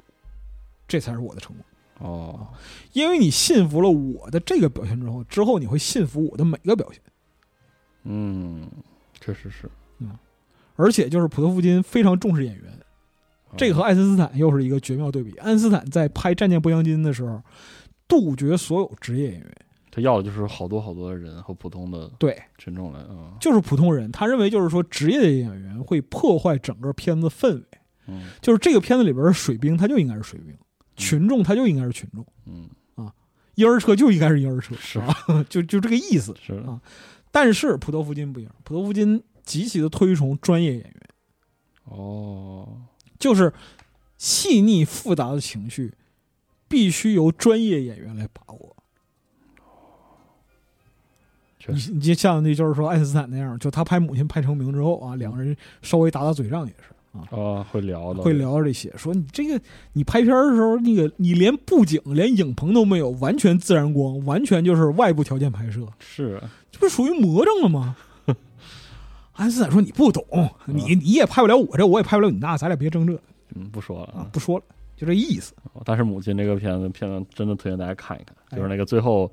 Speaker 3: 这才是我的成功。
Speaker 2: 哦
Speaker 3: 因为你信服了我的这个表现之后，之后你会信服我的每个表现。
Speaker 2: 嗯，确实是
Speaker 3: 而且就是普多夫金非常重视演员，这
Speaker 2: 啊
Speaker 3: 个和爱因斯坦又是一个绝妙对比。爱因斯坦在拍《战舰波将金》的时候，杜绝所有职业演员，
Speaker 2: 他要的就是好多好多的人和普通的
Speaker 3: 对，
Speaker 2: 群众来啊，
Speaker 3: 就是普通人。他认为就是说，职业的演员会破坏整个片子氛围。
Speaker 2: 嗯
Speaker 3: 就是这个片子里边的水兵，他就应该是水兵；群众他就应该是群众；
Speaker 2: 嗯
Speaker 3: 婴儿车就应该是婴儿车，
Speaker 2: 是
Speaker 3: 啊，就就这个意思。
Speaker 2: 是
Speaker 3: 啊但是普多夫金不一样，普多夫金极其的推崇专业演员，
Speaker 2: 哦
Speaker 3: 就是细腻复杂的情绪必须由专业演员来把握。
Speaker 2: 确实
Speaker 3: 你你像那就是说爱因斯坦那样，就他拍《母亲》拍成名之后啊，两个人稍微打打嘴仗也是。
Speaker 2: 啊会聊的
Speaker 3: 会聊到这些，说你这个你拍片儿的时候，那个你连布景、连影棚都没有，完全自然光，完全就是外部条件拍摄，
Speaker 2: 是
Speaker 3: 这不是属于魔怔了
Speaker 2: <laughs>
Speaker 3: 吗？安斯坦说你不懂，你你也拍不了我这，我也拍不了你那，咱俩别争这
Speaker 2: 嗯不说了哦
Speaker 3: 啊，不说了，就这意思。
Speaker 2: 但是母亲这个片子，片子真的推荐大家看一看，
Speaker 3: 哎
Speaker 2: 就是那个最后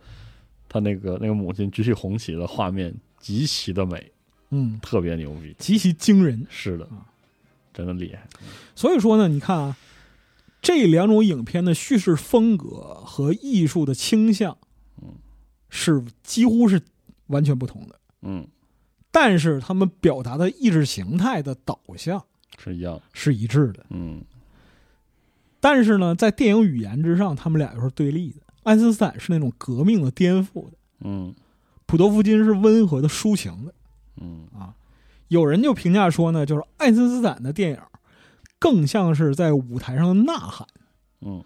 Speaker 2: 他那个那个母亲举起红旗的画面极其的美，
Speaker 3: 嗯，
Speaker 2: 特别牛逼。
Speaker 3: 极其惊人。
Speaker 2: 是的，
Speaker 3: 啊
Speaker 2: 真的厉害。
Speaker 3: 所以说呢，你看啊，这两种影片的叙事风格和艺术的倾向，
Speaker 2: 嗯，
Speaker 3: 是几乎是完全不同的。
Speaker 2: 嗯，
Speaker 3: 但是他们表达的意识形态的导向
Speaker 2: 是一样。
Speaker 3: 是一致的。
Speaker 2: 嗯
Speaker 3: 但是呢，在电影语言之上，他们俩又是对立的。爱因斯坦是那种革命的颠覆的，
Speaker 2: 嗯
Speaker 3: 普多夫金是温和的抒情的。
Speaker 2: 嗯
Speaker 3: 有人就评价说呢，就是爱因斯坦的电影更像是在舞台上的呐喊，
Speaker 2: 嗯，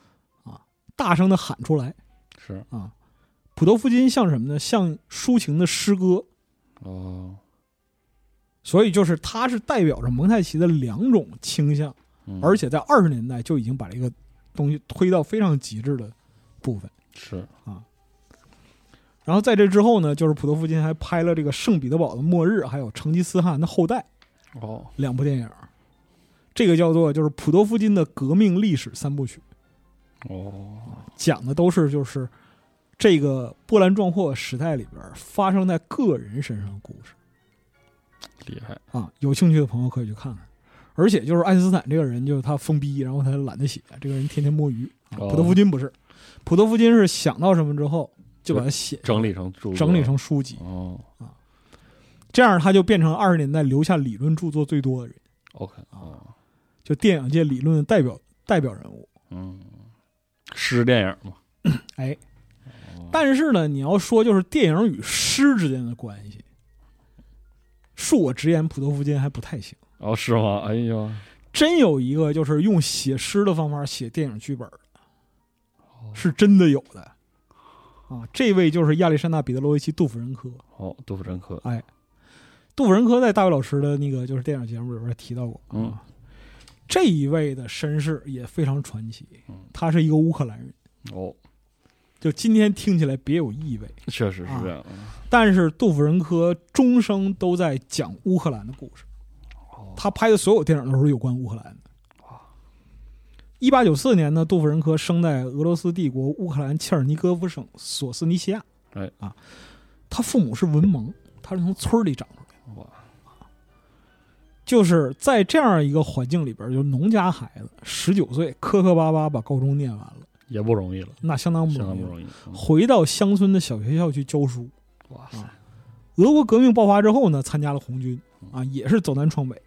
Speaker 3: 大声的喊出来。
Speaker 2: 是
Speaker 3: 普多夫金像什么呢？像抒情的诗歌。
Speaker 2: 哦，
Speaker 3: 所以就是他是代表着蒙太奇的两种倾向，
Speaker 2: 嗯
Speaker 3: 而且在二十年代就已经把这个东西推到非常极致的部分。
Speaker 2: 是
Speaker 3: 然后在这之后呢，就是普多夫金还拍了这个《圣彼得堡的末日》，还有《成吉思汗的后代》
Speaker 2: 哦，
Speaker 3: 两部电影。这个叫做就是普多夫金的革命历史三部曲，
Speaker 2: 哦，
Speaker 3: 讲的都是就是这个波澜壮阔时代里边发生在个人身上的故事
Speaker 2: 厉害。
Speaker 3: 啊。有兴趣的朋友可以去看看。而且就是爱因斯坦这个人，就是他疯逼，然后他懒得写，这个人天天摸鱼。啊
Speaker 2: 哦
Speaker 3: 普多夫金不是，普多夫金是想到什么之后就把它写
Speaker 2: 整理成著作
Speaker 3: 整理成书籍，
Speaker 2: 哦
Speaker 3: 这样他就变成二十年代留下理论著作最多的人，
Speaker 2: ，OK 哦，
Speaker 3: 就电影界理论的代表代表人物。
Speaker 2: 嗯，诗电影嘛，
Speaker 3: 啊 <coughs> 哎，
Speaker 2: 哦
Speaker 3: 但是呢，你要说就是电影与诗之间的关系，恕我直言，普多夫金还不太行。
Speaker 2: 哦是吗？哎呦，
Speaker 3: 真有一个就是用写诗的方法写电影剧本的，
Speaker 2: 哦
Speaker 3: 是真的有的啊。这位就是亚历山大·彼得罗维奇·杜甫人科。
Speaker 2: 哦，杜甫真科，
Speaker 3: 杜甫人科在大卫老师的那个就是电影节目里边提到过，
Speaker 2: 嗯
Speaker 3: 啊，这一位的身世也非常传奇
Speaker 2: 嗯，
Speaker 3: 他是一个乌克兰人。
Speaker 2: 哦，
Speaker 3: 就今天听起来别有意味，
Speaker 2: 确实是这样。
Speaker 3: 啊但是杜甫人科终生都在讲乌克兰的故事，
Speaker 2: 哦
Speaker 3: 他拍的所有电影都是有关乌克兰的
Speaker 2: 哇。
Speaker 3: 一八九四年呢，杜甫人科生在俄罗斯帝国乌克兰切尔尼戈夫省索斯尼西亚。
Speaker 2: 哎
Speaker 3: 啊，他父母是文盲，他是从村儿里长出来的，
Speaker 2: 哇，
Speaker 3: 就是在这样一个环境里边，就是农家孩子，十九岁磕磕巴巴把高中念完了，
Speaker 2: 也不容易了，
Speaker 3: 那相当不
Speaker 2: 相当
Speaker 3: 容易啊了。
Speaker 2: 不容易。嗯
Speaker 3: 回到乡村的小学校去教书，
Speaker 2: 哇塞，
Speaker 3: 啊俄国革命爆发之后
Speaker 2: 嗯
Speaker 3: 呢，参加了红军啊，也是走南闯北。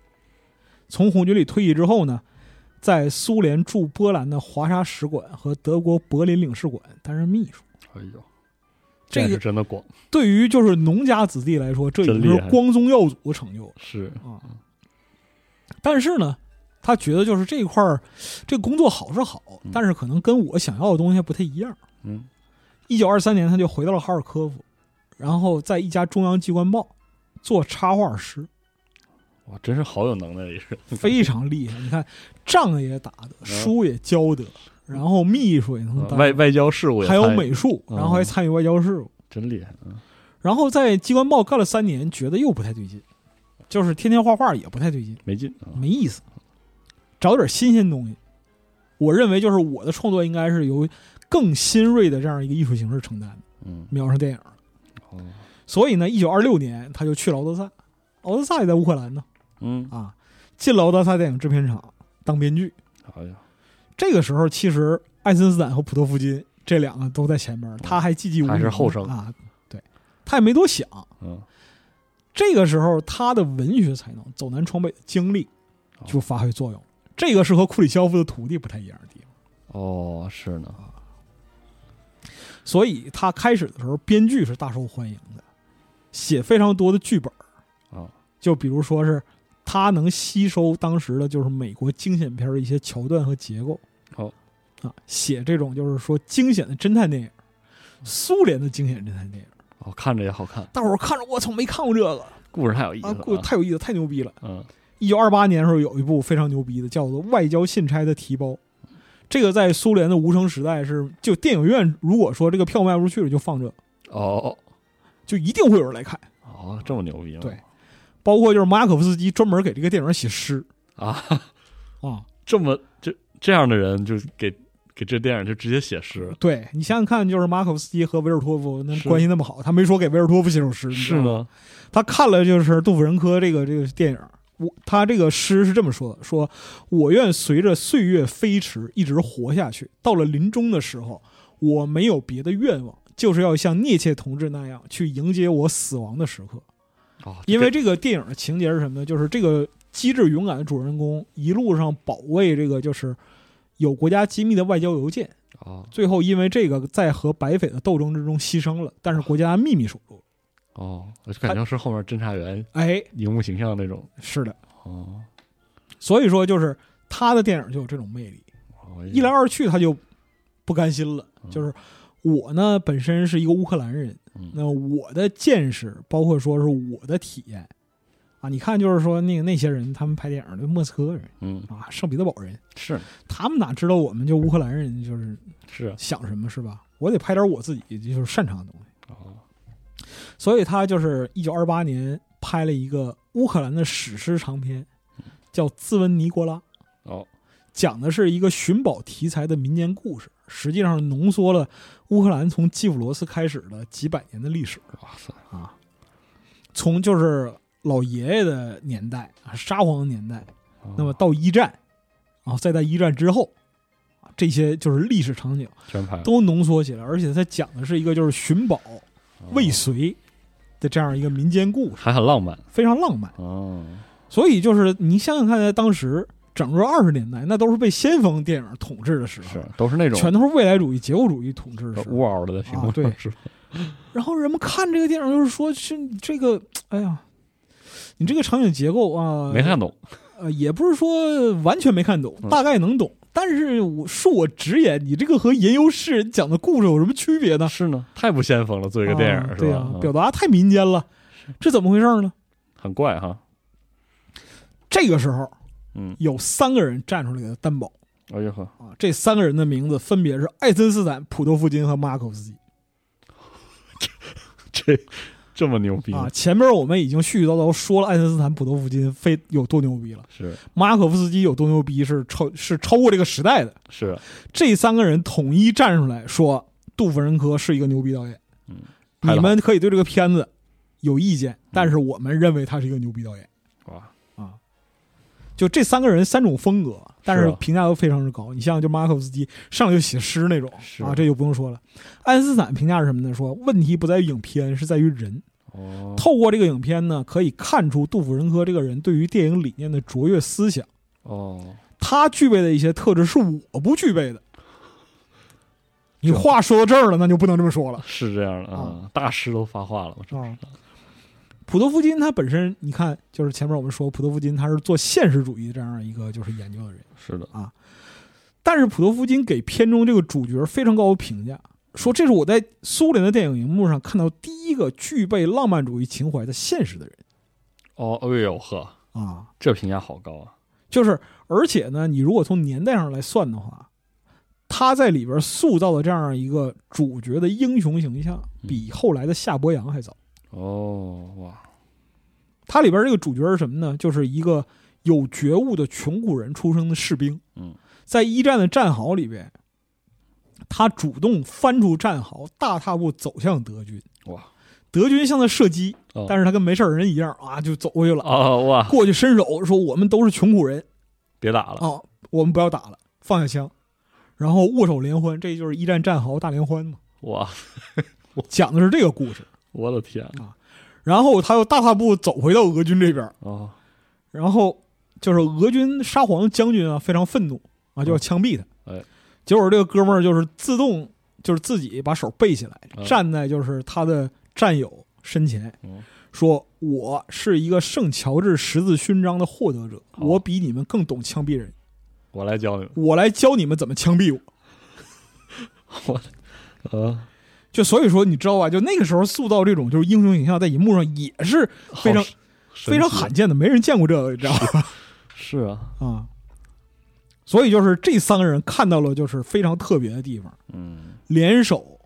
Speaker 3: 从红军里退役之后呢，在苏联驻波兰的华沙使馆和德国柏林领事馆担任秘书。
Speaker 2: 哎呦，
Speaker 3: 这个
Speaker 2: 见识真的广，
Speaker 3: 对于就是农家子弟来说，这已经
Speaker 2: 真厉
Speaker 3: 是
Speaker 2: 害
Speaker 3: 光宗耀祖的成就了
Speaker 2: 是
Speaker 3: 啊。但是呢，他觉得就是这一块儿，这工作好是好，
Speaker 2: 嗯
Speaker 3: 但是可能跟我想要的东西还不太一样。
Speaker 2: 嗯
Speaker 3: 一九二三年，他就回到了哈尔科夫，然后在一家中央机关报做插画师。
Speaker 2: 哇，真是好有能耐的一人，
Speaker 3: 非常厉害。你看，仗也打得，书也教得，然后秘书也能嗯当，
Speaker 2: 嗯啊外外交事务也
Speaker 3: 还有
Speaker 2: 参与
Speaker 3: 美术，
Speaker 2: 嗯
Speaker 3: 然后还参与外交事务。
Speaker 2: 真厉害，嗯
Speaker 3: 然后在机关报干了三年，觉得又不太对劲，就是天天画画也不太对劲，
Speaker 2: 没劲啊，
Speaker 3: 没意思。找点新鲜东西，我认为就是我的创作应该是由更新锐的这样一个艺术形式承担的，
Speaker 2: 嗯，
Speaker 3: 瞄上电影了。
Speaker 2: 哦
Speaker 3: 所以呢，一九二六年他就去了敖德萨，敖德萨也在乌克兰呢
Speaker 2: 嗯，
Speaker 3: 啊，进了敖德萨电影制片厂当编剧。
Speaker 2: 好呀，
Speaker 3: 这个时候，其实爱森斯坦和普托夫金这两个都在前面，他还寂寂无
Speaker 2: 他
Speaker 3: 名
Speaker 2: 是后生
Speaker 3: 啊，对，他也没多想。
Speaker 2: 嗯，
Speaker 3: 这个时候，他的文学才能、走南闯北的经历
Speaker 2: 哦
Speaker 3: 就发挥作用。这个是和库里肖夫的徒弟不太一样的地方，
Speaker 2: 哦，是呢，
Speaker 3: 所以他开始的时候，编剧是大受欢迎的，写非常多的剧本，
Speaker 2: 啊，
Speaker 3: 就比如说是他能吸收当时的就是美国惊险片儿的一些桥段和结构。
Speaker 2: 好
Speaker 3: 啊，写这种就是说惊险的侦探电影，苏联的惊险侦探电影，
Speaker 2: 哦，看着也好看，
Speaker 3: 大伙儿看着我操没看过这个
Speaker 2: 故事太有意思
Speaker 3: 啊，
Speaker 2: 了
Speaker 3: 故事
Speaker 2: 啊，
Speaker 3: 太有意思，太牛逼了。
Speaker 2: 嗯，
Speaker 3: 一九二八年的时候有一部非常牛逼的，叫做《外交信差的提包》。这个在苏联的无声时代是，就电影院如果说这个票卖不出去了，就放这，
Speaker 2: 哦
Speaker 3: 就一定会有人来看。
Speaker 2: 哦，这么牛逼吗？
Speaker 3: 对包括就是马可夫斯基专门给这个电影写诗
Speaker 2: 啊，
Speaker 3: 啊，
Speaker 2: 这么这这样的人就给给这电影就直接写诗，
Speaker 3: 对你想想看，就是马可夫斯基和维尔托夫那
Speaker 2: 是
Speaker 3: 关系那么好，他没说给维尔托夫写首诗，你知
Speaker 2: 是
Speaker 3: 道吗？
Speaker 2: 呢，
Speaker 3: 他看了就是杜甫仁科这个这个电影，我他这个诗是这么说的：说我愿随着岁月飞驰一直活下去，到了临终的时候，我没有别的愿望，就是要像聂切同志那样去迎接我死亡的时刻。
Speaker 2: 哦，
Speaker 3: 因为这个电影的情节是什么呢？就是这个机智勇敢的主人公一路上保卫这个就是有国家机密的外交邮件，
Speaker 2: 哦
Speaker 3: 最后因为这个在和白匪的斗争之中牺牲了，但是国家秘密守住了。
Speaker 2: 哦，我就感觉是后面侦查员
Speaker 3: 哎，
Speaker 2: 荧幕形象那种，
Speaker 3: 是的。
Speaker 2: 哦，
Speaker 3: 所以说，就是他的电影就有这种魅力。
Speaker 2: 哦
Speaker 3: 一来二去，他就不甘心了。
Speaker 2: 嗯
Speaker 3: 就是我呢，本身是一个乌克兰人
Speaker 2: 嗯，
Speaker 3: 那我的见识，包括说是我的体验啊，你看，就是说那个那些人，他们拍电影的莫斯科人
Speaker 2: 嗯
Speaker 3: 啊，圣彼得堡人，
Speaker 2: 是
Speaker 3: 他们哪知道我们就乌克兰人就是
Speaker 2: 是啊
Speaker 3: 想什么是吧？我得拍点我自己就是擅长的东西。
Speaker 2: 哦
Speaker 3: 所以他就是一九二八年拍了一个乌克兰的史诗长片，叫《自问尼国拉》。
Speaker 2: 哦
Speaker 3: 讲的是一个寻宝题材的民间故事，实际上浓缩了乌克兰从基辅罗斯开始的几百年的历史
Speaker 2: 哇塞
Speaker 3: 啊，从就是老爷爷的年代啊，沙皇的年代，
Speaker 2: 哦
Speaker 3: 那么到一战，然后再在一战之后，啊这些就是历史场景
Speaker 2: 全拍了
Speaker 3: 都浓缩起来，而且它讲的是一个就是寻宝
Speaker 2: 哦
Speaker 3: 未遂的这样一个民间故事，
Speaker 2: 还很浪漫
Speaker 3: 非常浪漫。
Speaker 2: 哦
Speaker 3: 所以就是你想想看，在当时整个二十年代，那都是被先锋电影统治的时候
Speaker 2: 是。都是那种
Speaker 3: 啊全都是未来主义、结构主义统治的时候
Speaker 2: 乌嗷的屏幕
Speaker 3: 啊对
Speaker 2: 是吧
Speaker 3: 然后人们看这个电影，就是说是这个，哎呀，你这个场景结构啊，
Speaker 2: 没看懂
Speaker 3: 呃，也不是说完全没看懂，
Speaker 2: 嗯
Speaker 3: 大概能懂。但是我恕我直言，你这个和吟游诗人讲的故事有什么区别呢？
Speaker 2: 是呢，太不先锋了，做一个电
Speaker 3: 啊
Speaker 2: 影是
Speaker 3: 对
Speaker 2: 吧
Speaker 3: 啊，？
Speaker 2: 嗯
Speaker 3: 表达太民间了，这怎么回事呢？
Speaker 2: 很怪哈，
Speaker 3: 这个时候
Speaker 2: 嗯，
Speaker 3: 有三个人站出来给他担保
Speaker 2: 哎呦呵，
Speaker 3: 啊，这三个人的名字分别是爱森斯坦、普多夫金和马可夫斯基。
Speaker 2: <laughs> 这这么牛逼
Speaker 3: 啊，前面我们已经絮絮叨叨说了爱因斯坦、普多夫金非有多牛逼了，
Speaker 2: 是
Speaker 3: 马可夫斯基有多牛逼是超是超过这个时代的。
Speaker 2: 是
Speaker 3: 这三个人统一站出来说，杜甫仁科是一个牛逼导演。
Speaker 2: 嗯，拍得
Speaker 3: 你
Speaker 2: 好
Speaker 3: 们可以对这个片子有意见，
Speaker 2: 嗯
Speaker 3: 但是我们认为他是一个牛逼导演
Speaker 2: 哇
Speaker 3: 啊。就这三个人三种风格，但是
Speaker 2: 是啊
Speaker 3: 评价都非常之高。你像就马可夫斯基上来就写诗那种
Speaker 2: 是
Speaker 3: 啊，这就不用说了。爱因斯坦评价是什么呢？说问题不在于影片，是在于人。
Speaker 2: 哦
Speaker 3: 透过这个影片呢，可以看出杜甫仁科这个人对于电影理念的卓越思想，
Speaker 2: 哦
Speaker 3: 他具备的一些特质是我不具备的。你话说到这儿了，那就不能这么说了
Speaker 2: 是这样的啊，大师都发话了，我这
Speaker 3: 啊。普多夫金他本身，你看，就是前面我们说普多夫金他是做现实主义这样一个就是研究的人，
Speaker 2: 是的，
Speaker 3: 但是普多夫金给片中这个主角非常高的评价，说这是我在苏联的电影荧幕上看到第一个具备浪漫主义情怀的现实的人
Speaker 2: 哦，哎呦呵，
Speaker 3: 啊。
Speaker 2: 这评价好高啊，
Speaker 3: 就是，而且呢，你如果从年代上来算的话，他在里边塑造的这样一个主角的英雄形象，比后来的夏伯阳还早。
Speaker 2: 哦哇，
Speaker 3: 他里边这个主角是什么呢？就是一个有觉悟的穷苦人出生的士兵。
Speaker 2: 嗯，
Speaker 3: 在一战的战壕里边，他主动翻出战壕，大踏步走向德军。
Speaker 2: 哇！
Speaker 3: 德军向他射击
Speaker 2: 哦，
Speaker 3: 但是他跟没事儿人一样啊，就走过去了，
Speaker 2: 哦哇，
Speaker 3: 过去伸手说：“我们都是穷苦人
Speaker 2: 别打了，
Speaker 3: 啊，我们不要打了，放下枪。”然后握手联欢，这就是一战战壕大联欢嘛，
Speaker 2: 哇，
Speaker 3: 讲的是这个故事。
Speaker 2: 我的天，
Speaker 3: 然后他又大踏步走回到俄军这边，
Speaker 2: 哦
Speaker 3: 然后就是俄军沙皇的将军啊，非常愤怒啊，就要枪毙他。
Speaker 2: 哎，
Speaker 3: 结果这个哥们儿就是自动就是自己把手背起来，
Speaker 2: 嗯
Speaker 3: 站在就是他的战友身前
Speaker 2: 嗯，
Speaker 3: 说：“我是一个圣乔治十字勋章的获得者，
Speaker 2: 好
Speaker 3: 我比你们更懂枪毙人，
Speaker 2: 我来教你们，
Speaker 3: 我来教你们怎么枪毙我。”
Speaker 2: 呃，
Speaker 3: 就所以说，你知道吧？就那个时候塑造这种就是英雄形象，在银幕上也是非常
Speaker 2: 好神
Speaker 3: 非常
Speaker 2: 奇
Speaker 3: 罕见的，没人见过这个，你知道吧？
Speaker 2: 是啊，
Speaker 3: 啊，所以就是这三个人看到了就是非常特别的地方，
Speaker 2: 嗯，
Speaker 3: 联手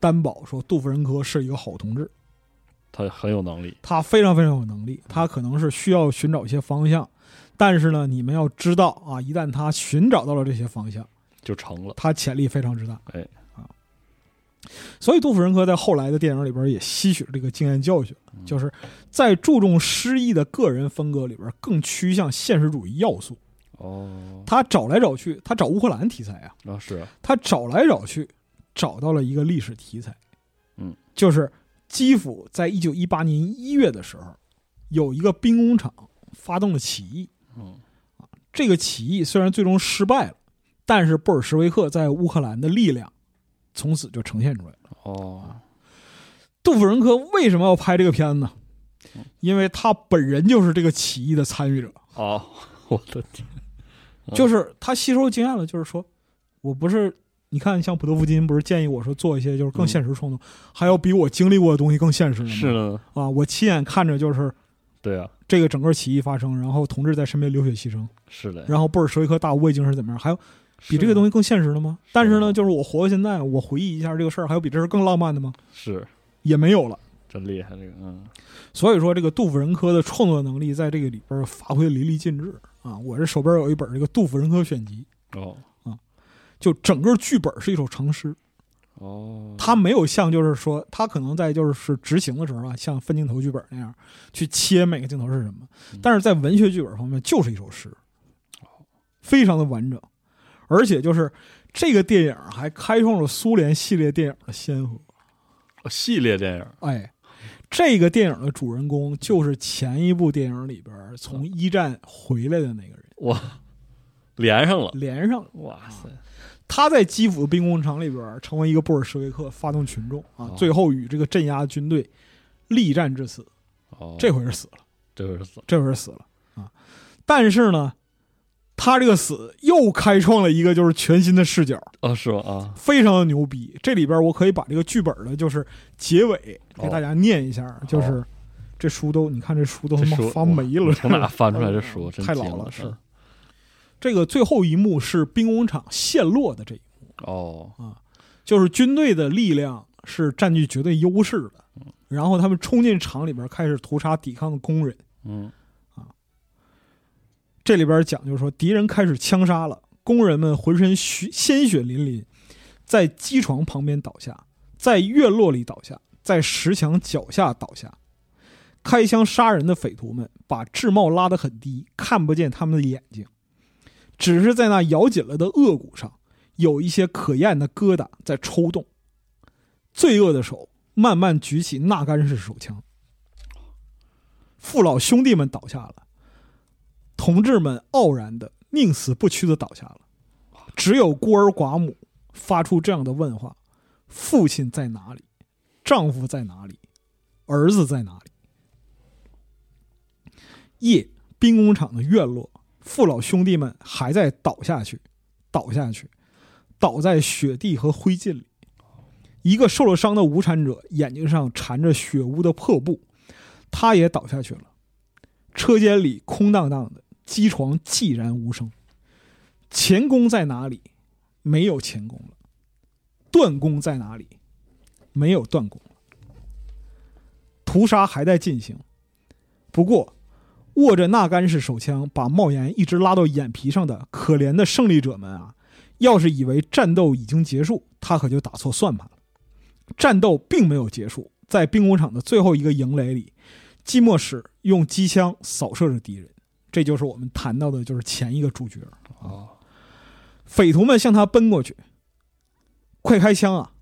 Speaker 3: 担保说杜甫仁科是一个好同志，
Speaker 2: 他很有能力，
Speaker 3: 他非常非常有能力，他可能是需要寻找一些方向，但是呢，你们要知道啊，一旦他寻找到了这些方向，
Speaker 2: 就成了，
Speaker 3: 他潜力非常之大。
Speaker 2: 哎，
Speaker 3: 啊，所以杜甫仁科在后来的电影里边也吸取了这个经验教训，就是在注重诗意的个人风格里边更趋向现实主义要素。
Speaker 2: 哦，
Speaker 3: 他找来找去，他找乌克兰题材啊，
Speaker 2: 啊是啊，
Speaker 3: 他找来找去，找到了一个历史题材，
Speaker 2: 嗯，
Speaker 3: 就是基辅在一九一八年一月的时候，有一个兵工厂发动了起义，啊
Speaker 2: 嗯，
Speaker 3: 这个起义虽然最终失败了，但是布尔什维克在乌克兰的力量从此就呈现出来了。
Speaker 2: 哦，
Speaker 3: 杜甫仁科为什么要拍这个片子呢？
Speaker 2: 嗯
Speaker 3: 因为他本人就是这个起义的参与者，
Speaker 2: 哦，我的天，嗯
Speaker 3: 就是他吸收经验了，就是说，我不是你看，像普德夫金不是建议我说做一些就是更现实冲动，还有比我经历过的东西更现实的吗
Speaker 2: 是呢，
Speaker 3: 啊，我亲眼看着就是
Speaker 2: 对啊，
Speaker 3: 这个整个起义发生，然后同志在身边流血牺牲，
Speaker 2: 是的，
Speaker 3: 然后布尔什维克大无畏精神怎么样，还有比这个东
Speaker 2: 西
Speaker 3: 西更现实的吗？但是
Speaker 2: 是
Speaker 3: 呢，
Speaker 2: 的
Speaker 3: 就是我活到现在，我回忆一下这个事儿，还有比这事儿更浪漫的吗？
Speaker 2: 是
Speaker 3: 也没有了。
Speaker 2: 真厉害，这个，嗯，
Speaker 3: 所以说，这个杜甫仁科的创作能力在这个里边发挥淋漓尽致啊！我这手边有一本这个杜甫仁科选集，
Speaker 2: 哦
Speaker 3: 就整个剧本是一首长诗。
Speaker 2: 哦，
Speaker 3: 他没有像就是说，他可能在就是执行的时候啊，像分镜头剧本那样去切每个镜头是什么
Speaker 2: 嗯，
Speaker 3: 但是在文学剧本方面就是一首诗，非常的完整，而且就是这个电影还开创了苏联系列电影的先河。
Speaker 2: 哦系列电影，
Speaker 3: 哎，这个电影的主人公就是前一部电影里边从一战回来的那个人，
Speaker 2: 哇，连上了，
Speaker 3: 连上了。
Speaker 2: 哇塞，
Speaker 3: 他在基辅的兵工厂里边成为一个布尔什维克，发动群众啊
Speaker 2: 哦，
Speaker 3: 最后与这个镇压军队力战至死。
Speaker 2: 哦，
Speaker 3: 这回是死了，
Speaker 2: 这回是怎么？
Speaker 3: 这回是死了啊！但是呢，他这个死又开创了一个就是全新的视角，
Speaker 2: 哦，是吗？啊，
Speaker 3: 非常的牛逼。这里边我可以把这个剧本的就是结尾
Speaker 2: 哦
Speaker 3: 给大家念一下，就是这书都你看这书都
Speaker 2: 这
Speaker 3: 他妈
Speaker 2: 书哦
Speaker 3: 发霉了，
Speaker 2: <laughs> 从
Speaker 3: <laughs>
Speaker 2: 哪翻出来这
Speaker 3: 哎
Speaker 2: 书？
Speaker 3: 呀
Speaker 2: 真
Speaker 3: 太
Speaker 2: 惊
Speaker 3: 老了，
Speaker 2: 是
Speaker 3: 是。这个最后一幕是兵工厂陷落的这一幕，
Speaker 2: 哦，
Speaker 3: 就是军队的力量是占据绝对优势的，
Speaker 2: 嗯
Speaker 3: 然后他们冲进厂里边开始屠杀抵抗的工人。
Speaker 2: 嗯，
Speaker 3: 这里边讲就是说，敌人开始枪杀了，工人们浑身血鲜血淋淋，在机床旁边倒下，在院落里倒下，在石墙脚下倒下。开枪杀人的匪徒们把制帽拉得很低，看不见他们的眼睛，只是在那咬紧了的颚骨上有一些可厌的疙瘩在抽动。罪恶的手慢慢举起纳干式手枪。父老兄弟们倒下了，同志们傲然的宁死不屈的倒下了。只有孤儿寡母发出这样的问话：父亲在哪里？丈夫在哪里？儿子在哪里？夜，兵工厂的院落，父老兄弟们还在倒下去，倒下去，倒在雪地和灰烬里。一个受了伤的无产者眼睛上缠着血污的破布，他也倒下去了。车间里空荡荡的，机床寂然无声。钳工在哪里？没有钳工了。锻工在哪里？没有锻工了。屠杀还在进行，不过握着纳干式手枪，把帽檐一直拉到眼皮上的可怜的胜利者们啊，要是以为战斗已经结束，他可就打错算盘了。战斗并没有结束，在兵工厂的最后一个营垒里，寂寞使用机枪扫射着敌人，这就是我们谈到的，就是前一个主角。
Speaker 2: 啊，
Speaker 3: 哦匪徒们向他奔过去，快开枪啊！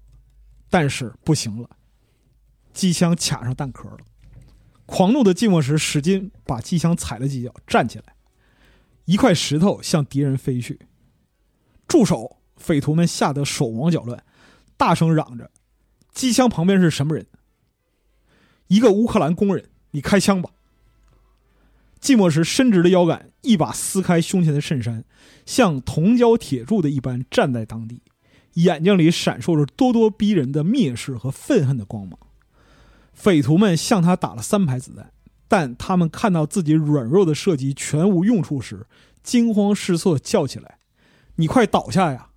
Speaker 3: 但是不行了，机枪卡上弹壳了。狂怒的寂寞时使劲把机枪踩了几脚，站起来，一块石头向敌人飞去。住手！匪徒们吓得手忙脚乱，大声嚷着：“机枪旁边是什么人？”一个乌克兰工人，你开枪吧！寂寞时伸直了腰杆，一把撕开胸前的衬衫，像铜浇铁柱的一般站在当地，眼睛里闪烁着咄咄逼人的蔑视和愤恨的光芒。匪徒们向他打了三排子弹，但他们看到自己软弱的射击全无用处时，惊慌失措，叫起来：“你快倒下呀！”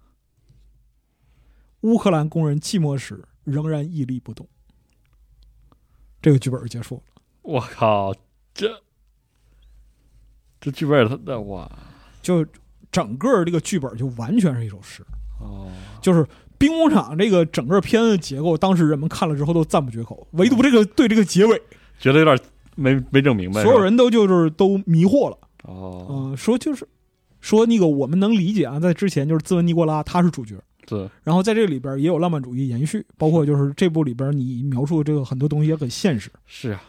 Speaker 3: 乌克兰工人寂寞时仍然屹立不动。这个剧本就结束了。
Speaker 2: 我靠，这这剧本他那哇
Speaker 3: 就整个这个剧本就完全是一首诗，
Speaker 2: 哦，
Speaker 3: 就是兵工厂这个整个片子结构，当时人们看了之后都赞不绝口，唯独这个对这个结尾，
Speaker 2: 觉得有点没没整明白，
Speaker 3: 所有
Speaker 2: 是吧
Speaker 3: 人都就是都迷惑了，
Speaker 2: 哦，
Speaker 3: 嗯、说就是说那个我们能理解啊，在之前就是自文尼古拉他是主角，
Speaker 2: 对，
Speaker 3: 然后在这里边也有浪漫主义延续，包括就是这部里边你描述的这个很多东西也很现实，
Speaker 2: 是啊，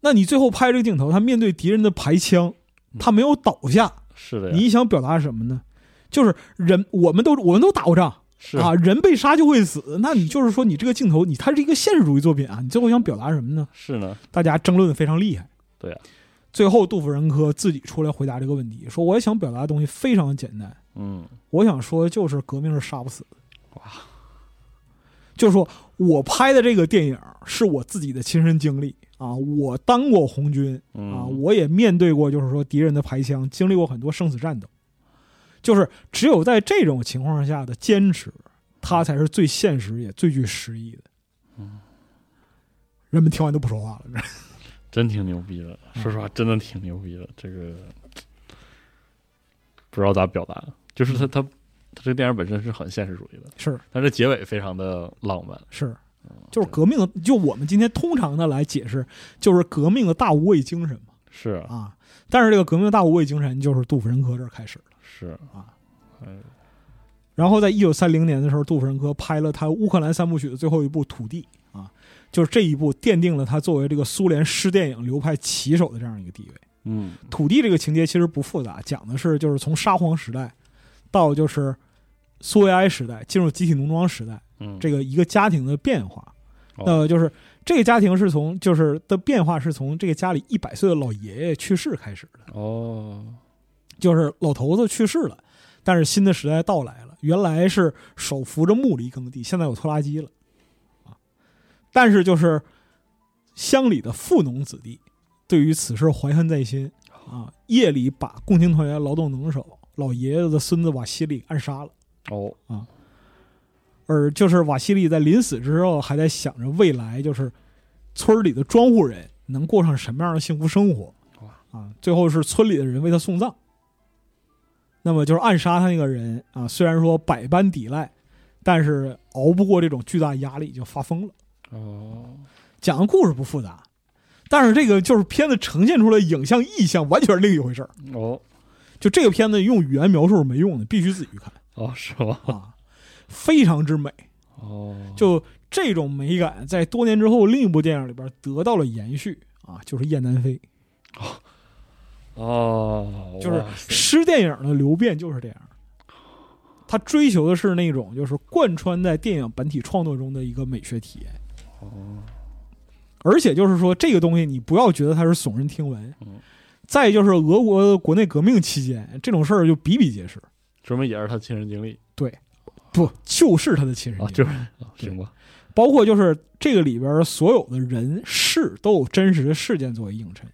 Speaker 3: 那你最后拍这个镜头，他面对敌人的排枪，他没有倒下，
Speaker 2: 是的呀，
Speaker 3: 你想表达什么呢？就是人，我们都我们都打过仗。
Speaker 2: 是
Speaker 3: 啊，人被杀就会死，那你就是说你这个镜头，你它是一个现实主义作品啊，你最后想表达什么呢？
Speaker 2: 是呢，
Speaker 3: 大家争论的非常厉害。
Speaker 2: 对啊
Speaker 3: 最后杜甫仁科自己出来回答这个问题，说我也想表达的东西非常简单，
Speaker 2: 嗯，
Speaker 3: 我想说就是革命是杀不死的。就是说我拍的这个电影是我自己的亲身经历啊，我当过红军，啊，
Speaker 2: 嗯，
Speaker 3: 我也面对过，就是说敌人的排枪，经历过很多生死战斗。就是只有在这种情况下的坚持，它才是最现实也最具诗意的。人们听完都不说话了，这
Speaker 2: 真挺牛逼的，说实话，真的挺牛逼的，这个不知道咋表达，就是他他他这个电影本身是很现实主义的，
Speaker 3: 是
Speaker 2: 但是结尾非常的浪漫，
Speaker 3: 是，就是革命的，就我们今天通常的来解释，就是革命的大无畏精神嘛
Speaker 2: 是啊
Speaker 3: 啊。但是这个革命的大无畏精神，就是杜甫仁科这儿开始了。
Speaker 2: 是
Speaker 3: 啊，
Speaker 2: 哎
Speaker 3: 然后在一九三零年的时候，杜甫仁科拍了他乌克兰三部曲的最后一部《土地》啊，就是这一部奠定了他作为这个苏联诗电影流派旗手的这样一个地位。
Speaker 2: 嗯
Speaker 3: 《土地》这个情节其实不复杂，讲的是就是从沙皇时代到就是苏维埃时代进入集体农庄时代，
Speaker 2: 嗯，
Speaker 3: 这个一个家庭的变化。
Speaker 2: 哦
Speaker 3: 呃，就是这个家庭是从就是的变化是从这个家里一百岁的老爷爷去世开始的，
Speaker 2: 哦，
Speaker 3: 就是老头子去世了，但是新的时代到来了。原来是手扶着木犁耕地，现在有拖拉机了，啊！但是就是乡里的富农子弟对于此事怀恨在心啊，夜里把共青团员劳动能手老爷爷的孙子瓦西里暗杀了。
Speaker 2: 哦，
Speaker 3: 而就是瓦西里在临死之后，还在想着未来就是村里的庄户人能过上什么样的幸福生活
Speaker 2: 哇
Speaker 3: 啊！最后是村里的人为他送葬。那么就是暗杀他那个人啊，虽然说百般抵赖，但是熬不过这种巨大压力就发疯了。
Speaker 2: 哦，
Speaker 3: 讲的故事不复杂，但是这个就是片子呈现出来影像意象完全是另一回事儿。
Speaker 2: 哦，
Speaker 3: 就这个片子用语言描述是没用的，必须自己去看
Speaker 2: 哦，是吗？
Speaker 3: 啊，非常之美。
Speaker 2: 哦，
Speaker 3: 就这种美感，在多年之后另一部电影里边得到了延续啊，就是《燕南飞》。
Speaker 2: 哦，
Speaker 3: 就是
Speaker 2: 哇塞
Speaker 3: 诗电影的流变就是这样，它追求的是那种就是贯穿在电影本体创作中的一个美学体验。
Speaker 2: 哦
Speaker 3: 而且就是说，这个东西你不要觉得它是耸人听闻
Speaker 2: 嗯。
Speaker 3: 再就是俄国国内革命期间，这种事儿就比比皆是。
Speaker 2: 说明也是他亲身经历
Speaker 3: 不，就是他的亲身
Speaker 2: 啊，
Speaker 3: 经
Speaker 2: 就
Speaker 3: 历，
Speaker 2: 是啊行吧，
Speaker 3: 包括就是这个里边所有的人事都有真实的事件作为映衬。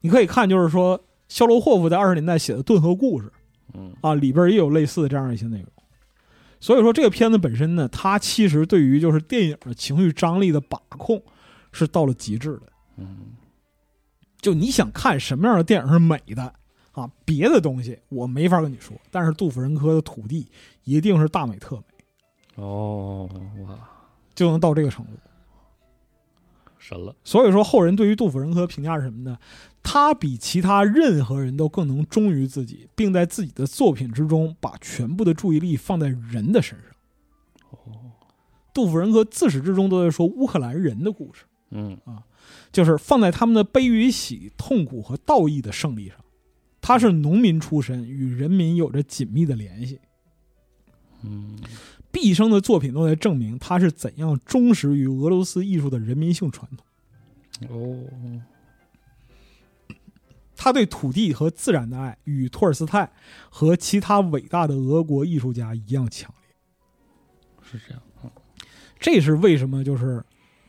Speaker 3: 你可以看，就是说肖罗霍夫在二十年代写的《顿河故事》，
Speaker 2: 嗯
Speaker 3: 啊，里边也有类似的这样一些内容。所以说，这个片子本身呢，它其实对于就是电影的情绪张力的把控是到了极致的。
Speaker 2: 嗯
Speaker 3: 就你想看什么样的电影是美的啊，别的东西我没法跟你说，但是杜甫人科的土地一定是大美特美，
Speaker 2: 哦哇
Speaker 3: 就能到这个程度。
Speaker 2: 神了，
Speaker 3: 所以说，后人对于杜甫人科的评价是什么呢？他比其他任何人都更能忠于自己，并在自己的作品之中把全部的注意力放在人的身上。
Speaker 2: 哦
Speaker 3: 杜甫人科自始至终都在说乌克兰人的故事，
Speaker 2: 嗯
Speaker 3: 就是放在他们的悲与喜、痛苦和道义的胜利上。他是农民出身，与人民有着紧密的联系。
Speaker 2: 嗯
Speaker 3: 毕生的作品都在证明他是怎样忠实于俄罗斯艺术的人民性传统。
Speaker 2: 哦
Speaker 3: 他对土地和自然的爱与托尔斯泰和其他伟大的俄国艺术家一样强烈。
Speaker 2: 是这样，
Speaker 3: 嗯这是为什么？就是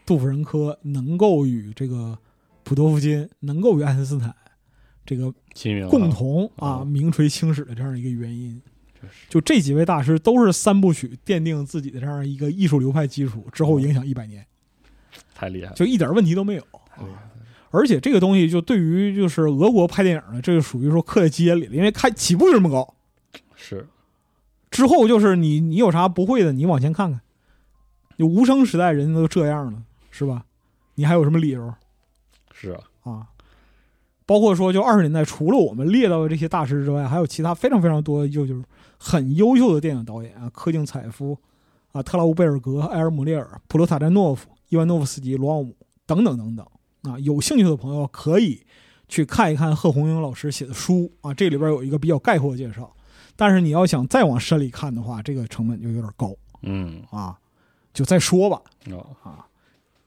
Speaker 3: 杜甫人科能够与这个普多夫金，能够与爱因斯坦这个
Speaker 2: 亲民了
Speaker 3: 共同
Speaker 2: 啊
Speaker 3: 啊名垂青史的这样一个原因
Speaker 2: 真是。
Speaker 3: 就这几位大师都是三部曲奠定自己的这样一个艺术流派基础，之后影响一百年，
Speaker 2: 太厉害了，
Speaker 3: 就一点问题都没有。
Speaker 2: 太厉害了，
Speaker 3: 而且这个东西就对于就是俄国拍电影呢，这就属于说刻在基因里了，因为开起步就这么高，
Speaker 2: 是
Speaker 3: 之后就是你你有啥不会的，你往前看看。就无声时代人家都这样了，是吧？你还有什么理由
Speaker 2: 是啊，
Speaker 3: 啊？包括说，就二十年代，除了我们列到的这些大师之外，还有其他非常非常多，就就是很优秀的电影导演啊，柯定采夫啊，特拉乌贝尔格、埃尔姆列尔、普罗塔詹诺夫、伊万诺夫斯基、罗奥姆等等等等啊。有兴趣的朋友可以去看一看贺红英老师写的书啊，这里边有一个比较概括的介绍。但是你要想再往深里看的话，这个成本就有点高
Speaker 2: 嗯
Speaker 3: 啊，就再说吧。
Speaker 2: 哦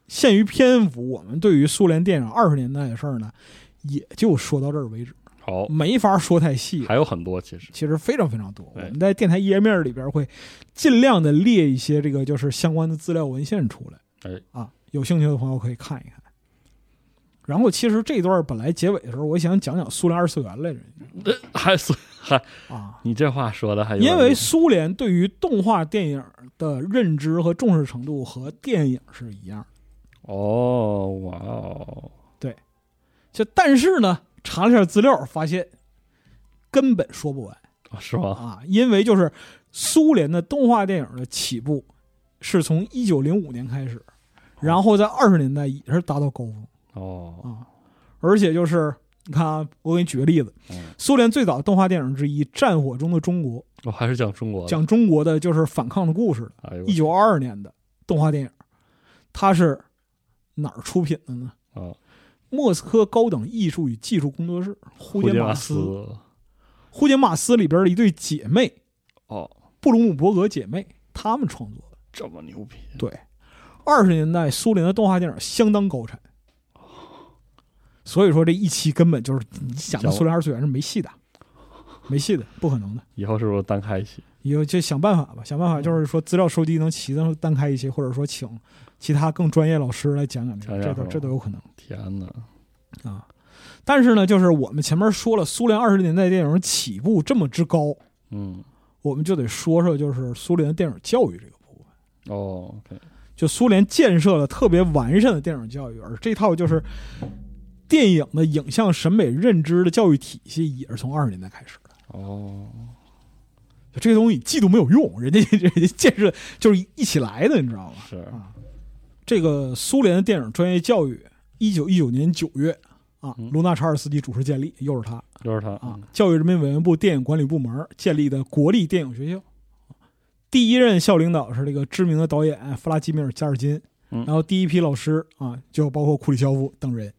Speaker 3: 限于篇幅，我们对于苏联电影二十年代的事儿呢，也就说到这儿为止，
Speaker 2: 好，
Speaker 3: 没法说太细。
Speaker 2: 还有很多其实，
Speaker 3: 其实非常非常多，我
Speaker 2: 对
Speaker 3: 们在电台页面里边会尽量的列一些这个就是相关的资料文献出来。
Speaker 2: 哎，
Speaker 3: 啊，有兴趣的朋友可以看一看。然后其实这段本来结尾的时候，我想讲讲苏联二次元来着
Speaker 2: 呃还是 <laughs> 还
Speaker 3: 啊，
Speaker 2: 你这话说的还哎有点
Speaker 3: 因为
Speaker 2: 意思
Speaker 3: 苏联对于动画电影的认知和重视程度和电影是一样的，
Speaker 2: 哦哇哦，
Speaker 3: 就但是呢，查了一下资料，发现根本说不完
Speaker 2: 啊是吗？
Speaker 3: 啊，因为就是苏联的动画电影的起步是从一九零五年开始，然后在二十年代也是达到高峰
Speaker 2: 哦
Speaker 3: 啊，而且就是你看啊，我给你举个例子
Speaker 2: 嗯，
Speaker 3: 苏联最早的动画电影之一《战火中的中国
Speaker 2: 我还是讲中国》，的，
Speaker 3: 讲中国的就是反抗的故事。
Speaker 2: 哎呦
Speaker 3: 一九二二年的动画电影，它是哪儿出品的呢？
Speaker 2: 啊，
Speaker 3: 莫斯科高等艺术与技术工作室，胡
Speaker 2: 胡
Speaker 3: 杰
Speaker 2: 杰
Speaker 3: 马
Speaker 2: 马
Speaker 3: 斯，
Speaker 2: 斯
Speaker 3: 胡杰马斯里边的一对姐妹，
Speaker 2: 哦，
Speaker 3: 布鲁姆伯格姐妹，她们创作的。
Speaker 2: 这么牛逼，
Speaker 3: 对，二十年代苏联的动画电影相当高产，所以说这一期根本就是你想的苏联二次元是没戏的，没戏的，不可能的。
Speaker 2: 以后是不是单开一期？
Speaker 3: 以后就想办法吧，想办
Speaker 2: 嗯
Speaker 3: 法就是说资料收集能齐的单开一期，或者说请其他更专业老师来讲讲这个，
Speaker 2: 讲讲
Speaker 3: 这都
Speaker 2: 嗯是吧
Speaker 3: 这都有可能
Speaker 2: 天哪，
Speaker 3: 啊。但是呢，就是我们前面说了，苏联二十年代电影起步这么之高，
Speaker 2: 嗯，
Speaker 3: 我们就得说说就是苏联电影教育这个部分。
Speaker 2: 哦，OK，
Speaker 3: 就苏联建设了特别完善的电影教育，而这套就是电影的影像审美认知的教育体系，也是从二十年代开始的。
Speaker 2: 哦，
Speaker 3: 就这个东西嫉妒没有用，人家 <laughs> 人家建设就是一起来的，你知道吗？
Speaker 2: 是
Speaker 3: 啊，这个苏联的电影专业教育，一九一九年九月啊，
Speaker 2: 嗯
Speaker 3: 卢纳查尔斯基主持建立，又是他
Speaker 2: 就是他
Speaker 3: 啊，教育人民委员部电影管理部门建立的国立电影学校。第一任校领导是这个知名的导演弗拉基米尔·加尔金，
Speaker 2: 嗯
Speaker 3: 然后第一批老师啊，就包括库里肖夫等人。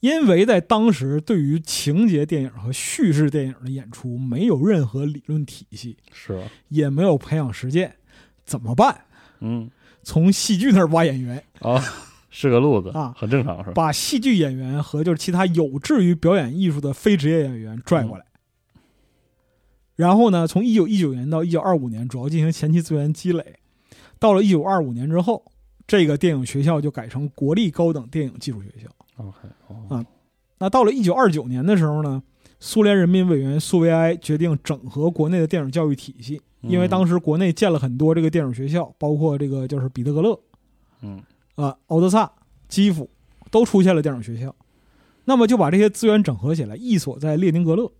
Speaker 3: 因为在当时对于情节电影和叙事电影的演出没有任何理论体系，
Speaker 2: 是，
Speaker 3: 也没有培养实践，怎么办？
Speaker 2: 嗯
Speaker 3: 从戏剧那儿挖演员，
Speaker 2: 啊，是个路子
Speaker 3: 啊
Speaker 2: 很正常 <laughs> 是吧？
Speaker 3: 把戏剧演员和就是其他有志于表演艺术的非职业演员拽过来。然后呢，从一九一九年到一九二五年，主要进行前期资源积累。到了一九二五年之后，这个电影学校就改成国立高等电影技术学校。
Speaker 2: OK，哦
Speaker 3: 啊那到了一九二九年的时候呢，苏联人民委员苏维埃决定整合国内的电影教育体系，因
Speaker 2: 嗯
Speaker 3: 为当时国内建了很多这个电影学校，包括这个就是彼得格勒、
Speaker 2: 嗯
Speaker 3: 啊、敖德萨、基辅都出现了电影学校，那么就把这些资源整合起来，一所在列宁格勒，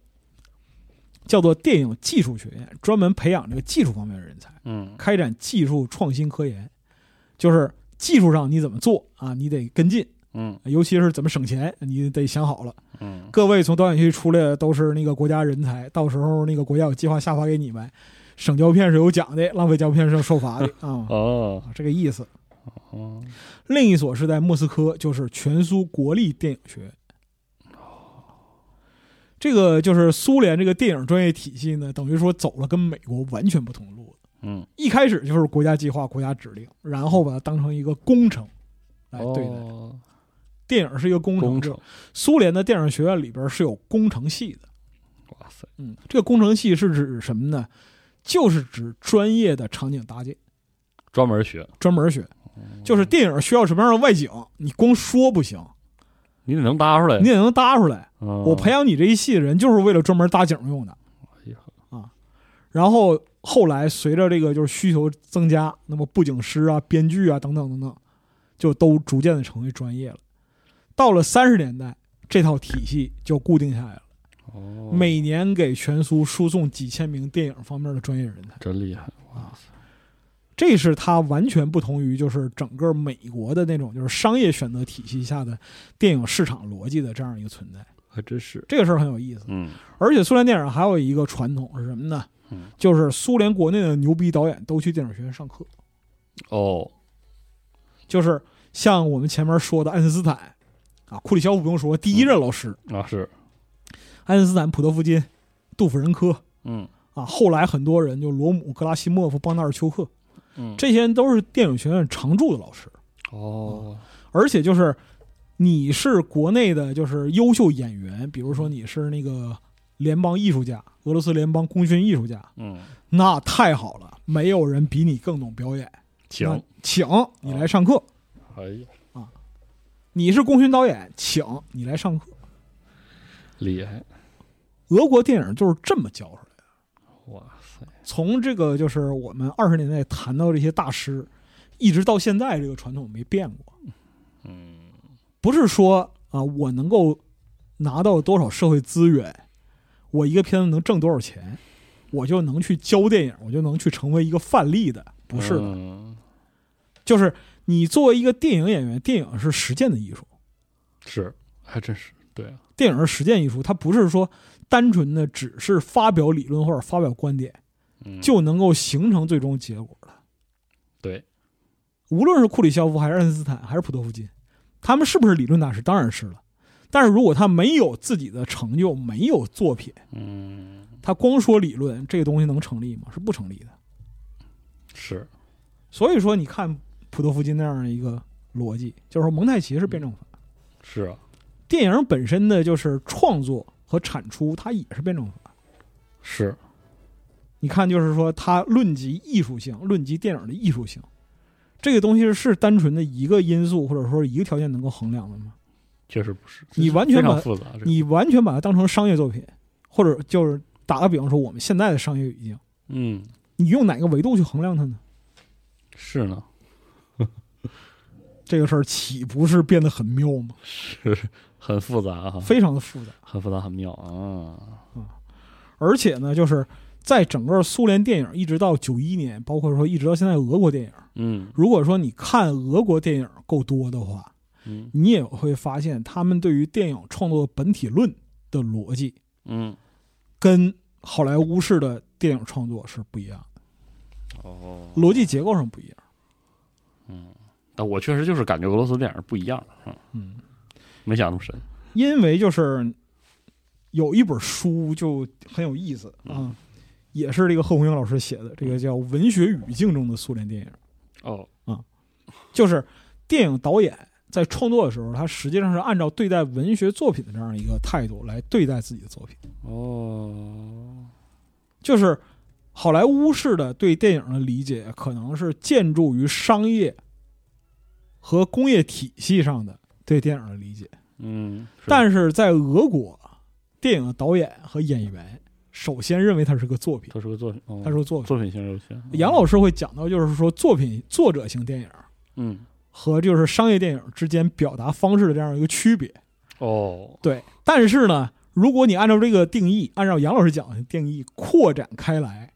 Speaker 3: 叫做电影技术学院，专门培养这个技术方面的人才。
Speaker 2: 嗯
Speaker 3: 开展技术创新科研，就是技术上你怎么做啊，你得跟进，
Speaker 2: 嗯
Speaker 3: 尤其是怎么省钱，你得想好了。 <laughs>
Speaker 2: 嗯
Speaker 3: 各位从导演系出来的都是那个国家人才，到时候那个国家有计划下发给你们，省胶片是有奖的，浪费胶片是要受罚的
Speaker 2: <laughs>
Speaker 3: 啊、
Speaker 2: 哦
Speaker 3: 啊，这个意思。
Speaker 2: 哦
Speaker 3: 另一所是在莫斯科，就是全苏国立电影学院。这个就是苏联这个电影专业体系呢，等于说走了跟美国完全不同的路子。
Speaker 2: 嗯
Speaker 3: 一开始就是国家计划、国家指令，然后把它当成一个工程来哎对待。
Speaker 2: 哦
Speaker 3: 电影是一个工程，
Speaker 2: 工程，
Speaker 3: 苏联的电影学院里边是有工程系的。
Speaker 2: 哇塞，
Speaker 3: 嗯，这个工程系是指什么呢？就是指专业的场景搭建，
Speaker 2: 专门学，
Speaker 3: 专门学。
Speaker 2: 哦
Speaker 3: 就是电影需要什么样的外景，你光说不行，
Speaker 2: 你得能搭出来嗯
Speaker 3: 你。得能搭出来。
Speaker 2: 我
Speaker 3: 我培养你这一系的人，就是为了专门搭景用的
Speaker 2: 哎呀。
Speaker 3: 啊，然后后来随着这个就是需求增加，那么布景师啊、编剧啊等等等等，就都逐渐的成为专业了。到了三十年代，这套体系就固定下来了，
Speaker 2: 哦
Speaker 3: 每年给全苏输送几千名电影方面的专业人才。
Speaker 2: 真厉害，哇
Speaker 3: 啊这是它完全不同于就是整个美国的那种就是商业选择体系下的电影市场逻辑的这样一个存在。
Speaker 2: 还真是。
Speaker 3: 这个事儿很有意思。
Speaker 2: 嗯
Speaker 3: 而且苏联电影还有一个传统是什么呢
Speaker 2: 嗯？
Speaker 3: 就是苏联国内的牛逼导演都去电影学院上课，
Speaker 2: 哦，
Speaker 3: 就是像我们前面说的爱因斯坦啊，库里肖夫不用说，第一任老师
Speaker 2: 那是
Speaker 3: 爱因斯坦、普德夫金、杜甫仁科
Speaker 2: 嗯
Speaker 3: 啊，后来很多人就罗姆、格拉西莫夫、邦纳尔丘克，
Speaker 2: 嗯
Speaker 3: 这些人都是电影学院常驻的老师，
Speaker 2: 哦
Speaker 3: 而且就是你是国内的就是优秀演员，比如说你是那个联邦艺术家，俄罗斯联邦功勋艺术家，
Speaker 2: 嗯
Speaker 3: 那太好了，没有人比你更懂表演。那
Speaker 2: 行，
Speaker 3: 请你来上课。
Speaker 2: 哎呀
Speaker 3: 你是功勋导演，请你来上课。
Speaker 2: 厉害，
Speaker 3: 俄国电影就是这么教出来的。
Speaker 2: 哇塞，
Speaker 3: 从这个就是我们二十年代谈到这些大师，一直到现在，这个传统没变过。
Speaker 2: 嗯
Speaker 3: 不是说啊，我能够拿到多少社会资源，我一个片子能挣多少钱，我就能去教电影，我就能去成为一个范例的，不是的。
Speaker 2: 嗯
Speaker 3: 就是你作为一个电影演员，电影是实践的艺术。
Speaker 2: 是还真是对啊，
Speaker 3: 电影是实践艺术，它不是说单纯的只是发表理论或者发表观点
Speaker 2: 嗯
Speaker 3: 就能够形成最终结果的。
Speaker 2: 对，
Speaker 3: 无论是库里肖夫还是爱因斯坦还是普多夫金，他们是不是理论大师？当然是了。但是如果他没有自己的成就，没有作品，
Speaker 2: 嗯
Speaker 3: 他光说理论，这个东西能成立吗？是不成立的。
Speaker 2: 是
Speaker 3: 所以说，你看普多夫金那样的一个逻辑，就是说蒙太奇是辩证法，
Speaker 2: 是啊，
Speaker 3: 电影本身的就是创作和产出，它也是辩证法。
Speaker 2: 是
Speaker 3: 你看，就是说它论及艺术性，论及电影的艺术性，这个东西是单纯的一个因素或者说一个条件能够衡量的吗？
Speaker 2: 确实不是，
Speaker 3: 你完
Speaker 2: 非
Speaker 3: 全
Speaker 2: 常
Speaker 3: 把
Speaker 2: 复杂，这个
Speaker 3: 你完全把它当成商业作品，或者就是打个比方说，我们现在的商业语境，
Speaker 2: 嗯
Speaker 3: 你用哪个维度去衡量它呢？
Speaker 2: 是呢，
Speaker 3: 这个事儿岂不是变得很妙吗？
Speaker 2: 是很复杂哈，
Speaker 3: 非常的复杂，
Speaker 2: 很复杂很妙啊，
Speaker 3: 而且呢，就是在整个苏联电影一直到九一年，包括说一直到现在俄国电影，
Speaker 2: 嗯
Speaker 3: 如果说你看俄国电影够多的话，
Speaker 2: 嗯
Speaker 3: 你也会发现他们对于电影创作本体论的逻辑
Speaker 2: 嗯
Speaker 3: 跟好莱坞式的电影创作是不一样的，
Speaker 2: 哦，
Speaker 3: 逻辑结构上不一样。
Speaker 2: 但我确实就是感觉俄罗斯电影不一样，嗯，
Speaker 3: 嗯，
Speaker 2: 没想那么深，
Speaker 3: 因为就是有一本书就很有意思啊
Speaker 2: 嗯，
Speaker 3: 也是这个贺红英老师写的，这个叫《文学语境中的苏联电影》，
Speaker 2: 哦，
Speaker 3: 就是电影导演在创作的时候，他实际上是按照对待文学作品的这样一个态度来对待自己的作品，
Speaker 2: 哦，
Speaker 3: 就是。好莱坞式的对电影的理解，可能是建筑于商业和工业体系上的对电影的理解。
Speaker 2: 嗯，是
Speaker 3: 但是在俄国，电影的导演和演员首先认为它是个作品，
Speaker 2: 它是个作品，哦
Speaker 3: 它是个作品。
Speaker 2: 作品性优先。
Speaker 3: 杨老师会讲到，就是说作品作者型电影
Speaker 2: 嗯，
Speaker 3: 和就是商业电影之间表达方式的这样一个区别。
Speaker 2: 哦，
Speaker 3: 对，但是呢，如果你按照这个定义，按照杨老师讲的定义扩展开来，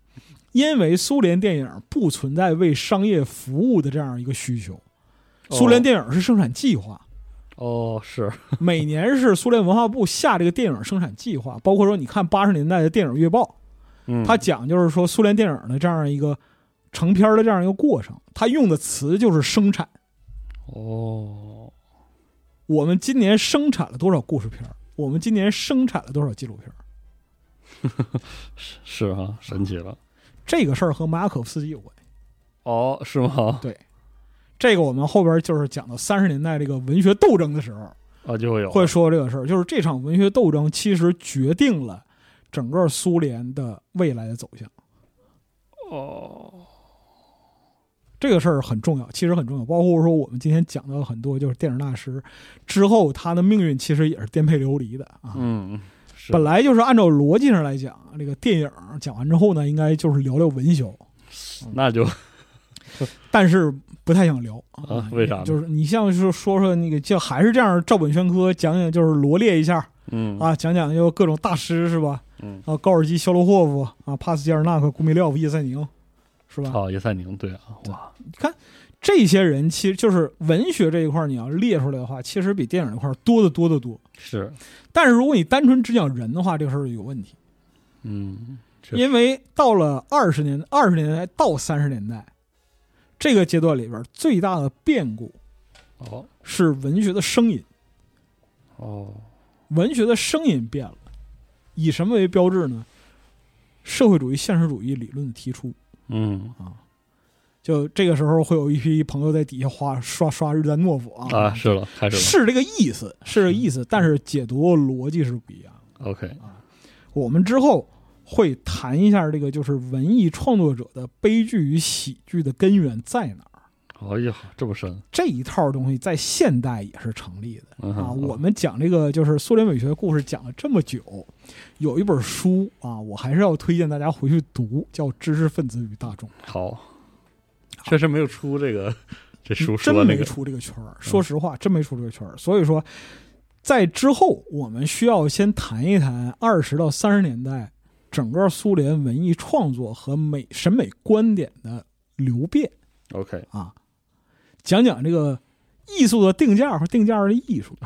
Speaker 3: 因为苏联电影不存在为商业服务的这样一个需求，苏联电影是生产计划。
Speaker 2: 哦是，
Speaker 3: 每年是苏联文化部下这个电影生产计划，包括说你看八十年代的电影月报，
Speaker 2: 嗯
Speaker 3: 它讲就是说苏联电影的这样一个成片儿的这样一个过程，它用的词就是生产。
Speaker 2: 哦，
Speaker 3: 我们今年生产了多少故事片儿？我们今年生产了多少纪录片儿？
Speaker 2: 是是哈，神奇了。
Speaker 3: 这个事儿和马可夫斯基有关。
Speaker 2: 哦，是吗？
Speaker 3: 这个我们后边就是讲到三十年代这个文学斗争的时候，
Speaker 2: 啊，就会有
Speaker 3: 会说这个事儿，就是这场文学斗争其实决定了整个苏联的未来的走向。
Speaker 2: 哦，
Speaker 3: 这个事儿很重要，其实很重要。包括说我们今天讲到很多，就是电影大师之后他的命运其实也是颠沛流离的啊。
Speaker 2: 嗯，是
Speaker 3: 本来就是按照逻辑上来讲，这个电影讲完之后呢，应该就是聊聊文学，
Speaker 2: 那就
Speaker 3: 但是不太想聊
Speaker 2: 啊为啥呢
Speaker 3: 就是你像是说说那个叫还是这样照本宣科讲讲，就是罗列一下
Speaker 2: 嗯
Speaker 3: 啊，讲讲就各种大师是吧？
Speaker 2: 嗯，
Speaker 3: 啊，高尔基、肖罗霍夫啊，帕斯捷尔纳克、古米廖夫、叶赛宁，是吧？
Speaker 2: 哦，叶赛宁对啊，哇，
Speaker 3: 这些人其实就是文学这一块，你要列出来的话，其实比电影这块多得多得多。
Speaker 2: 是，
Speaker 3: 但是如果你单纯只讲人的话，这个事儿就有问题，
Speaker 2: 嗯，确实
Speaker 3: 因为到了二十年、二十年代到三十年代这个阶段里边，最大的变故
Speaker 2: 哦
Speaker 3: 是文学的声音，
Speaker 2: 哦，
Speaker 3: 文学的声音变了，以什么为标志呢？社会主义现实主义理论的提出，
Speaker 2: 嗯
Speaker 3: 就这个时候会有一批朋友在底下花刷刷日丹诺夫啊，
Speaker 2: 啊，是嗯了，开始了
Speaker 3: 是这个意思，是这个意思，但是解读逻辑是不一样的。
Speaker 2: ，OK，
Speaker 3: 我们之后会谈一下这个，就是文艺创作者的悲剧与喜剧的根源在哪儿。
Speaker 2: 哎呀，这么深，
Speaker 3: 这一套东西在现代也是成立的
Speaker 2: 嗯
Speaker 3: 啊。
Speaker 2: 哼
Speaker 3: 我们讲这个就是苏联美学故事讲了这么久，有一本书啊，我还是要推荐大家回去读，叫《知识分子与大众》。
Speaker 2: 哦
Speaker 3: <laughs>
Speaker 2: 好，确实没有出这个 <laughs> 这书
Speaker 3: 真
Speaker 2: 说那
Speaker 3: 没
Speaker 2: 个，嗯
Speaker 3: 出这个圈儿。说实话，真没出这个圈儿。所以说，在之后，我们需要先谈一谈二十到三十年代整个苏联文艺创作和美审美观点的流变
Speaker 2: OK，
Speaker 3: 啊，讲讲这个艺术的定价和定价的艺术，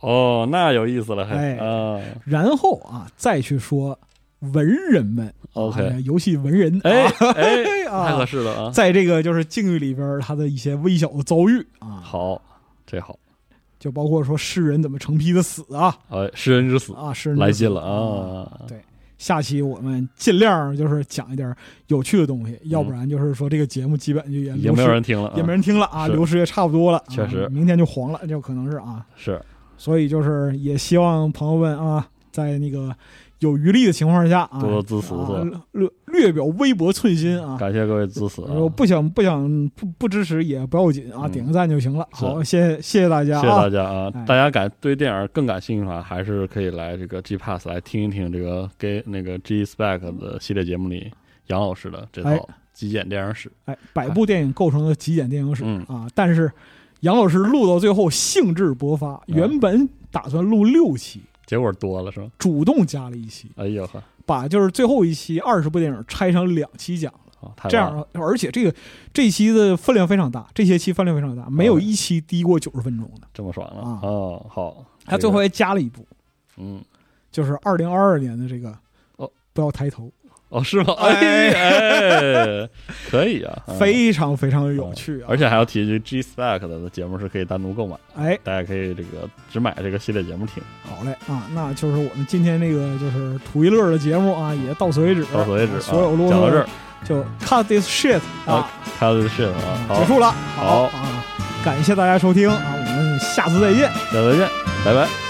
Speaker 2: 哦，那有意思了，还
Speaker 3: 哎
Speaker 2: 啊
Speaker 3: 然后啊，再去说文人们
Speaker 2: ，OK，
Speaker 3: 啊尤其文人，
Speaker 2: <laughs> 哎
Speaker 3: 啊
Speaker 2: 哎，
Speaker 3: 嘿
Speaker 2: 太
Speaker 3: <laughs>
Speaker 2: 合
Speaker 3: 啊，
Speaker 2: 适了啊，
Speaker 3: 在这个就是境遇里边儿，他的一些微小的遭遇啊，
Speaker 2: 好，这好，
Speaker 3: 就包括说诗人怎么成批的死啊，
Speaker 2: 哎，诗人之死
Speaker 3: 啊，是
Speaker 2: 来劲了
Speaker 3: 啊！
Speaker 2: 啊，
Speaker 3: 对下期我们尽量就是讲一点有趣的东西，要不然就是说这个节目基本就也
Speaker 2: 已经没有
Speaker 3: 流失
Speaker 2: 人听了啊，
Speaker 3: 也没人听了啊，
Speaker 2: 是
Speaker 3: 流失也差不多了啊，
Speaker 2: 确实
Speaker 3: 明天就黄了，就可能是啊，
Speaker 2: 是，
Speaker 3: 所以就是也希望朋友们啊，在那个有余力的情况下啊，
Speaker 2: 多多支持
Speaker 3: 啊，略略表微薄寸心啊。
Speaker 2: 感谢各位支持啊，
Speaker 3: 如果不想不想不不支持也不要紧啊，
Speaker 2: 嗯
Speaker 3: 点个赞就行了。
Speaker 2: 是
Speaker 3: 好，谢谢谢谢大家
Speaker 2: 谢谢大
Speaker 3: 啊，
Speaker 2: 家啊！
Speaker 3: 哎
Speaker 2: 大家感对电影更感兴趣的话，还是可以来这个 G Pass 来听一听这个给那个 G Spec 的系列节目里杨老师的这
Speaker 3: 哎
Speaker 2: 套极简电影史。
Speaker 3: 哎，百部电影构成的极简电影史、
Speaker 2: 嗯
Speaker 3: 啊，但是杨老师录到最后兴致勃发，
Speaker 2: 嗯
Speaker 3: 原本打算录六期，
Speaker 2: 结果多了是吧？
Speaker 3: 主动加了一期，
Speaker 2: 哎呦呵，
Speaker 3: 把就是最后一期二十部电影拆成两期讲了，
Speaker 2: 啊太
Speaker 3: 这
Speaker 2: 棒了
Speaker 3: 样，而且这个这一期的分量非常大，这些期分量非常大，没有一期低过九十分钟的。
Speaker 2: 嗯这么爽了
Speaker 3: 啊
Speaker 2: 哦！好，
Speaker 3: 他
Speaker 2: 这
Speaker 3: 最
Speaker 2: 个
Speaker 3: 后还加了一部，
Speaker 2: 嗯
Speaker 3: 就是二零二二年的这个
Speaker 2: 哦，
Speaker 3: 不要抬头
Speaker 2: 哦，是吗？
Speaker 3: 哎
Speaker 2: 哎，哎可以啊，嗯
Speaker 3: 非常非常有趣啊！
Speaker 2: 而且还要提一句，G Stack 的节目是可以单独购买，
Speaker 3: 哎，
Speaker 2: 大家可以这个只买这个系列节目听。
Speaker 3: 好嘞啊，那就是我们今天这个就是图一乐的节目啊，也到此为止，
Speaker 2: 到此为止，啊
Speaker 3: 所有啰
Speaker 2: 讲到这
Speaker 3: 嗦
Speaker 2: 儿，
Speaker 3: 就 cut this shit 啊，
Speaker 2: 还有就是啊，好
Speaker 3: 嗯结，束了，
Speaker 2: 好
Speaker 3: 啊，感谢大家收听啊，我们下次再见。
Speaker 2: 下次再见，拜拜。